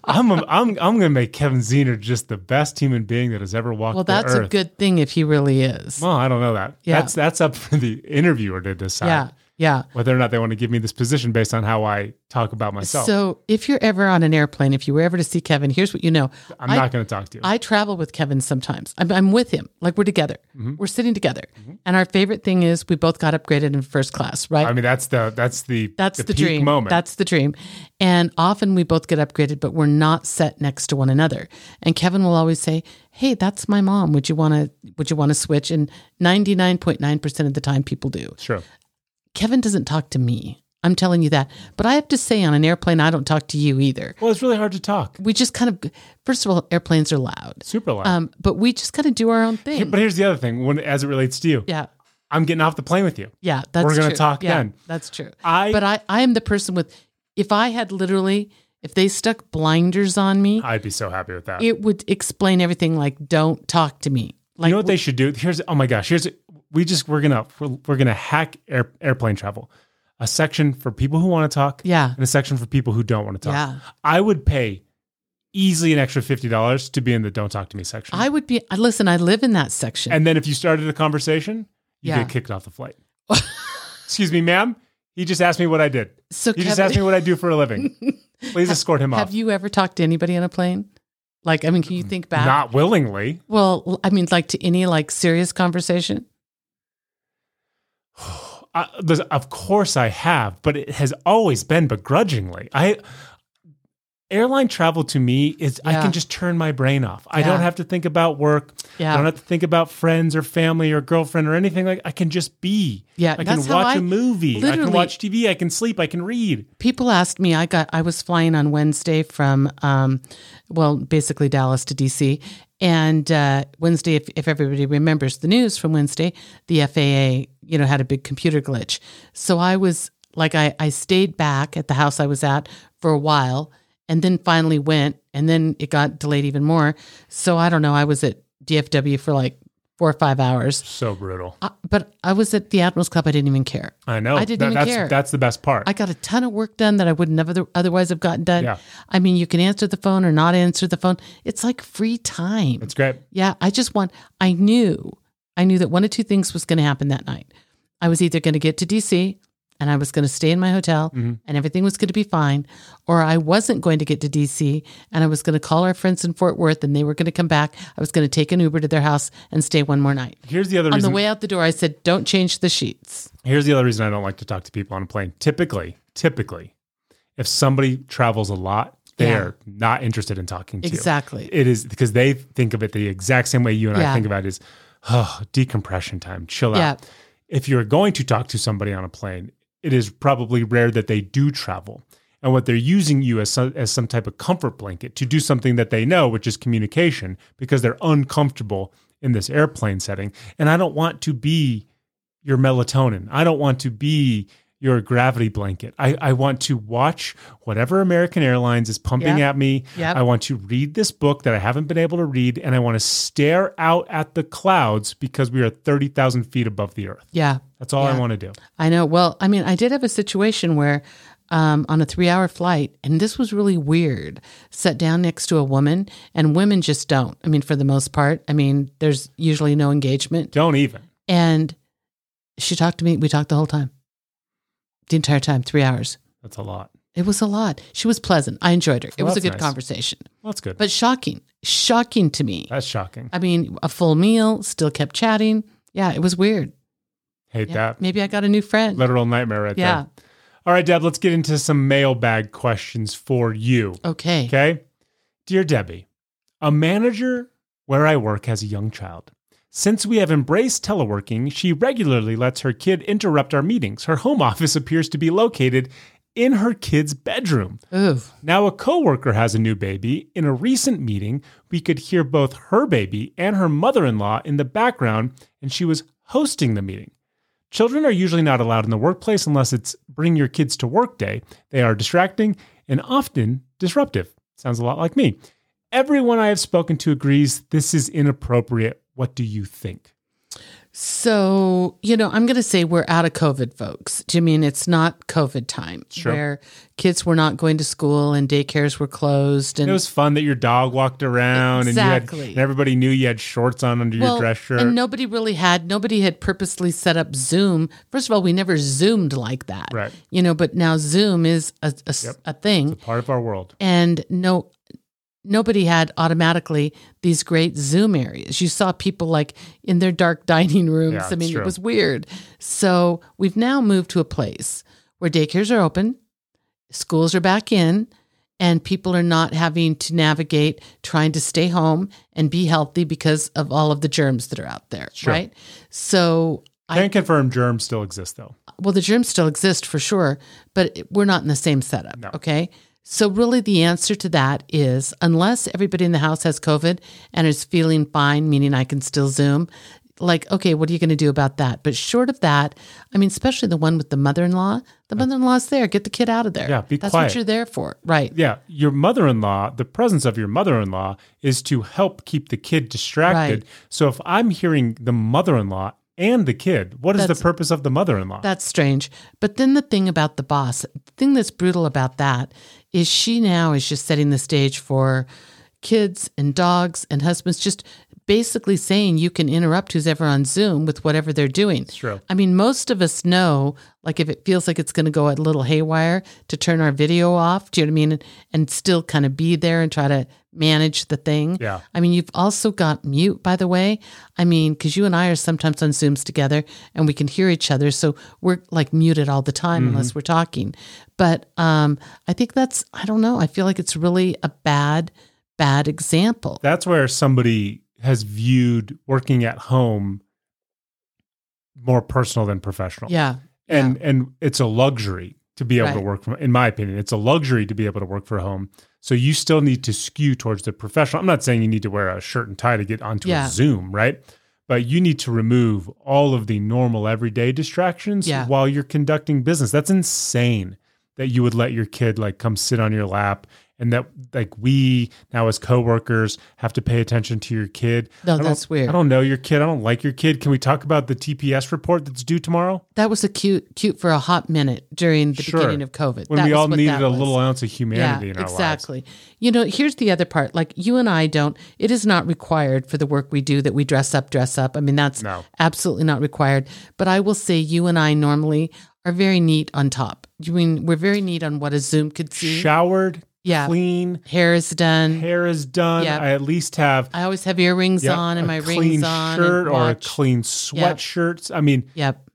A: I'm a, I'm I'm gonna make Kevin Zener just the best human being that has ever walked
B: Well, that's
A: the earth.
B: a good thing if he really is.
A: well, I don't know that.
B: Yeah.
A: That's that's up for the interviewer to decide
B: yeah. Yeah.
A: whether or not they want to give me this position based on how I talk about myself.
B: So if you're ever on an airplane, if you were ever to see Kevin, here's what you know.
A: I'm
B: I-
A: not going to talk to you.
B: I travel with Kevin sometimes. I'm, I'm with him. Like we're together.
A: Mm-hmm.
B: We're sitting together. And our favorite thing is we both got upgraded in first class, right?
A: I mean, that's the that's the
B: That's the,
A: peak
B: dream.
A: moment.
B: That's the dream. And often we both get upgraded, but we're not set next to one another. And Kevin will always say, "Hey, that's my mom. Would you want to? Would you want to switch?" And ninety nine point nine percent of the time, people do.
A: sure.
B: Kevin doesn't talk to me. I'm telling you that. But I have to say, on an airplane, I don't talk to you either.
A: Well, it's really hard to talk.
B: We just kind of, first of all, airplanes are loud.
A: Super loud.
B: Um, but we just kind of do our own thing.
A: but here's the other thing, when as it relates to you,
B: Yeah.
A: I'm getting off the plane with you.
B: Yeah. That's
A: We're gonna
B: true.
A: talk
B: yeah,
A: then.
B: That's true.
A: I-
B: but I, I am the person with if I had literally if they stuck blinders on me,
A: I'd be so happy with that.
B: it would explain everything like don't talk to me.
A: you
B: Like
A: know what they should do? Here's oh my gosh, here's we just we're gonna we're, we're gonna hack air, airplane travel. A section for people who want to talk,
B: Yeah.
A: and a section for people who don't want to talk.
B: Yeah.
A: I would pay easily an extra fifty dollars to be in the "Don't Talk to Me" section.
B: I would be I- listen, I live in that section.
A: and then if you started a conversation, you
B: Yeah.
A: get kicked off the flight. Excuse me, ma'am. He just asked me what I did.
B: so
A: He just
B: Kevin,
A: asked me what I do for a living. Please escort him
B: have
A: off.
B: you ever talked to anybody on a plane? Like I mean, can you think back?
A: Mm, Not willingly.
B: well, l- I mean like to any like serious conversation?
A: I, listen, of course I have, but it has always been begrudgingly. I airline travel to me is I
B: Yeah.
A: can just turn my brain off. I
B: Yeah.
A: don't have to think about work.
B: Yeah.
A: I don't have to think about friends or family or girlfriend or anything like I can just be.
B: Yeah,
A: I can watch
B: that's how I-
A: a movie. I can
B: literally-
A: watch TV. I can sleep. I can read.
B: people asked me i got i was flying on wednesday from um, well basically dallas to dc and uh, wednesday if, if everybody remembers the news from wednesday the faa you know had a big computer glitch so i was like i, I stayed back at the house i was at for a while and then finally went and then it got delayed even more so i don't know i was at dfw for like four or five hours
A: So brutal.
B: Uh but i was at the admirals club i didn't even care
A: I know.
B: I didn't even
A: that's,
B: care.
A: That's the best part.
B: I got a ton of work done that I would never otherwise have gotten done.
A: Yeah.
B: I mean, you can answer the phone or not answer the phone. It's like free time.
A: That's great.
B: yeah, I just want, I knew, I knew that one of two things was going to happen that night. I was either going to get to DC and I was going to stay in my hotel
A: Mm-hmm.
B: and everything was going to be fine, or I wasn't going to get to DC and I was going to call our friends in Fort Worth and they were going to come back. I was going to take an Uber to their house and stay one more night.
A: Here's the other
B: On the
A: reason.
B: way out the door, I said, don't change the sheets.
A: Here's the other reason I don't like to talk to people on a plane. Typically, typically, if somebody travels a lot, they
B: Yeah.
A: are not interested in talking to you.
B: Exactly.
A: It is because they think of it the exact same way you and I
B: Yeah.
A: think about it is oh, decompression time, chill
B: Yeah.
A: out. If you're going to talk to somebody on a plane, it is probably rare that they do travel. And what they're using you as some, as some type of comfort blanket to do something that they know, which is communication, because they're uncomfortable in this airplane setting. And I don't want to be your melatonin. I don't want to be your gravity blanket. I, I want to watch whatever American Airlines is pumping
B: Yeah.
A: at me.
B: Yep.
A: I want to read this book that I haven't been able to read, and I want to stare out at the clouds because we are 30,000 feet above the earth.
B: Yeah.
A: That's all I
B: Yeah.
A: want to do.
B: I know. Well, I mean, I did have a situation where um, on a three hour flight, and this was really weird, sat down next to a woman, and women just don't. I mean, for the most part, I mean, there's usually no engagement.
A: Don't even.
B: And she talked to me. We talked the whole time, the entire time, three hours.
A: That's a lot.
B: It was a lot. She was pleasant. I enjoyed her. It
A: Well,
B: was a
A: that's
B: good
A: nice.
B: conversation,
A: Well, that's good.
B: but shocking, shocking to me.
A: that's shocking.
B: I mean, a full meal, still kept chatting. Yeah, it was weird.
A: Hate
B: Yeah.
A: that.
B: Maybe I got a new friend.
A: Literal nightmare right
B: yeah.
A: there. All right, Deb, let's get into some mailbag questions for you.
B: Okay.
A: Okay. Dear Debbie, a manager where I work has a young child. Since we have embraced teleworking, she regularly lets her kid interrupt our meetings. Her home office appears to be located in her kid's bedroom.
B: Ooh.
A: Now, a coworker has a new baby. In a recent meeting, we could hear both her baby and her mother in law in the background, and she was hosting the meeting. Children are usually not allowed in the workplace unless it's bring your kids to work day. They are distracting and often disruptive. Sounds a lot like me. Everyone I have spoken to agrees this is inappropriate. What do you think?
B: So, you know, I'm going to say we're out of COVID, folks. Do you mean it's not COVID time
A: Sure.
B: where kids were not going to school and daycares were closed? And
A: It was fun that your dog walked around and, you
B: Exactly.
A: had, and everybody knew you had shorts on under your dress shirt.
B: And nobody really had, nobody had purposely set up Zoom. First of all, we never Zoomed like that.
A: Right.
B: You know, but now Zoom is a, a s- a thing.
A: Part of our world.
B: and no nobody had automatically these great zoom areas you saw people like in their dark dining rooms
A: Yeah,
B: i mean
A: it's true.
B: it was weird so we've now moved to a place where daycares are open schools are back in and people are not having to navigate trying to stay home and be healthy because of all of the germs that are out there
A: Sure.
B: right so
A: Can
B: i
A: confirm germs still exist though.
B: well the germs still exist for sure but we're not in the same setup
A: No.
B: okay so really the answer to that is unless everybody in the house has covid and is feeling fine meaning i can still zoom like okay what are you going to do about that but short of that i mean especially the one with the mother-in-law the mother-in-law's there get the kid out of there
A: Yeah, be
B: that's
A: quiet.
B: what you're there for right
A: Yeah, your mother in law, the presence of your mother in law is to help keep the kid distracted.
B: Right.
A: So if I'm hearing the mother in law and the kid, what is the
B: That's-
A: purpose of the mother in law?
B: That's strange. But then the thing about the boss, the thing that's brutal about that is she now is just setting the stage for kids and dogs and husbands just basically saying you can interrupt who's ever on Zoom with whatever they're doing.
A: true.
B: I mean, most of us know, like, if it feels like it's going to go a little haywire, to turn our video off. Do you know what I mean? And, and still kind of be there and try to manage the thing.
A: Yeah.
B: I mean, you've also got mute, by the way. I mean, because you and I are sometimes on Zooms together and we can hear each other. So we're like muted all the time
A: Mm-hmm.
B: unless we're talking. But um, I think that's, I don't know. I feel like it's really a bad, bad example.
A: That's where somebody has viewed working at home more personal than professional.
B: yeah.
A: and and it's a luxry to be able to
B: Right.
A: work from in my opinion it's a luxury to be able to work from home so you still need to skew towards the professional i'm not saying you need to wear a shirt and tie to get onto
B: Yeah.
A: a zoom right but you need to remove all of the normal everyday distractions
B: Yeah.
A: while you're conducting business that's insane that you would let your kid like come sit on your lap and that like we now as coworkers have to pay attention to your kid
B: No,
A: I don't-
B: that's weird.
A: i don't know your kid i don't like your kid can we talk about the tps report that's due tomorrow
B: That was a cute, cute for a hot minute during the
A: Sure.
B: beginning of COVID.
A: when
B: that
A: we
B: was
A: all
B: what
A: needed
B: that
A: a
B: was.
A: little ounce of humanity in our lives.
B: exactly. You know, here's the other part. Like you and I don't. It is not required for the work we do that we dress up, dress up. I mean, that's
A: No.
B: absolutely not required. But I will say, you and I normally are very neat on top. You mean we're very neat on what a Zoom could see.
A: Showered,
B: Yeah.
A: clean,
B: Hair is done.
A: hair is done.
B: Yep.
A: I at least have
B: I always have earrings
A: yep,
B: on and
A: a
B: my
A: clean
B: rings on. and
A: shirt or a
B: watch.
A: clean sweatshirts. I mean,
B: Yep.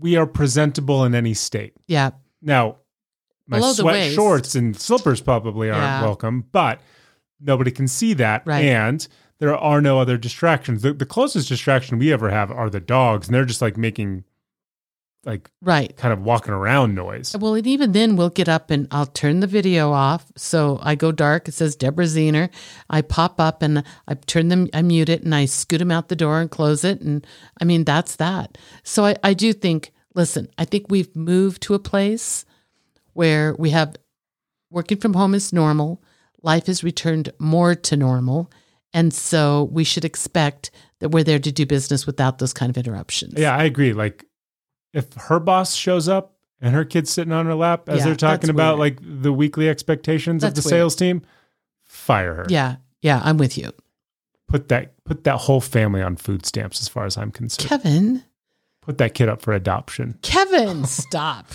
A: we are presentable in any state.
B: Yep.
A: Now, my
B: Below the
A: sweat
B: waist.
A: shorts and slippers probably aren't
B: Yeah.
A: welcome, but nobody can see that.
B: Right.
A: And there are no other distractions. The, the closest distraction we ever have are the dogs, and they're just like making like
B: Right.
A: kind of walking around noise.
B: Well, and even then, we'll get up and I'll turn the video off. So I go dark. It says Deborah Zener. I pop up and I turn them, I mute it and I scoot them out the door and close it. And I mean, that's that. So I, I do think, listen, I think we've moved to a place where we have working from home is normal. Life has returned more to normal. And so we should expect that we're there to do business without those kind of interruptions.
A: Yeah, I agree. Like if her boss shows up and her kid's sitting on her lap as
B: Yeah,
A: they're talking
B: that's
A: about
B: weird.
A: like the weekly expectations of
B: That's
A: the
B: weird.
A: sales team, fire her.
B: Yeah. Yeah. I'm with you.
A: Put that put that whole family on food stamps as far as I'm concerned.
B: Kevin.
A: Put that kid up for adoption.
B: Kevin, stop.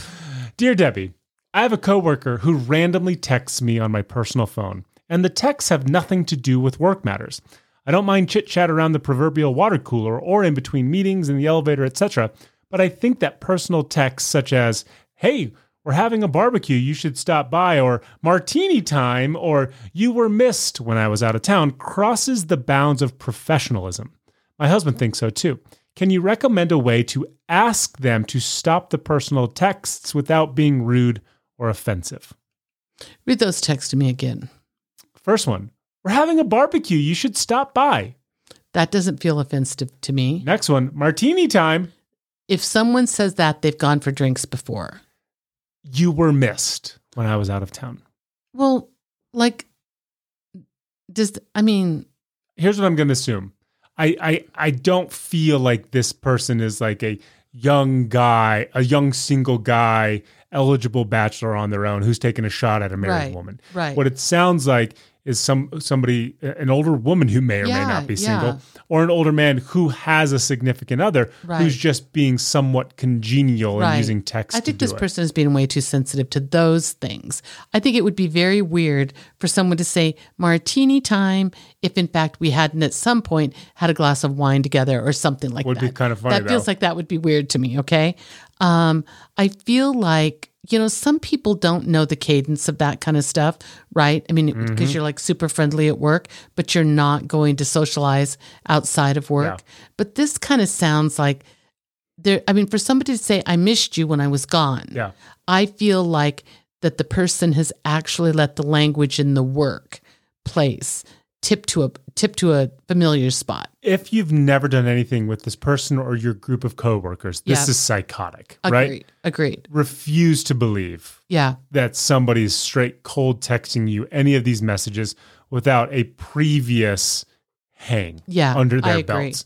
A: Dear Debbie, I have a coworker who randomly texts me on my personal phone, and the texts have nothing to do with work matters. I don't mind chit chat around the proverbial water cooler or in between meetings in the elevator, etc. But I think that personal texts such as, hey, we're having a barbecue, you should stop by, or martini time, or you were missed when I was out of town, crosses the bounds of professionalism. My husband thinks so too. Can you recommend a way to ask them to stop the personal texts without being rude or offensive?
B: Read those texts to me again.
A: First one, we're having a barbecue. You should stop by.
B: That doesn't feel offensive to me.
A: Next one, martini time.
B: If someone says that, they've gone for drinks before.
A: You were missed when I was out of town.
B: Well, like, does, I mean,
A: Here's what I'm going to assume. I, I I don't feel like this person is like a young guy, a young single guy, eligible bachelor on their own who's taking a shot at a married
B: right.
A: woman.
B: Right.
A: What it sounds like is some somebody, an older woman who may or
B: Yeah,
A: may not be
B: yeah.
A: single, or an older man who has a significant other
B: Right.
A: who's just being somewhat congenial
B: Right.
A: and using text.
B: I think
A: to
B: this
A: do it.
B: person is being way too sensitive to those things. I think it would be very weird for someone to say martini time if, in fact, we hadn't at some point had a glass of wine together or something like
A: Would
B: that.
A: be kinda funny,
B: That feels
A: though.
B: like that would be weird to me. Okay, um, I feel like you know some people don't know the cadence of that kind of stuff, right? I mean, because
A: Mm-hmm.
B: you're like super friendly at work, but you're not going to socialize outside of work. But this kind of sounds like there i mean for somebody to say i missed you when i was gone
A: Yeah.
B: i feel like that the person has actually let the language in the work place tip to a tip to a familiar spot
A: if you've never done anything with this person or your group of coworkers, this
B: Yeah.
A: is psychotic,
B: agreed
A: right?
B: agreed
A: Refuse to believe
B: yeah
A: that somebody's straight cold texting you any of these messages without a previous hang
B: Yeah,
A: under
B: I
A: their
B: agree.
A: belts.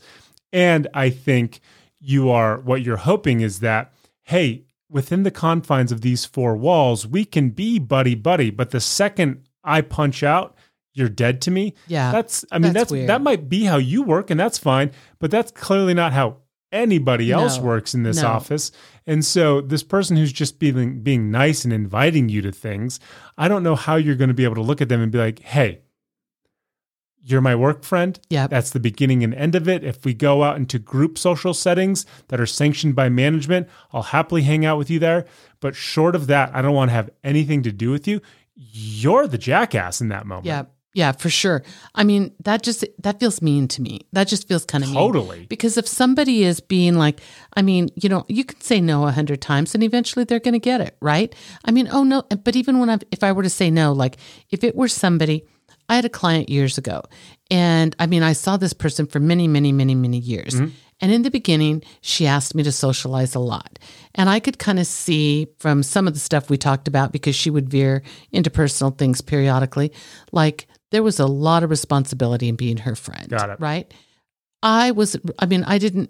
A: And I think you are what you're hoping is that, hey, within the confines of these four walls, we can be buddy buddy, but the second I punch out, you're dead to me.
B: Yeah,
A: That's I mean
B: that's
A: that's,
B: weird.
A: that might be how you work and that's fine, but that's clearly not how anybody else
B: No,
A: works in this
B: no.
A: office office. And so this person who's just being being nice and inviting you to things, I don't know how you're going to be able to look at them and be like, "Hey, you're my work friend.
B: Yep.
A: That's the beginning and end of it. If we go out into group social settings that are sanctioned by management, I'll happily hang out with you there. But short of that, I don't want to have anything to do with you. You're the jackass in that moment.
B: Yeah. Yeah, for sure. I mean, that just that feels mean to me. That just feels kind of
A: Totally.
B: Because if somebody is being like, I mean, you know, you can say no a hundred times, and eventually they're going to get it, right? I mean, oh no, but even when I, if I were to say no, like if it were somebody, I had a client years ago, and I mean, I saw this person for many, many, many, many years,
A: Mm-hmm.
B: and in the beginning, she asked me to socialize a lot, and I could kind of see from some of the stuff we talked about because she would veer into personal things periodically, like. There was a lot of responsibility in being her friend.
A: Got it.
B: Right. I was, I mean, I didn't,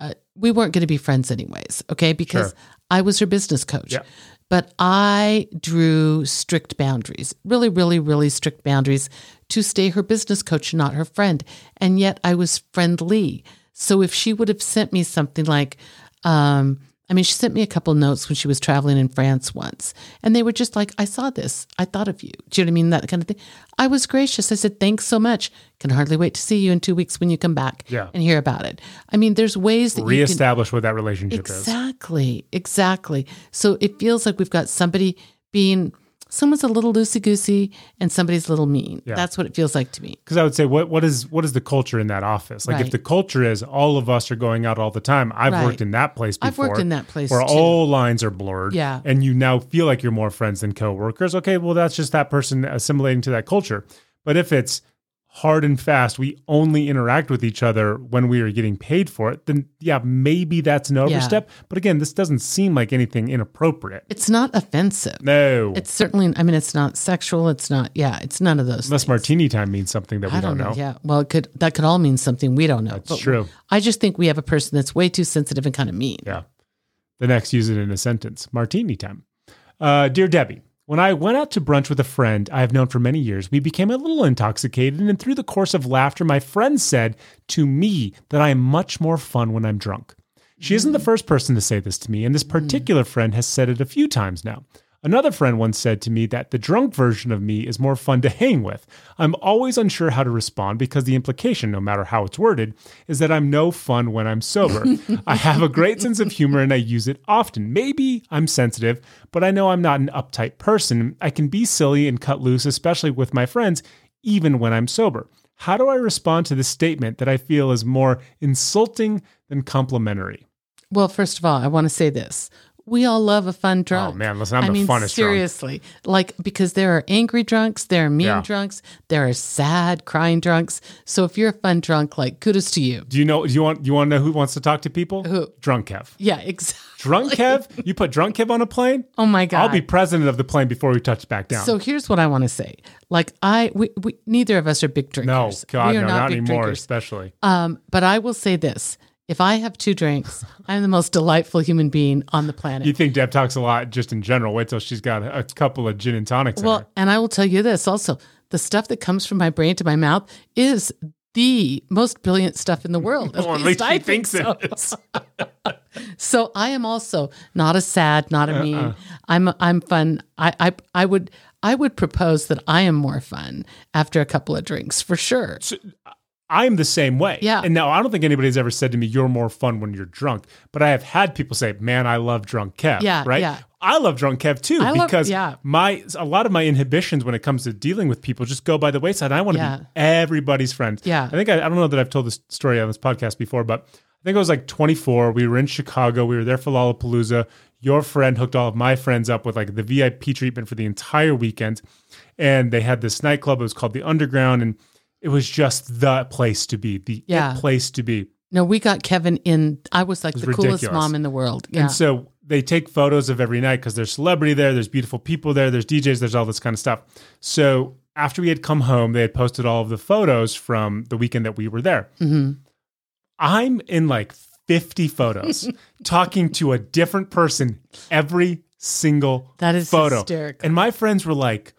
B: uh, we weren't going to be friends anyways, okay? Because
A: Sure.
B: I was her business coach.
A: Yeah.
B: But I drew strict boundaries, really, really, really strict boundaries to stay her business coach, not her friend. And yet I was friendly. So if she would have sent me something like, um, I mean, she sent me a couple notes when she was traveling in France once, and they were just like, I saw this. I thought of you. Do you know what I mean? That kind of thing. I was gracious. I said, Thanks so much. Can hardly wait to see you in two weeks when you come back
A: Yeah.
B: and hear about it. I mean, there's ways that you can
A: Reestablish what that relationship is.
B: Exactly. Exactly. So it feels like we've got somebody being someone's a little loosey goosey and somebody's a little mean. That's what it feels like to me.
A: because I would say what what is what is the culture in that office? Like if
B: Right.
A: the culture is all of us are going out all the time. I've
B: Right.
A: worked in that place
B: I've
A: before.
B: worked in that place,
A: where
B: too.
A: all lines are blurred.
B: Yeah.
A: and you now feel like you're more friends than coworkers. Okay, well that's just that person assimilating to that culture. But if it's hard and fast, we only interact with each other when we are getting paid for it. Then yeah, maybe that's an overstep. But again, this doesn't seem like anything inappropriate.
B: It's not offensive.
A: No,
B: It's certainly I mean it's not sexual, it's not yeah, it's none of those.
A: unless
B: things.
A: martini time means something that we
B: I
A: don't,
B: don't know.
A: know.
B: Yeah. Well, it could that could all mean something we don't know. That's
A: true.
B: I just think we have a person that's way too sensitive and kind of mean.
A: Yeah. The next, use it in a sentence. Martini time. Uh, Dear Debbie, when I went out to brunch with a friend I have known for many years, we became a little intoxicated, and through the course of laughter, my friend said to me that I am much more fun when I'm drunk. She isn't the first person to say this to me, and this particular friend has said it a few times now. Another friend once said to me that the drunk version of me is more fun to hang with. I'm always unsure how to respond because the implication, no matter how it's worded, is that I'm no fun when I'm sober. I have a great sense of humor and I use it often. Maybe I'm sensitive, but I know I'm not an uptight person. I can be silly and cut loose, especially with my friends, even when I'm sober. How do I respond to this statement that I feel is more insulting than complimentary?
B: Well, first of all, I want to say this. We all love a fun drunk.
A: Oh, man, listen, I'm
B: I
A: the funnest
B: mean,
A: drunk.
B: Seriously. Like, because there are angry drunks, there are mean
A: Yeah.
B: drunks, there are sad, crying drunks. So if you're a fun drunk, like, kudos to you.
A: Do you know? Do you want? You want to know who wants to talk to people?
B: Who?
A: Drunk Kev.
B: Yeah, exactly.
A: Drunk Kev. You put Drunk Kev on a plane.
B: Oh my God.
A: I'll be president of the plane before we touch back down.
B: So here's what I want to say. Like, I, we, we, neither of us are big
A: no,
B: drinkers.
A: God,
B: we
A: no,
B: are
A: not,
B: big
A: anymore.
B: drinkers.
A: Especially.
B: Um, but I will say this. If I have two drinks, I'm the most delightful human being on the planet.
A: You think Deb talks a lot just in general? Wait till she's got a couple of gin and tonics. in her.
B: Well, and I will tell you this also the stuff that comes from my brain to my mouth is the most brilliant stuff in the world.
A: Well, at least she thinks it is.
B: So I am also not a sad, not
A: Uh-uh.
B: a mean. I'm I'm fun. I, I I would I would propose that I am more fun after a couple of drinks for sure.
A: I'm the same way.
B: Yeah.
A: And now I don't think anybody's ever said to me, "You're more fun when you're drunk," but I have had people say, "Man, I love drunk Kev."
B: Yeah,
A: Right.
B: yeah.
A: I love drunk Kev too
B: I love-
A: because
B: yeah.
A: my a lot of my inhibitions when it comes to dealing with people just go by the wayside. I want to
B: Yeah.
A: be everybody's friend.
B: Yeah.
A: I think I, I don't know that I've told this story on this podcast before, but I think I was like 24. We were in Chicago. We were there for Lollapalooza. Your friend hooked all of my friends up with like the VIP treatment for the entire weekend, and they had this nightclub. It was called the Underground, and it was just the place to be. The
B: Yeah.
A: it place to be.
B: No, we got Kevin in. I was like
A: was
B: the coolest
A: ridiculous.
B: mom in the world. Yeah.
A: And so they take photos of every night because there's celebrity there, there's beautiful people there, there's DJs, there's all this kind of stuff. So after we had come home, they had posted all of the photos from the weekend that we were there.
B: Mm-hmm.
A: I'm in like 50 photos talking to a different person every single
B: That is
A: photo.
B: hysterical.
A: And my friends were like,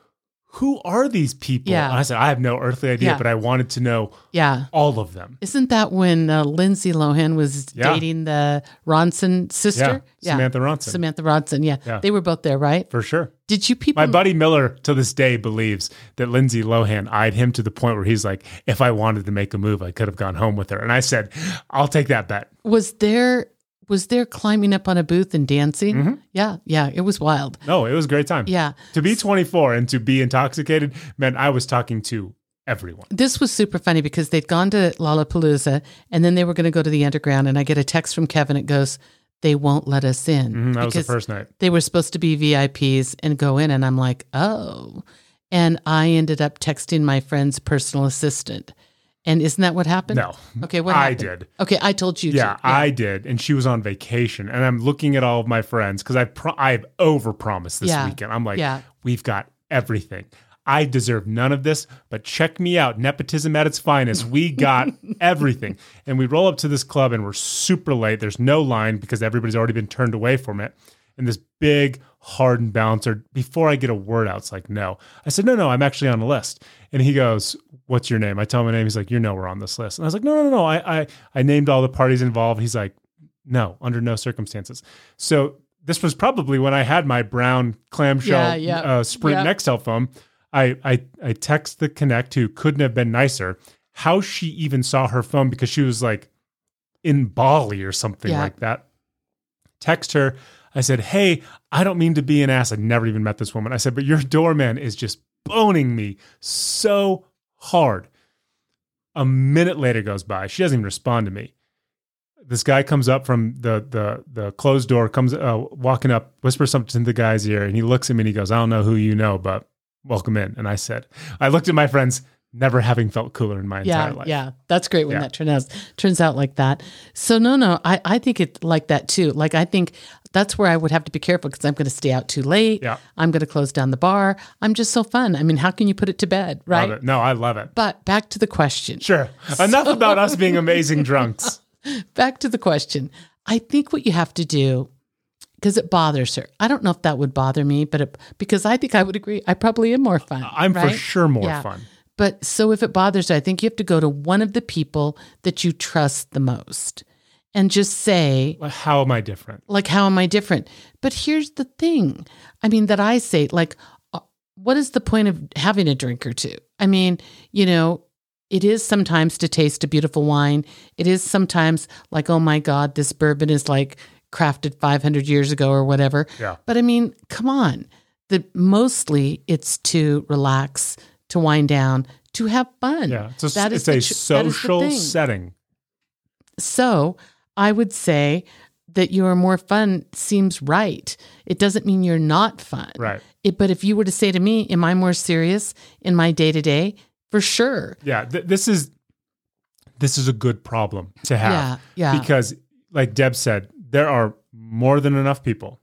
A: who are these people?
B: Yeah.
A: And I said, I have no earthly idea,
B: Yeah.
A: but I wanted to know
B: Yeah.
A: all of them.
B: Isn't that when uh, Lindsay Lohan was
A: Yeah.
B: dating the Ronson sister?
A: Yeah, Samantha Ronson.
B: Samantha Ronson. Yeah.
A: Yeah.
B: They were both there, right?
A: For sure.
B: Did you people?
A: My buddy Miller to this day believes that Lindsay Lohan eyed him to the point where he's like, if I wanted to make a move, I could have gone home with her. And I said, I'll take that bet.
B: was there was there climbing up on a booth and dancing?
A: Mm-hmm.
B: Yeah, yeah, it was wild.
A: No, it was a great time.
B: Yeah.
A: To be 24 and to be intoxicated meant I was talking to everyone.
B: This was super funny because they'd gone to Lollapalooza and then they were going to go to the underground and I get a text from Kevin it goes they won't let us in
A: Mhm, That was the
B: because
A: first night.
B: they were supposed to be VIPs and go in and I'm like, "Oh." And I ended up texting my friend's personal assistant. And isn't that what happened?
A: No.
B: Okay, what
A: I
B: happened?
A: did.
B: Okay, I told you. to.
A: Yeah, I did, and she was on vacation, and I'm looking at all of my friends because I pro- I've overpromised this
B: Yeah.
A: weekend. I'm like,
B: Yeah.
A: we've got everything. I deserve none of this, but check me out, nepotism at its finest. We got everything, and we roll up to this club, and we're super late. There's no line because everybody's already been turned away from it. And this big hardened bouncer, before I get a word out, it's like, no. I said, no, no, I'm actually on a list. And he goes, what's your name? I tell him my name. He's like, you know, we're on this list. And I was like, no, no, no. I, I, I named all the parties involved. He's like, no, under no circumstances. So this was probably when I had my brown
B: Yeah,
A: clamshell
B: yeah,
A: uh, Sprint
B: yeah.
A: Nextel phone. I, I, I text the Connect who couldn't have been nicer. How she even saw her phone because she was like in Bali or something
B: Yeah.
A: like that. Text her. I said, Hey, I don't mean to be an ass. I'd never even met this woman. I said, But your doorman is just boning me so hard. A minute later goes by. She doesn't even respond to me. This guy comes up from the the the closed door, comes uh, walking up, whispers something to the guy's ear, and he looks at me and he goes, "I don't know who you know, but welcome in." And I said, "I looked at my friends, never having felt cooler in my
B: yeah,
A: entire life."
B: yeah. That's great when
A: Yeah.
B: that turns out turns out like that. So no, no, I I think it like that too. Like I think that's where I would have to be careful because I'm going to stay out too late.
A: Yeah.
B: I'm going to close down the bar. I'm just so fun. I mean, how can you put it to bed,
A: Love
B: right?
A: it. No, I love it.
B: But back to the question.
A: Sure. Enough about us being amazing drunks.
B: Back to the question. I think what you have to do because it bothers her. I don't know if that would bother me, but it, because I think I would agree, I probably am more fun.
A: I'm for
B: right?
A: sure more
B: Yeah.
A: fun.
B: But so if it bothers you, I think you have to go to one of the people that you trust the most and just say,
A: Well, How am I different?
B: like, how am I different? But here's the thing I mean, that I say, like, uh, what is the point of having a drink or two? I mean, you know, it is sometimes to taste a beautiful wine. It is sometimes like, oh my God, this bourbon is like crafted 500 years ago or whatever.
A: Yeah.
B: But I mean, come on. The, mostly it's to relax, to wind down, to have fun.
A: Yeah. It's a,
B: That is
A: it's
B: the
A: a
B: tr- that is the
A: social
B: thing.
A: setting.
B: So I would say that you are more fun seems right. It doesn't mean you're not fun.
A: Right.
B: It, but if you were to say to me, am I more serious in my day to day? For sure.
A: Yeah. Th- this is this is a good problem to have.
B: Yeah. Yeah.
A: Because like Deb said, there are more than enough people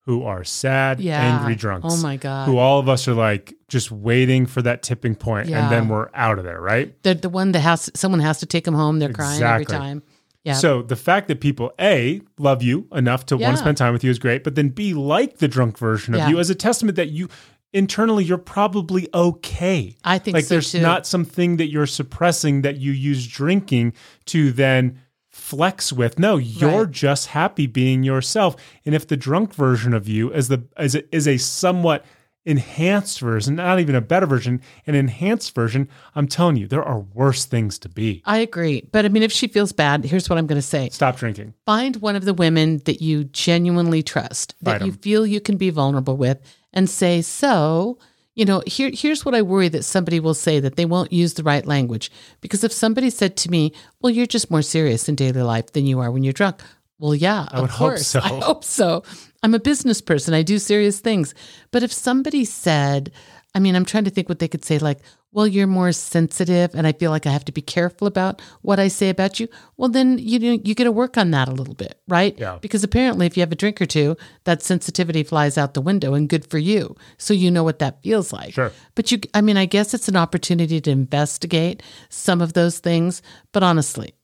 A: who are sad,
B: yeah.
A: angry drunks.
B: Oh my God.
A: Who all of us are like just waiting for that tipping point
B: Yeah.
A: and then we're out of there, right?
B: They're the one that has, someone has to take them home. They're crying every
A: Exactly.
B: time. Yeah.
A: So the fact that people A love you enough to
B: Yeah.
A: want to spend time with you is great, but then B like the drunk version of
B: Yeah.
A: you is a testament that you internally you're probably okay.
B: I think
A: like
B: so
A: there's
B: too.
A: not something that you're suppressing that you use drinking to then flex with. No, you're
B: Right.
A: just happy being yourself. And if the drunk version of you is the is a, is a somewhat enhanced version, not even a better version, an enhanced version, I'm telling you, there are worse things to be.
B: I agree. But I mean, if she feels bad, here's what I'm going to say.
A: Stop drinking.
B: Find one of the women that you genuinely trust, that
A: Fight 'em.
B: you feel you can be vulnerable with, and say, So, you know, here, here's what I worry that somebody will say that they won't use the right language. Because if somebody said to me, Well, you're just more serious in daily life than you are when you're drunk. Well, yeah, I of
A: would hope
B: course.
A: so.
B: I hope so. I'm a business person, I do serious things. But if somebody said, I mean, I'm trying to think what they could say, like, well, you're more sensitive, and I feel like I have to be careful about what I say about you. Well, then you know you got to work on that a little bit, right?
A: Yeah.
B: Because apparently, if you have a drink or two, that sensitivity flies out the window, and good for you. So you know what that feels like.
A: Sure.
B: But you, I mean, I guess it's an opportunity to investigate some of those things. But honestly,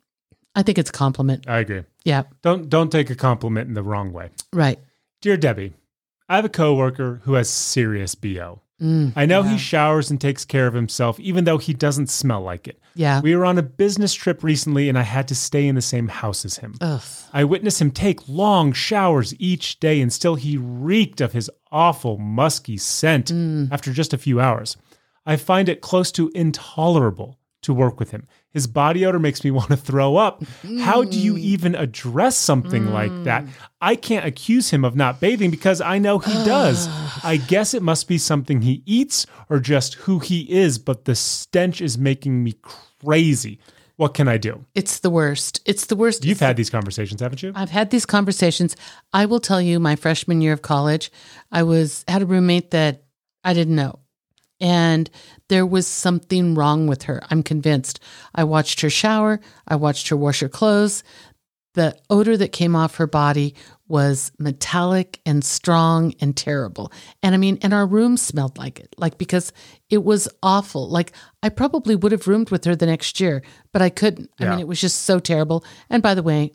B: I think it's a compliment.
A: I agree.
B: Yeah.
A: Don't don't take a compliment in the wrong way.
B: Right.
A: Dear Debbie, I have a coworker who has serious BO. I know he showers and takes care of himself, even though he doesn't smell like it.
B: Yeah.
A: We were on a business trip recently, and I had to stay in the same house as him.
B: Ugh.
A: I witnessed him take long showers each day, and still he reeked of his awful, musky scent after just a few hours. I find it close to intolerable to work with him. His body odor makes me want to throw up. How do you even address something like that? I can't accuse him of not bathing because I know he does. I guess it must be something he eats or just who he is, but the stench is making me crazy. What can I do?
B: It's the worst. It's the worst.
A: You've had these conversations, haven't you?
B: I've had these conversations. I will tell you, my freshman year of college, I was had a roommate that I didn't know, and there was something wrong with her. I'm convinced. I watched her shower. I watched her wash her clothes. The odor that came off her body was metallic and strong and terrible. And I mean, and our room smelled like it, like because it was awful. Like I probably would have roomed with her the next year, but I couldn't. I
A: Yeah.
B: mean, it was just so terrible. And by the way,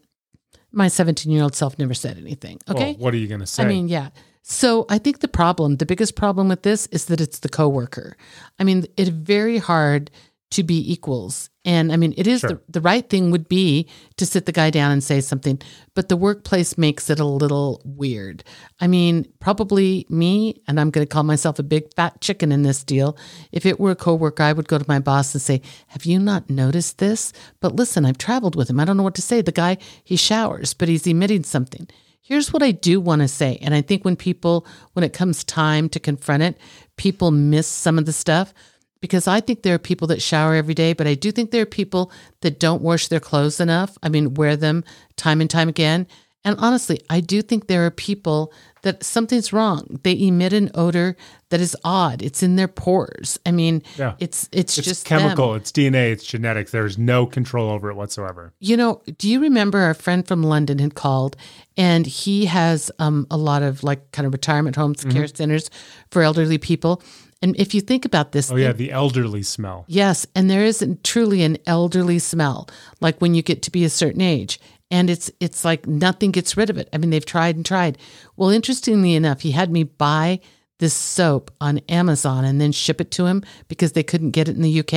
B: my 17 year old self never said anything. Okay.
A: Well, what are you going to say?
B: I mean, yeah. So I think the problem, the biggest problem with this is that it's the coworker. I mean, it's very hard to be equals. And I mean, it is the, the right thing would be to sit the guy down and say something, but the workplace makes it a little weird. I mean, probably me, and I'm going to call myself a big fat chicken in this deal. If it were a coworker, I would go to my boss and say, Have you not noticed this? But listen, I've traveled with him. I don't know what to say. The guy, he showers, but he's emitting something. Here's what I do want to say. And I think when people, when it comes time to confront it, people miss some of the stuff because I think there are people that shower every day, but I do think there are people that don't wash their clothes enough. I mean, wear them time and time again. And honestly, I do think there are people that something's wrong. They emit an odor that is odd. It's in their pores. I mean,
A: Yeah.
B: it's, it's
A: it's
B: just them.
A: chemical, it's DNA, it's genetics. There's no control over it whatsoever.
B: You know, do you remember our friend from London had called and he has um, a lot of like kind of retirement homes,
A: Mm-hmm.
B: care centers for elderly people. And if you think about this,
A: Oh yeah, the elderly smell.
B: yes, and there isn't truly an elderly smell like when you get to be a certain age and it's it's like nothing gets rid of it. I mean, they've tried and tried. Well, interestingly enough, he had me buy this soap on Amazon and then ship it to him because they couldn't get it in the UK.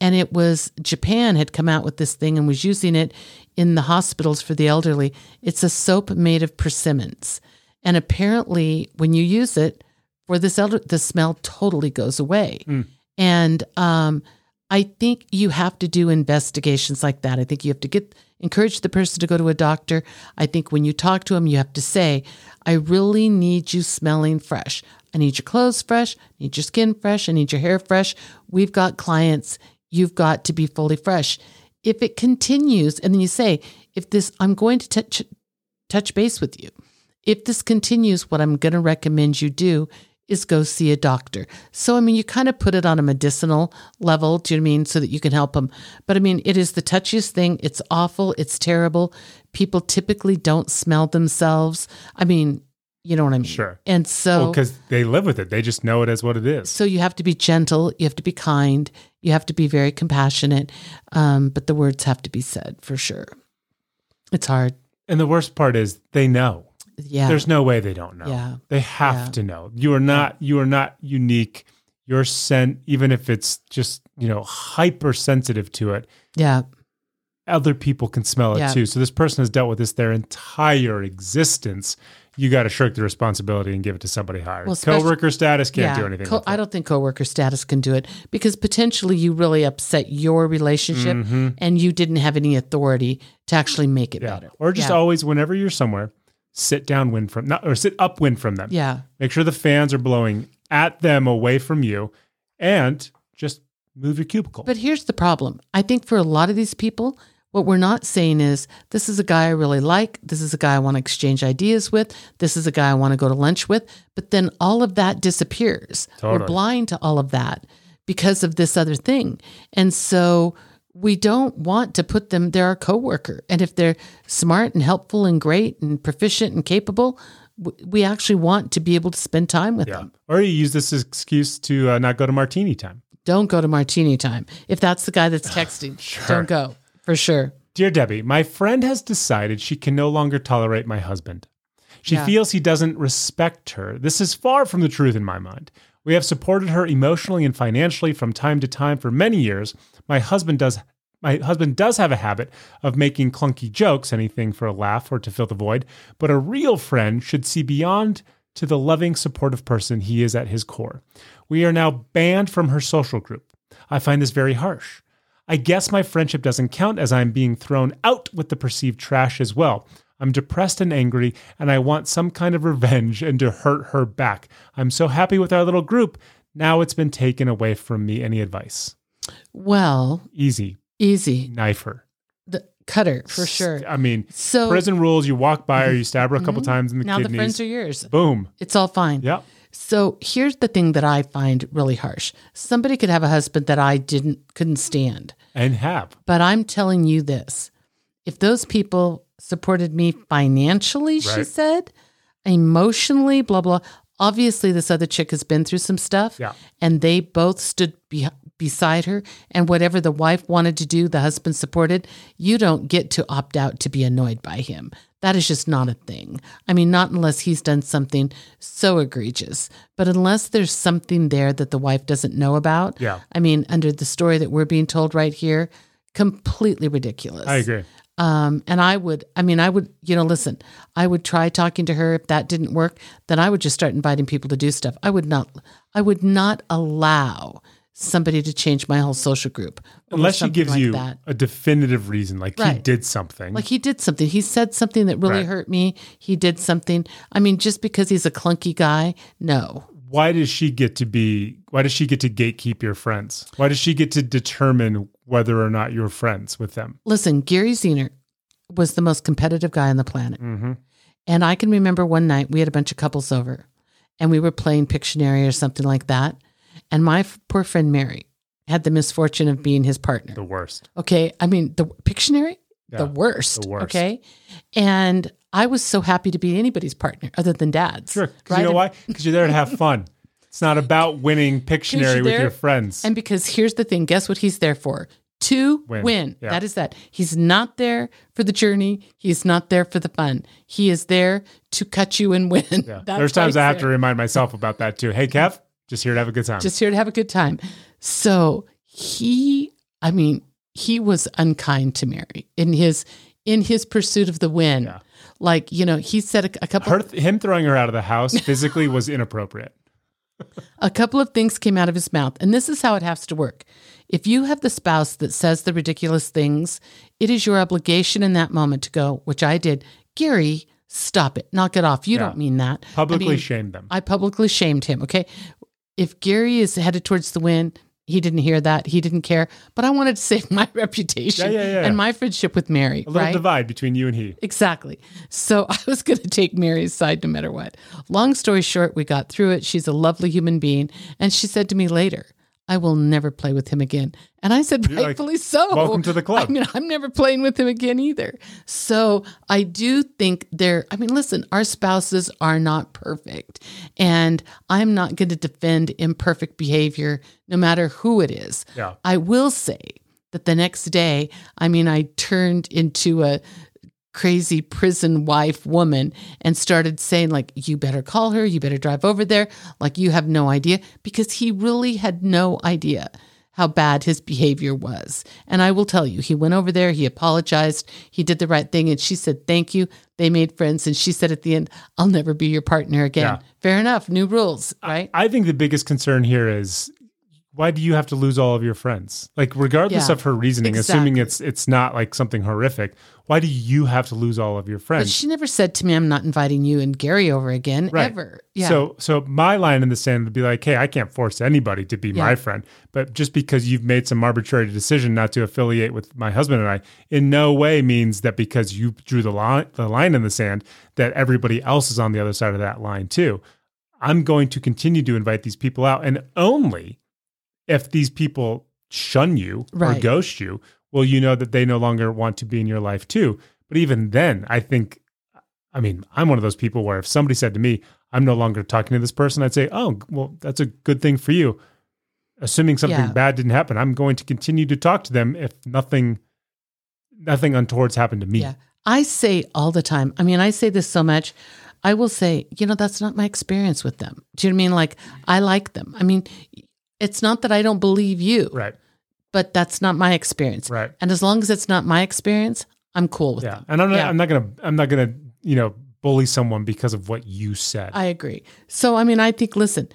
B: And it was Japan had come out with this thing and was using it in the hospitals for the elderly. It's a soap made of persimmons. And apparently, when you use it for this elder, the smell totally goes away. And um, I think you have to do investigations like that. I think you have to get encourage the person to go to a doctor. I think when you talk to them, you have to say, "I really need you smelling fresh. I need your clothes fresh. I need your skin fresh. I need your hair fresh. We've got clients. You've got to be fully fresh." If it continues, and then you say, "If this, I'm going to touch touch base with you. If this continues, what I'm going to recommend you do is go see a doctor. So, I mean, you kind of put it on a medicinal level, do you know what I mean? So that you can help them. But I mean, it is the touchiest thing. It's awful. It's terrible. People typically don't smell themselves. I mean, you know what I mean?
A: Sure.
B: And so,
A: because they live with it. They just know it as what it is.
B: so you have to be gentle. You have to be kind. You have to be very compassionate. Um, but the words have to be said for sure. It's hard.
A: And the worst part is they know.
B: Yeah.
A: There's no way they don't know.
B: Yeah.
A: They have
B: Yeah.
A: to know. You are not you are not unique. Your scent, even if it's just, you know, hypersensitive to it,
B: yeah.
A: other people can smell it
B: Yeah.
A: too. So this person has dealt with this their entire existence. You got to shirk the responsibility and give it to somebody higher.
B: Well, especially-
A: Coworker status can't do anything.
B: Co-
A: with it.
B: I don't think coworker status can do it because potentially you really upset your relationship and you didn't have any authority to actually make it
A: Mm-hmm. Yeah.
B: better.
A: Or just
B: yeah.
A: always, whenever you're somewhere, sit downwind from, not, or sit upwind from them.
B: yeah,
A: Make sure the fans are blowing at them away from you and just move your cubicle.
B: But here's the problem. I think for a lot of these people, what we're not saying is this is a guy I really like. This is a guy I want to exchange ideas with. This is a guy I want to go to lunch with. But then all of that disappears. We're
A: Totally.
B: blind to all of that because of this other thing. And so we don't want to put them, they're our coworker. And if they're smart and helpful and great and proficient and capable, w- we actually want to be able to spend time with
A: yeah.
B: them.
A: Or you use this as excuse to uh, not go to martini time.
B: Don't go to martini time. If that's the guy that's texting, don't go for sure.
A: Dear Debbie, my friend has decided she can no longer tolerate my husband. She feels he doesn't respect her. This is far from the truth in my mind. We have supported her emotionally and financially from time to time for many years. My husband does my husband does have a habit of making clunky jokes, anything for a laugh or to fill the void, but a real friend should see beyond to the loving, supportive person he is at his core. We are now banned from her social group. I find this very harsh. I guess my friendship doesn't count as I'm being thrown out with the perceived trash as well. I'm depressed and angry, and I want some kind of revenge and to hurt her back. I'm so happy with our little group. Now it's been taken away from me. Any advice?
B: Well,
A: Easy.
B: easy.
A: Knife her.
B: The cutter for sure.
A: I mean,
B: So Mm-hmm.
A: prison rules you walk by or you stab her a couple times in the
B: now the
A: kidneys.
B: friends are yours.
A: Boom.
B: It's all fine.
A: Yep.
B: So here's the thing that I find really harsh. Somebody could have a husband that I didn't couldn't stand.
A: And have.
B: But I'm telling you this. If those people supported me financially, she
A: Right.
B: said, emotionally, blah blah. Obviously this other chick has been through some stuff
A: Yeah.
B: and they both stood be- beside her and whatever the wife wanted to do, the husband supported. You don't get to opt out to be annoyed by him. That is just not a thing. I mean, not unless he's done something so egregious. But unless there's something there that the wife doesn't know about,
A: Yeah.
B: I mean, under the story that we're being told right here, completely ridiculous.
A: I agree.
B: Um, and I would, I mean, I would, you know, listen, I would try talking to her. If that didn't work, then I would just start inviting people to do stuff. I would not, I would not allow somebody to change my whole social group. over
A: Unless she
B: something
A: gives
B: like
A: you
B: that.
A: a definitive reason, like he
B: Right.
A: did something.
B: Like he did something. He said something that really
A: Right.
B: hurt me. He did something. I mean, just because he's a clunky guy, no.
A: why does she get to be why does she get to gatekeep your friends why does she get to determine whether or not you're friends with them
B: Listen, Gary Zener was the most competitive guy on the planet.
A: Mm-hmm.
B: And I can remember one night we had a bunch of couples over and we were playing Pictionary or something like that. And my f- poor friend Mary had the misfortune of being his partner.
A: the worst
B: Okay. I mean, the Pictionary,
A: Yeah,
B: the, worst,
A: the worst.
B: Okay. And I was so happy to be anybody's partner other than dad's.
A: sure 'Cause you know why because you're there to have fun it's not about winning pictionary
B: you're
A: with
B: there
A: your friends
B: And because here's the thing, guess what he's there for? To
A: Win.
B: win.
A: Yeah.
B: That is that. He's not there for the journey. He's not there for the fun. He is there to cut you and win.
A: yeah.
B: That's
A: there's
B: why
A: times
B: he's
A: i have
B: there.
A: to remind myself about that too hey kev just here to have a good time
B: just here to have a good time. So he, I mean, he was unkind to Mary in his in his pursuit of the win.
A: Yeah.
B: Like you know, he said a, a couple
A: her, him throwing her out of the house physically was inappropriate
B: a couple of things came out of his mouth, and this is how it has to work. If you have the spouse that says the ridiculous things, it is your obligation in that moment to go, which I did, Gary, stop it, knock it off. You
A: Yeah.
B: don't mean that. I
A: publicly
B: mean,
A: shamed them
B: I publicly shamed him. Okay. If Gary is headed towards the wind, he didn't hear that. He didn't care. But I wanted to save my reputation
A: Yeah, yeah, yeah.
B: and my friendship with Mary.
A: a little
B: right?
A: divide between you and he
B: Exactly. So I was going to take Mary's side no matter what. Long story short, we got through it. She's a lovely human being. And she said to me later, I will never play with him again. And I said,
A: like,
B: rightfully so.
A: "Welcome to the club."
B: I mean, I'm never playing with him again either. So I do think there, I mean, listen, our spouses are not perfect. And I'm not going to defend imperfect behavior no matter who it is.
A: Yeah.
B: I will say that the next day, I mean, I turned into a crazy prison wife woman and started saying like you better call her you better drive over there like you have no idea because he really had no idea how bad his behavior was and i will tell you he went over there he apologized he did the right thing and she said thank you they made friends and she said at the end i'll never be your partner again
A: Yeah. Uh,
B: fair enough new rules right
A: I think the biggest concern here is why do you have to lose all of your friends? Like regardless
B: Yeah,
A: of her reasoning, assuming it's it's not like something horrific, why do you have to lose all of your
B: but
A: friends?
B: she never said to me i'm not inviting you and gary over again
A: Right.
B: ever yeah
A: So so my line in the sand would be like, hey, I can't force anybody to be my
B: Yeah.
A: friend, but just because you've made some arbitrary decision not to affiliate with my husband and I, in no way means that because you drew the line the line in the sand that everybody else is on the other side of that line too. I'm going to continue to invite these people out, and only if these people shun you or
B: Right.
A: ghost you, will you know that they no longer want to be in your life too. But even then, I think I mean, I'm one of those people where if somebody said to me, I'm no longer talking to this person, I'd say, oh, well, that's a good thing for you. Assuming something
B: Yeah.
A: bad didn't happen, I'm going to continue to talk to them if nothing, nothing untoward's happened to me.
B: Yeah. I say all the time. I mean, I say this so much. I will say, you know, that's not my experience with them. Do you know what I mean? Like, I like them. I mean, it's not that I don't believe you,
A: Right.
B: but that's not my experience.
A: Right.
B: And as long as it's not my experience, I'm cool with
A: Yeah.
B: them.
A: And I'm not,
B: Yeah.
A: I'm not gonna I'm not gonna you know bully someone because of what you said.
B: I agree. So, I mean, I think, listen,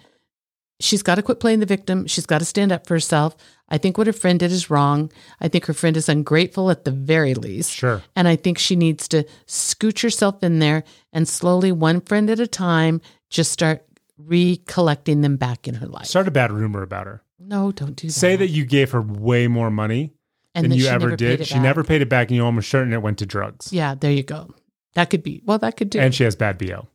B: she's got to quit playing the victim. She's got to stand up for herself. I think what her friend did is wrong. I think her friend is ungrateful at the very least.
A: sure.
B: And I think she needs to scooch herself in there and slowly, one friend at a time, just start recollecting them back in her life.
A: Start a bad rumor about her.
B: No, don't do that.
A: Say that you gave her way more money
B: and
A: than
B: that
A: you
B: she
A: ever
B: never paid
A: did.
B: it
A: She
B: back.
A: never paid it back, and you almost certain it went to drugs.
B: Yeah, there you go. That could be. Well, that could do.
A: And she has bad BO.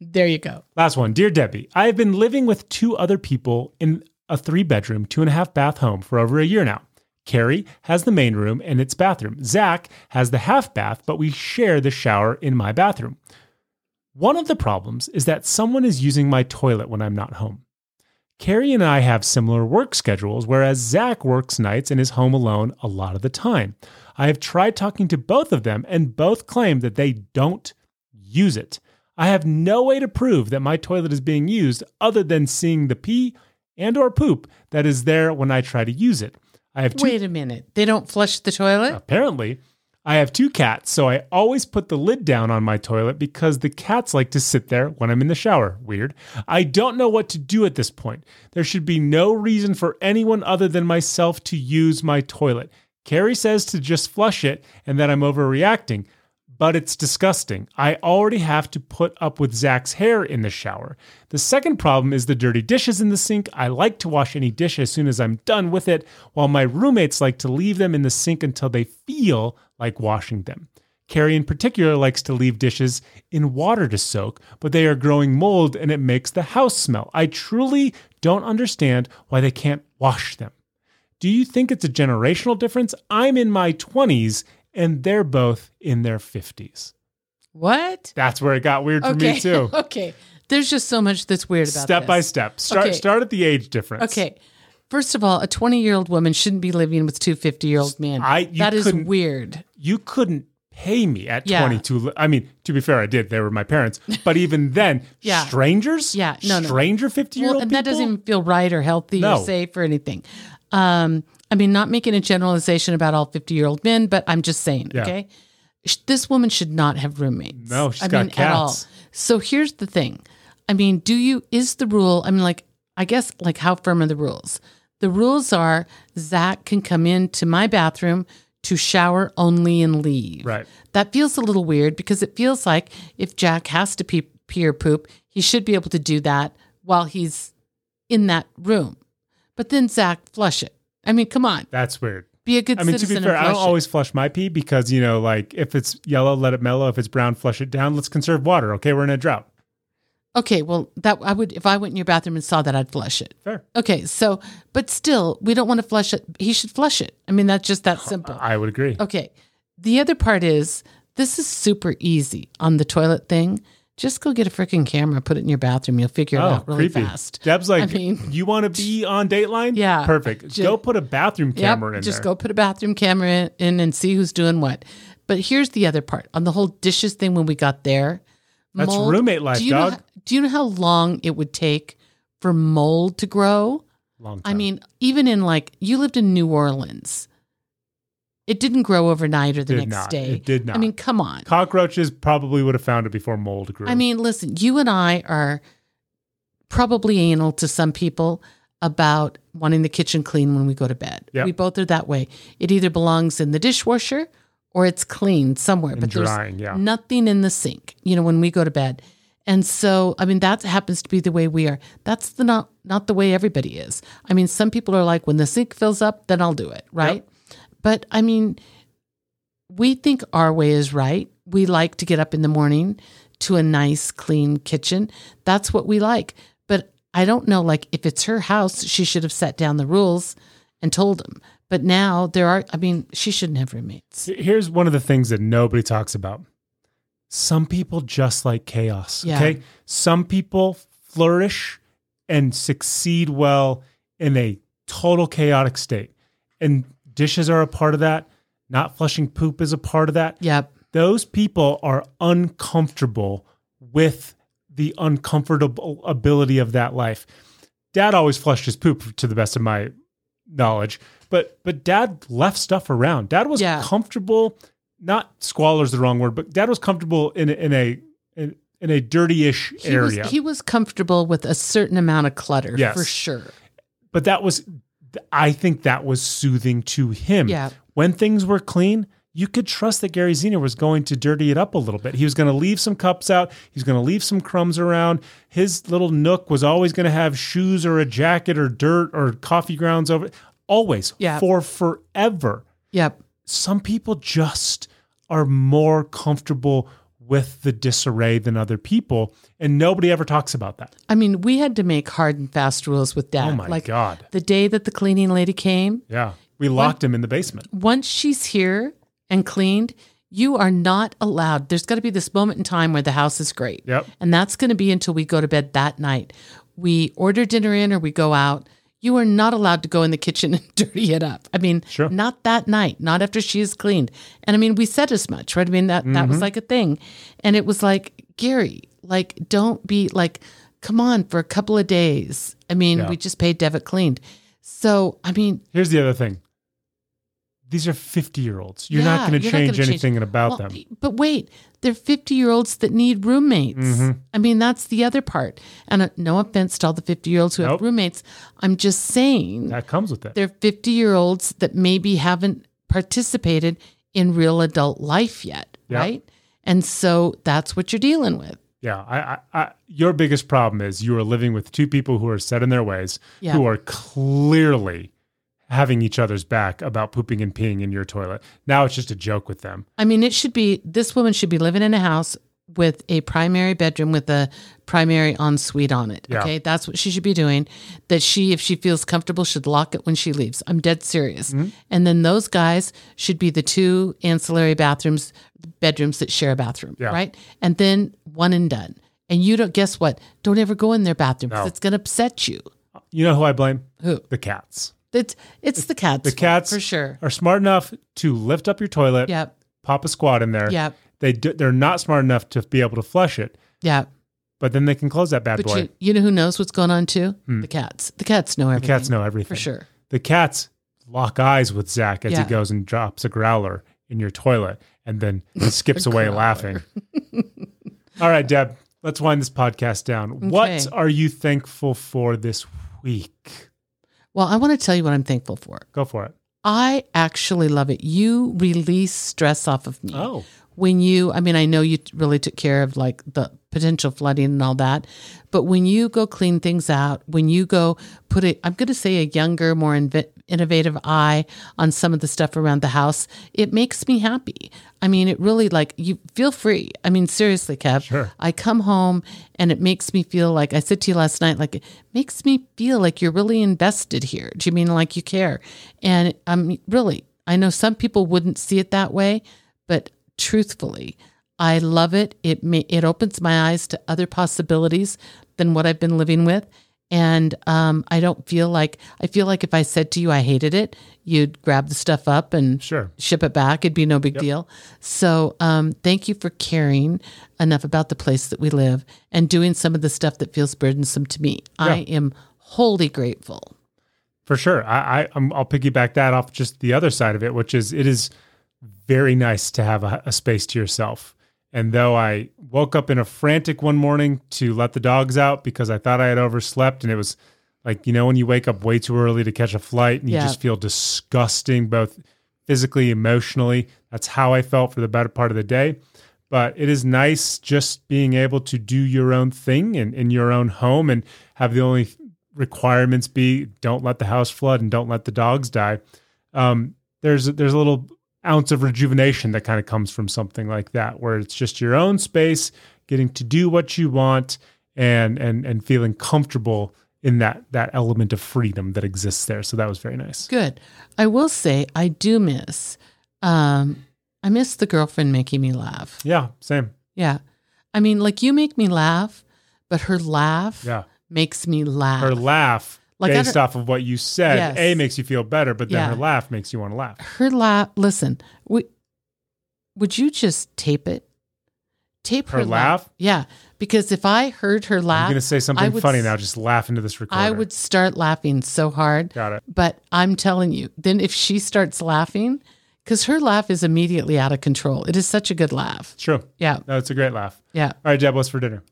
B: there you go.
A: Last one. Dear Debbie, I have been living with two other people in a three bedroom, two and a half bath home for over a year now. Carrie has the main room and its bathroom. Zach has the half bath, but we share the shower in my bathroom. One of the problems is that someone is using my toilet when I'm not home. Carrie and I have similar work schedules, whereas Zach works nights and is home alone a lot of the time. I have tried talking to both of them, and both claim that they don't use it. I have no way to prove that my toilet is being used other than seeing the pee and or poop that is there when I try to use it. I have two
B: Wait a minute. They don't flush the toilet?
A: Apparently, I have two cats, so I always put the lid down on my toilet because the cats like to sit there when I'm in the shower. Weird. I don't know what to do at this point. There should be no reason for anyone other than myself to use my toilet. Carrie says to just flush it and that I'm overreacting, but it's disgusting. I already have to put up with Zach's hair in the shower. The second problem is the dirty dishes in the sink. I like to wash any dish as soon as I'm done with it, while my roommates like to leave them in the sink until they feel like washing them. Carrie, in particular, likes to leave dishes in water to soak, but they are growing mold and it makes the house smell. I truly don't understand why they can't wash them. Do you think it's a generational difference? I'm in my 20s and they're both in their 50s.
B: What?
A: That's where it got weird for
B: Okay.
A: me too.
B: okay. There's just so much that's weird about
A: step
B: this.
A: by step. Start
B: Okay.
A: start at the age difference.
B: Okay. First of all, a 20 year old woman shouldn't be living with two 50 year old men.
A: I- you
B: that is
A: couldn't-
B: weird.
A: You couldn't pay me at
B: Yeah.
A: 22. li- I mean, to be fair, I did. They were my parents. But even then,
B: Yeah.
A: strangers?
B: Yeah. No, no.
A: Stranger 50-year-old
B: Well, and that
A: people?
B: doesn't even feel right or healthy
A: No.
B: or safe or anything. Um, I mean, not making a generalization about all 50 year old men, but I'm just saying,
A: Yeah.
B: okay? Sh- This woman should not have roommates.
A: No, she's
B: I
A: got
B: mean, At all.
A: cats.
B: So here's the thing. I mean, do you, is the rule, I mean, like, I guess, like, how firm are the rules? The rules are Zach can come into my bathroom to shower only and leave.
A: Right.
B: That feels a little weird because it feels like if Jack has to pee, pee or poop, he should be able to do that while he's in that room. But then Zach flush it. I mean, come on,
A: That's weird.
B: be a good
A: I mean, to be
B: citizen.
A: fair,
B: and
A: I don't
B: flush it.
A: always flush my pee because, you know, like if it's yellow, let it mellow. If it's brown, flush it down. Let's conserve water. Okay, we're in a drought.
B: Okay, well, that I would if I went in your bathroom and saw that, I'd flush it.
A: Fair.
B: Okay, so but still, we don't want to flush it. He should flush it. I mean, that's just that simple.
A: I would agree.
B: Okay. The other part is this is super easy on the toilet thing. Just go get a freaking camera, put it in your bathroom. You'll figure it out really fast.
A: Oh, Deb's like,
B: I mean-
A: you want to be on Dateline?
B: Yeah.
A: Perfect.
B: Ju-
A: go put a bathroom
B: Yep,
A: camera in
B: just
A: there.
B: go put a bathroom camera in, in and see who's doing what. But here's the other part on the whole dishes thing when we got there.
A: That's roommate life,
B: do you know
A: dog.
B: how- do you know how long it would take for mold to grow?
A: Long
B: I
A: time.
B: mean, even in like you lived in New Orleans, it didn't grow overnight or the
A: Did
B: next
A: not.
B: day.
A: It did
B: I
A: not.
B: mean, come on.
A: cockroaches probably would have found it before mold grew.
B: I mean, listen, you and I are probably anal to some people about wanting the kitchen clean when we go to bed.
A: Yeah.
B: We both are that way. It either belongs in the dishwasher or it's clean somewhere,
A: and
B: but there's
A: drying, yeah.
B: nothing in the sink, you know, when we go to bed. And so, I mean, that happens to be the way we are. That's the not not the way everybody is. I mean, some people are like, when the sink fills up, then I'll do it, right? But I mean, we think our way is right. We like to get up in the morning to a nice, clean kitchen. That's what we like. But I don't know, like, if it's her house, she should have set down the rules and told them. But now there are, I mean, she shouldn't have roommates.
A: Here's one of the things that nobody talks about. Some people just like chaos.
B: Yeah.
A: Okay. Some people flourish and succeed well in a total chaotic state. And dishes are a part of that. Not flushing poop is a part of that.
B: Yep.
A: Those people are uncomfortable with the uncomfortable ability of that life. Dad always flushed his poop to the best of my knowledge, but but dad left stuff around. Dad was
B: Yeah.
A: comfortable, not squalor is the wrong word, but dad was comfortable in a, in a in, in a dirty-ish
B: He was,
A: area.
B: he was comfortable with a certain amount of clutter
A: Yes.
B: for sure.
A: but that was I think that was soothing to him.
B: Yeah.
A: When things were clean, you could trust that Gary Zena was going to dirty it up a little bit. He was going to leave some cups out. He's going to leave some crumbs around. His little nook was always going to have shoes or a jacket or dirt or coffee grounds over. Always.
B: Yeah.
A: For forever.
B: Yep.
A: Some people just are more comfortable with the disarray than other people. And nobody ever talks about that.
B: I mean, we had to make hard and fast rules with dad.
A: Oh my
B: like
A: God.
B: the day that the cleaning lady came,
A: Yeah. We locked him in the basement.
B: once she's here and cleaned, you are not allowed. There's got to be this moment in time where the house is great.
A: Yep.
B: And that's going to be until we go to bed that night. We order dinner in or we go out. You are not allowed to go in the kitchen and dirty it up. I mean,
A: Sure.
B: not that night, not after she is cleaned. And I mean, we said as much, right? I mean, that, that was
A: Mm-hmm.
B: like a thing. And it was like, Gary, like, don't be like, come on for a couple of days. I mean,
A: Yeah.
B: we just paid to have it cleaned. So, I mean,
A: Here's the other thing. These are 50 year olds. You're
B: Yeah,
A: not going to
B: you're not gonna
A: change anything about
B: Well,
A: them.
B: But wait, they're 50 year olds that need roommates.
A: Mm-hmm.
B: I mean, that's the other part. And uh, no offense to all the 50 year olds who have
A: Nope.
B: roommates. I'm just saying
A: That comes with it.
B: they're 50 year olds that maybe haven't participated in real adult life yet,
A: Yeah.
B: right? And so that's what you're dealing with.
A: Yeah. I, I, I, your biggest problem is you are living with two people who are set in their ways,
B: Yeah.
A: who are clearly having each other's back about pooping and peeing in your toilet. Now it's just a joke with them.
B: I mean, it should be this woman should be living in a house with a primary bedroom with a primary ensuite on it.
A: Yeah.
B: Okay, that's what she should be doing. That she, if she feels comfortable, should lock it when she leaves. I'm dead serious.
A: Mm-hmm.
B: And then those guys should be the two ancillary bathrooms, bedrooms that share a bathroom,
A: Yeah.
B: right? And then one and done. And you don't guess what? Don't ever go in their bathroom 'cause
A: No.
B: it's going to upset you.
A: You know who I blame?
B: Who?
A: The cats.
B: It's it's the cats.
A: The cats
B: for sure.
A: are smart enough to lift up your toilet,
B: Yep.
A: pop a squat in there.
B: Yep.
A: They do, they're not smart enough to be able to flush it,
B: Yeah.
A: but then they can close that bad
B: But
A: boy.
B: you, you know who knows what's going on too? The cats. The cats know everything.
A: Cats know everything.
B: Mhm. for sure.
A: the cats lock eyes with Zach as
B: Yeah.
A: he goes and drops a growler in your toilet and then skips away laughing. All right, Deb, let's wind this podcast down.
B: Okay.
A: What are you thankful for this week?
B: Well, I want to tell you what I'm thankful for.
A: Go for it.
B: I actually love it. You release stress off of me.
A: Oh.
B: When you, I mean, I know you really took care of like the potential flooding and all that, but when you go clean things out, when you go put it, I'm going to say a younger, more inve- innovative eye on some of the stuff around the house, it makes me happy. I mean, it really like you feel free. I mean, seriously, Kev, I come home and it makes me feel like I said to you last night, like it makes me feel like you're really invested here. Do you mean like you care? And I'm really, I know some people wouldn't see it that way, but truthfully, I love it. It may, it opens my eyes to other possibilities than what I've been living with, and um, I don't feel like I feel like if I said to you I hated it, you'd grab the stuff up and
A: Sure.
B: ship it back. It'd be no big deal. So um, thank you for caring enough about the place that we live and doing some of the stuff that feels burdensome to me. I am wholly grateful.
A: For sure. I, I I'm, I'll piggyback that off just the other side of it, which is it is very nice to have a, a space to yourself. And though I woke up in a frantic one morning to let the dogs out because I thought I had overslept, and it was like you know when you wake up way too early to catch a flight and you
B: Yeah.
A: just feel disgusting both physically emotionally. That's how I felt for the better part of the day. But it is nice just being able to do your own thing and in your own home and have the only requirements be don't let the house flood and don't let the dogs die. Um, there's there's a little ounce of rejuvenation that kind of comes from something like that, where it's just your own space, getting to do what you want, and and and feeling comfortable in that that element of freedom that exists there. So that was very nice.
B: Good. I will say I do miss. Um, I miss the girlfriend making me laugh.
A: Yeah, same.
B: Yeah. I mean, like you make me laugh, but her laugh
A: Yeah,
B: makes me laugh.
A: her laugh.
B: Ah. Like, I
A: based
B: don't-
A: off of what you said,
B: Yes.
A: A makes you feel better, but then
B: Yeah.
A: her laugh makes you want to laugh.
B: her laugh. Listen, we, would you just tape it? tape her,
A: Her laugh?
B: Yeah, because if I heard her laugh,
A: I'm going to say
B: I
A: something
B: would
A: funny
B: s-
A: now. Just laugh into this recorder.
B: I would start laughing so hard.
A: Got it.
B: But I'm telling you, then if she starts laughing, because her laugh is immediately out of control. It is such a good laugh.
A: It's true.
B: Yeah,
A: No, it's a great laugh.
B: yeah.
A: All right, Jeb, what's for dinner?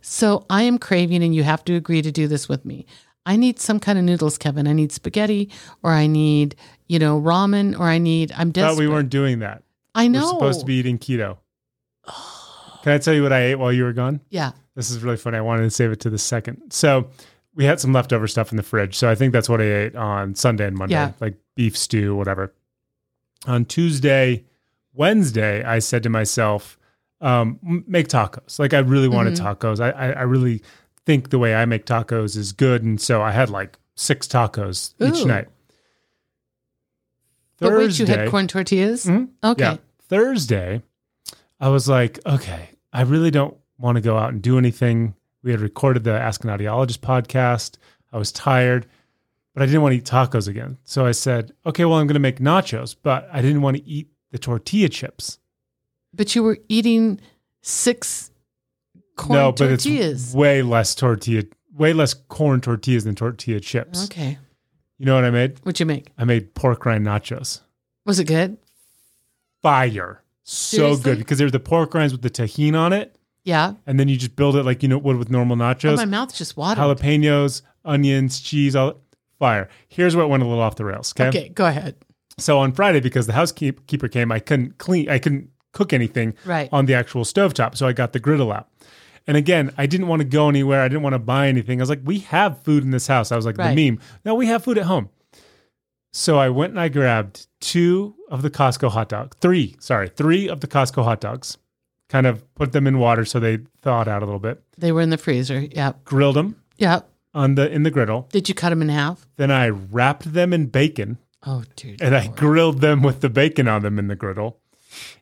B: So I am craving, and you have to agree to do this with me. I need some kind of noodles, Kevin. I need spaghetti, or I need, you know, ramen, or I need. I'm desperate.
A: Thought we weren't doing that.
B: I know.
A: We're supposed to be eating keto. Can I tell you what I ate while you were gone?
B: Yeah.
A: This is really funny. I wanted to save it to the second. So we had some leftover stuff in the fridge. So I think that's what I ate on Sunday and Monday,
B: Yeah.
A: like beef stew, whatever. On Tuesday, Wednesday, I said to myself, um, m- make tacos. Like I really wanted
B: Mm-hmm.
A: tacos. I, I, I really think the way I make tacos is good. And so I had like six tacos each
B: Ooh.
A: night.
B: But wait, you
A: Thursday-
B: had corn tortillas?
A: Mhm.
B: Okay.
A: yeah. Thursday, I was like, okay, I really don't want to go out and do anything. We had recorded the Ask an Audiologist podcast. I was tired, but I didn't want to eat tacos again. So I said, okay, well, I'm going to make nachos, but I didn't want to eat the tortilla chips.
B: But you were eating six corn
A: no, but it's
B: tortillas.
A: way less tortilla, way less corn tortillas than tortilla chips.
B: Okay.
A: You know what I made?
B: What'd you make?
A: I made pork rind nachos.
B: Was it good?
A: Fire. So
B: Seriously?
A: good because they're the pork rinds with the tahini on it.
B: Yeah.
A: and then you just build it like you know would with normal
B: Oh,
A: nachos,
B: my mouth just watered.
A: jalapenos, onions, cheese, all fire. Here's where it went a little off the rails. Okay,
B: okay, go ahead.
A: so on Friday because the housekeeper came, I couldn't clean, I couldn't cook anything
B: Right.
A: on the actual stovetop, so I got the griddle out. And again, I didn't want to go anywhere. I didn't want to buy anything. I was like, we have food in this house. I was like,
B: Right.
A: the meme. No, we have food at home. So I went and I grabbed two of the Costco hot dogs, three, sorry, three of the Costco hot dogs, kind of put them in water so they thawed out a little bit.
B: They were in the freezer. Yep.
A: grilled them
B: Yep.
A: on the in the griddle.
B: Did you cut them in half?
A: Then I wrapped them in bacon
B: Oh, dude.
A: and I grilled them with the bacon on them in the griddle.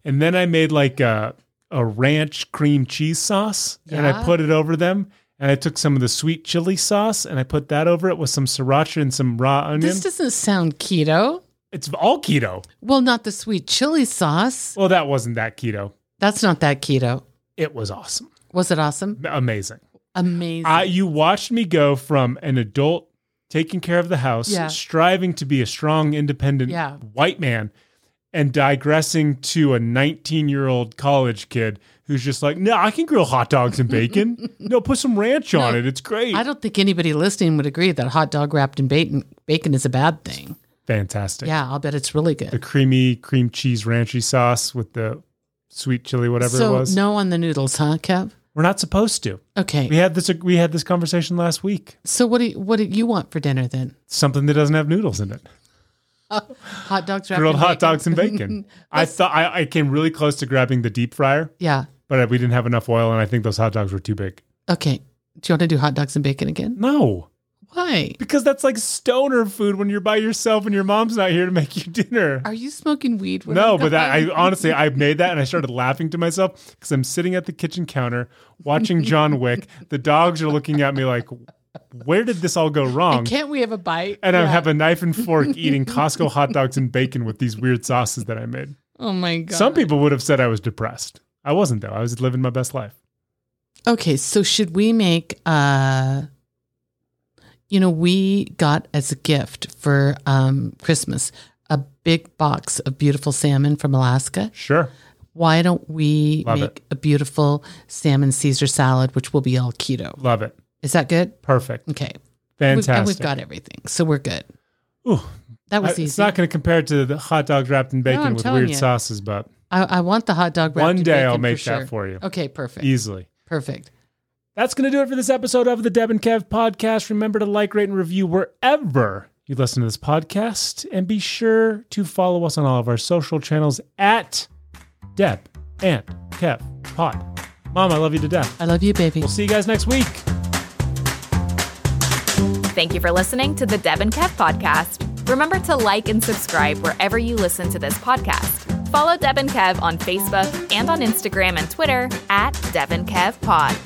A: And then I made like a a ranch cream cheese sauce and I
B: Yeah.
A: put it over them. And I took some of the sweet chili sauce and I put that over it with some sriracha and some raw onion.
B: This doesn't sound keto.
A: it's all keto.
B: Well, not the sweet chili sauce.
A: Well, that wasn't that keto.
B: That's not that keto.
A: It was awesome.
B: Was it awesome?
A: Amazing.
B: Amazing.
A: I, you watched me go from an adult taking care of the house,
B: Yeah.
A: striving to be a strong, independent
B: Yeah.
A: white man, and digressing to a 19 year old college kid who's just like, no, I can grill hot dogs and bacon. no, put some ranch on it. It's great.
B: I don't think anybody listening would agree that hot dog wrapped in bacon bacon is a bad thing.
A: Fantastic.
B: Yeah, I'll bet it's really
A: The
B: good.
A: creamy cream cheese ranchy sauce with the sweet chili, whatever
B: So
A: it was.
B: no on the noodles, huh, Kev?
A: We're not supposed to.
B: Okay.
A: We had this. We had this conversation last week.
B: So what do you, what do you want for dinner then?
A: Something that doesn't have noodles in it.
B: Hot dogs wrapped
A: grilled
B: in
A: hot
B: bacon?
A: dogs and bacon. I thought I, I came really close to grabbing the deep fryer,
B: Yeah.
A: but we didn't have enough oil, and I think those hot dogs were too big.
B: Okay. Do you want to do hot dogs and bacon again?
A: No,
B: Why?
A: because that's like stoner food when you're by yourself and your mom's not here to make you dinner.
B: Are you smoking weed? when
A: No,
B: I'm
A: but that I
B: gone?
A: honestly I made that and I started laughing to myself because I'm sitting at the kitchen counter watching John Wick. The dogs are looking at me like, where did this all go wrong?
B: Can't we have a bite?
A: And I
B: Yeah.
A: have a knife and fork eating Costco hot dogs and bacon with these weird sauces that I made.
B: Oh my god.
A: Some people would have said I was depressed. I wasn't though. I was living my best life.
B: Okay, so should we make uh you know, we got as a gift for um Christmas a big box of beautiful salmon from Alaska.
A: Sure.
B: Why don't we
A: Love
B: make a beautiful salmon Caesar salad which will be all keto?
A: Love it.
B: Is that good?
A: Perfect.
B: Okay. We've,
A: Fantastic.
B: and we've got everything. So we're good.
A: Ooh, I-
B: That was easy.
A: it's not going to compare to the hot dogs wrapped in bacon
B: I'm
A: with
B: telling
A: weird
B: you.
A: sauces, but
B: I, I want the hot dog wrapped
A: one
B: in
A: day
B: bacon
A: I'll make
B: sure.
A: that for you
B: Okay, perfect.
A: easily.
B: Perfect.
A: That's going to do it for this episode of the Deb and Kev podcast. Remember to like, rate, and review wherever you listen to this podcast. And be sure to follow us on all of our social channels at Deb and Kev Pod. Mom, I love you to death.
B: I love you, baby.
A: We'll see you guys next week.
C: Thank you for listening to the Deb and Kev podcast. Remember to like and subscribe wherever you listen to this podcast. Follow Deb and Kev on Facebook and on Instagram and Twitter at Deb and Kev Pod.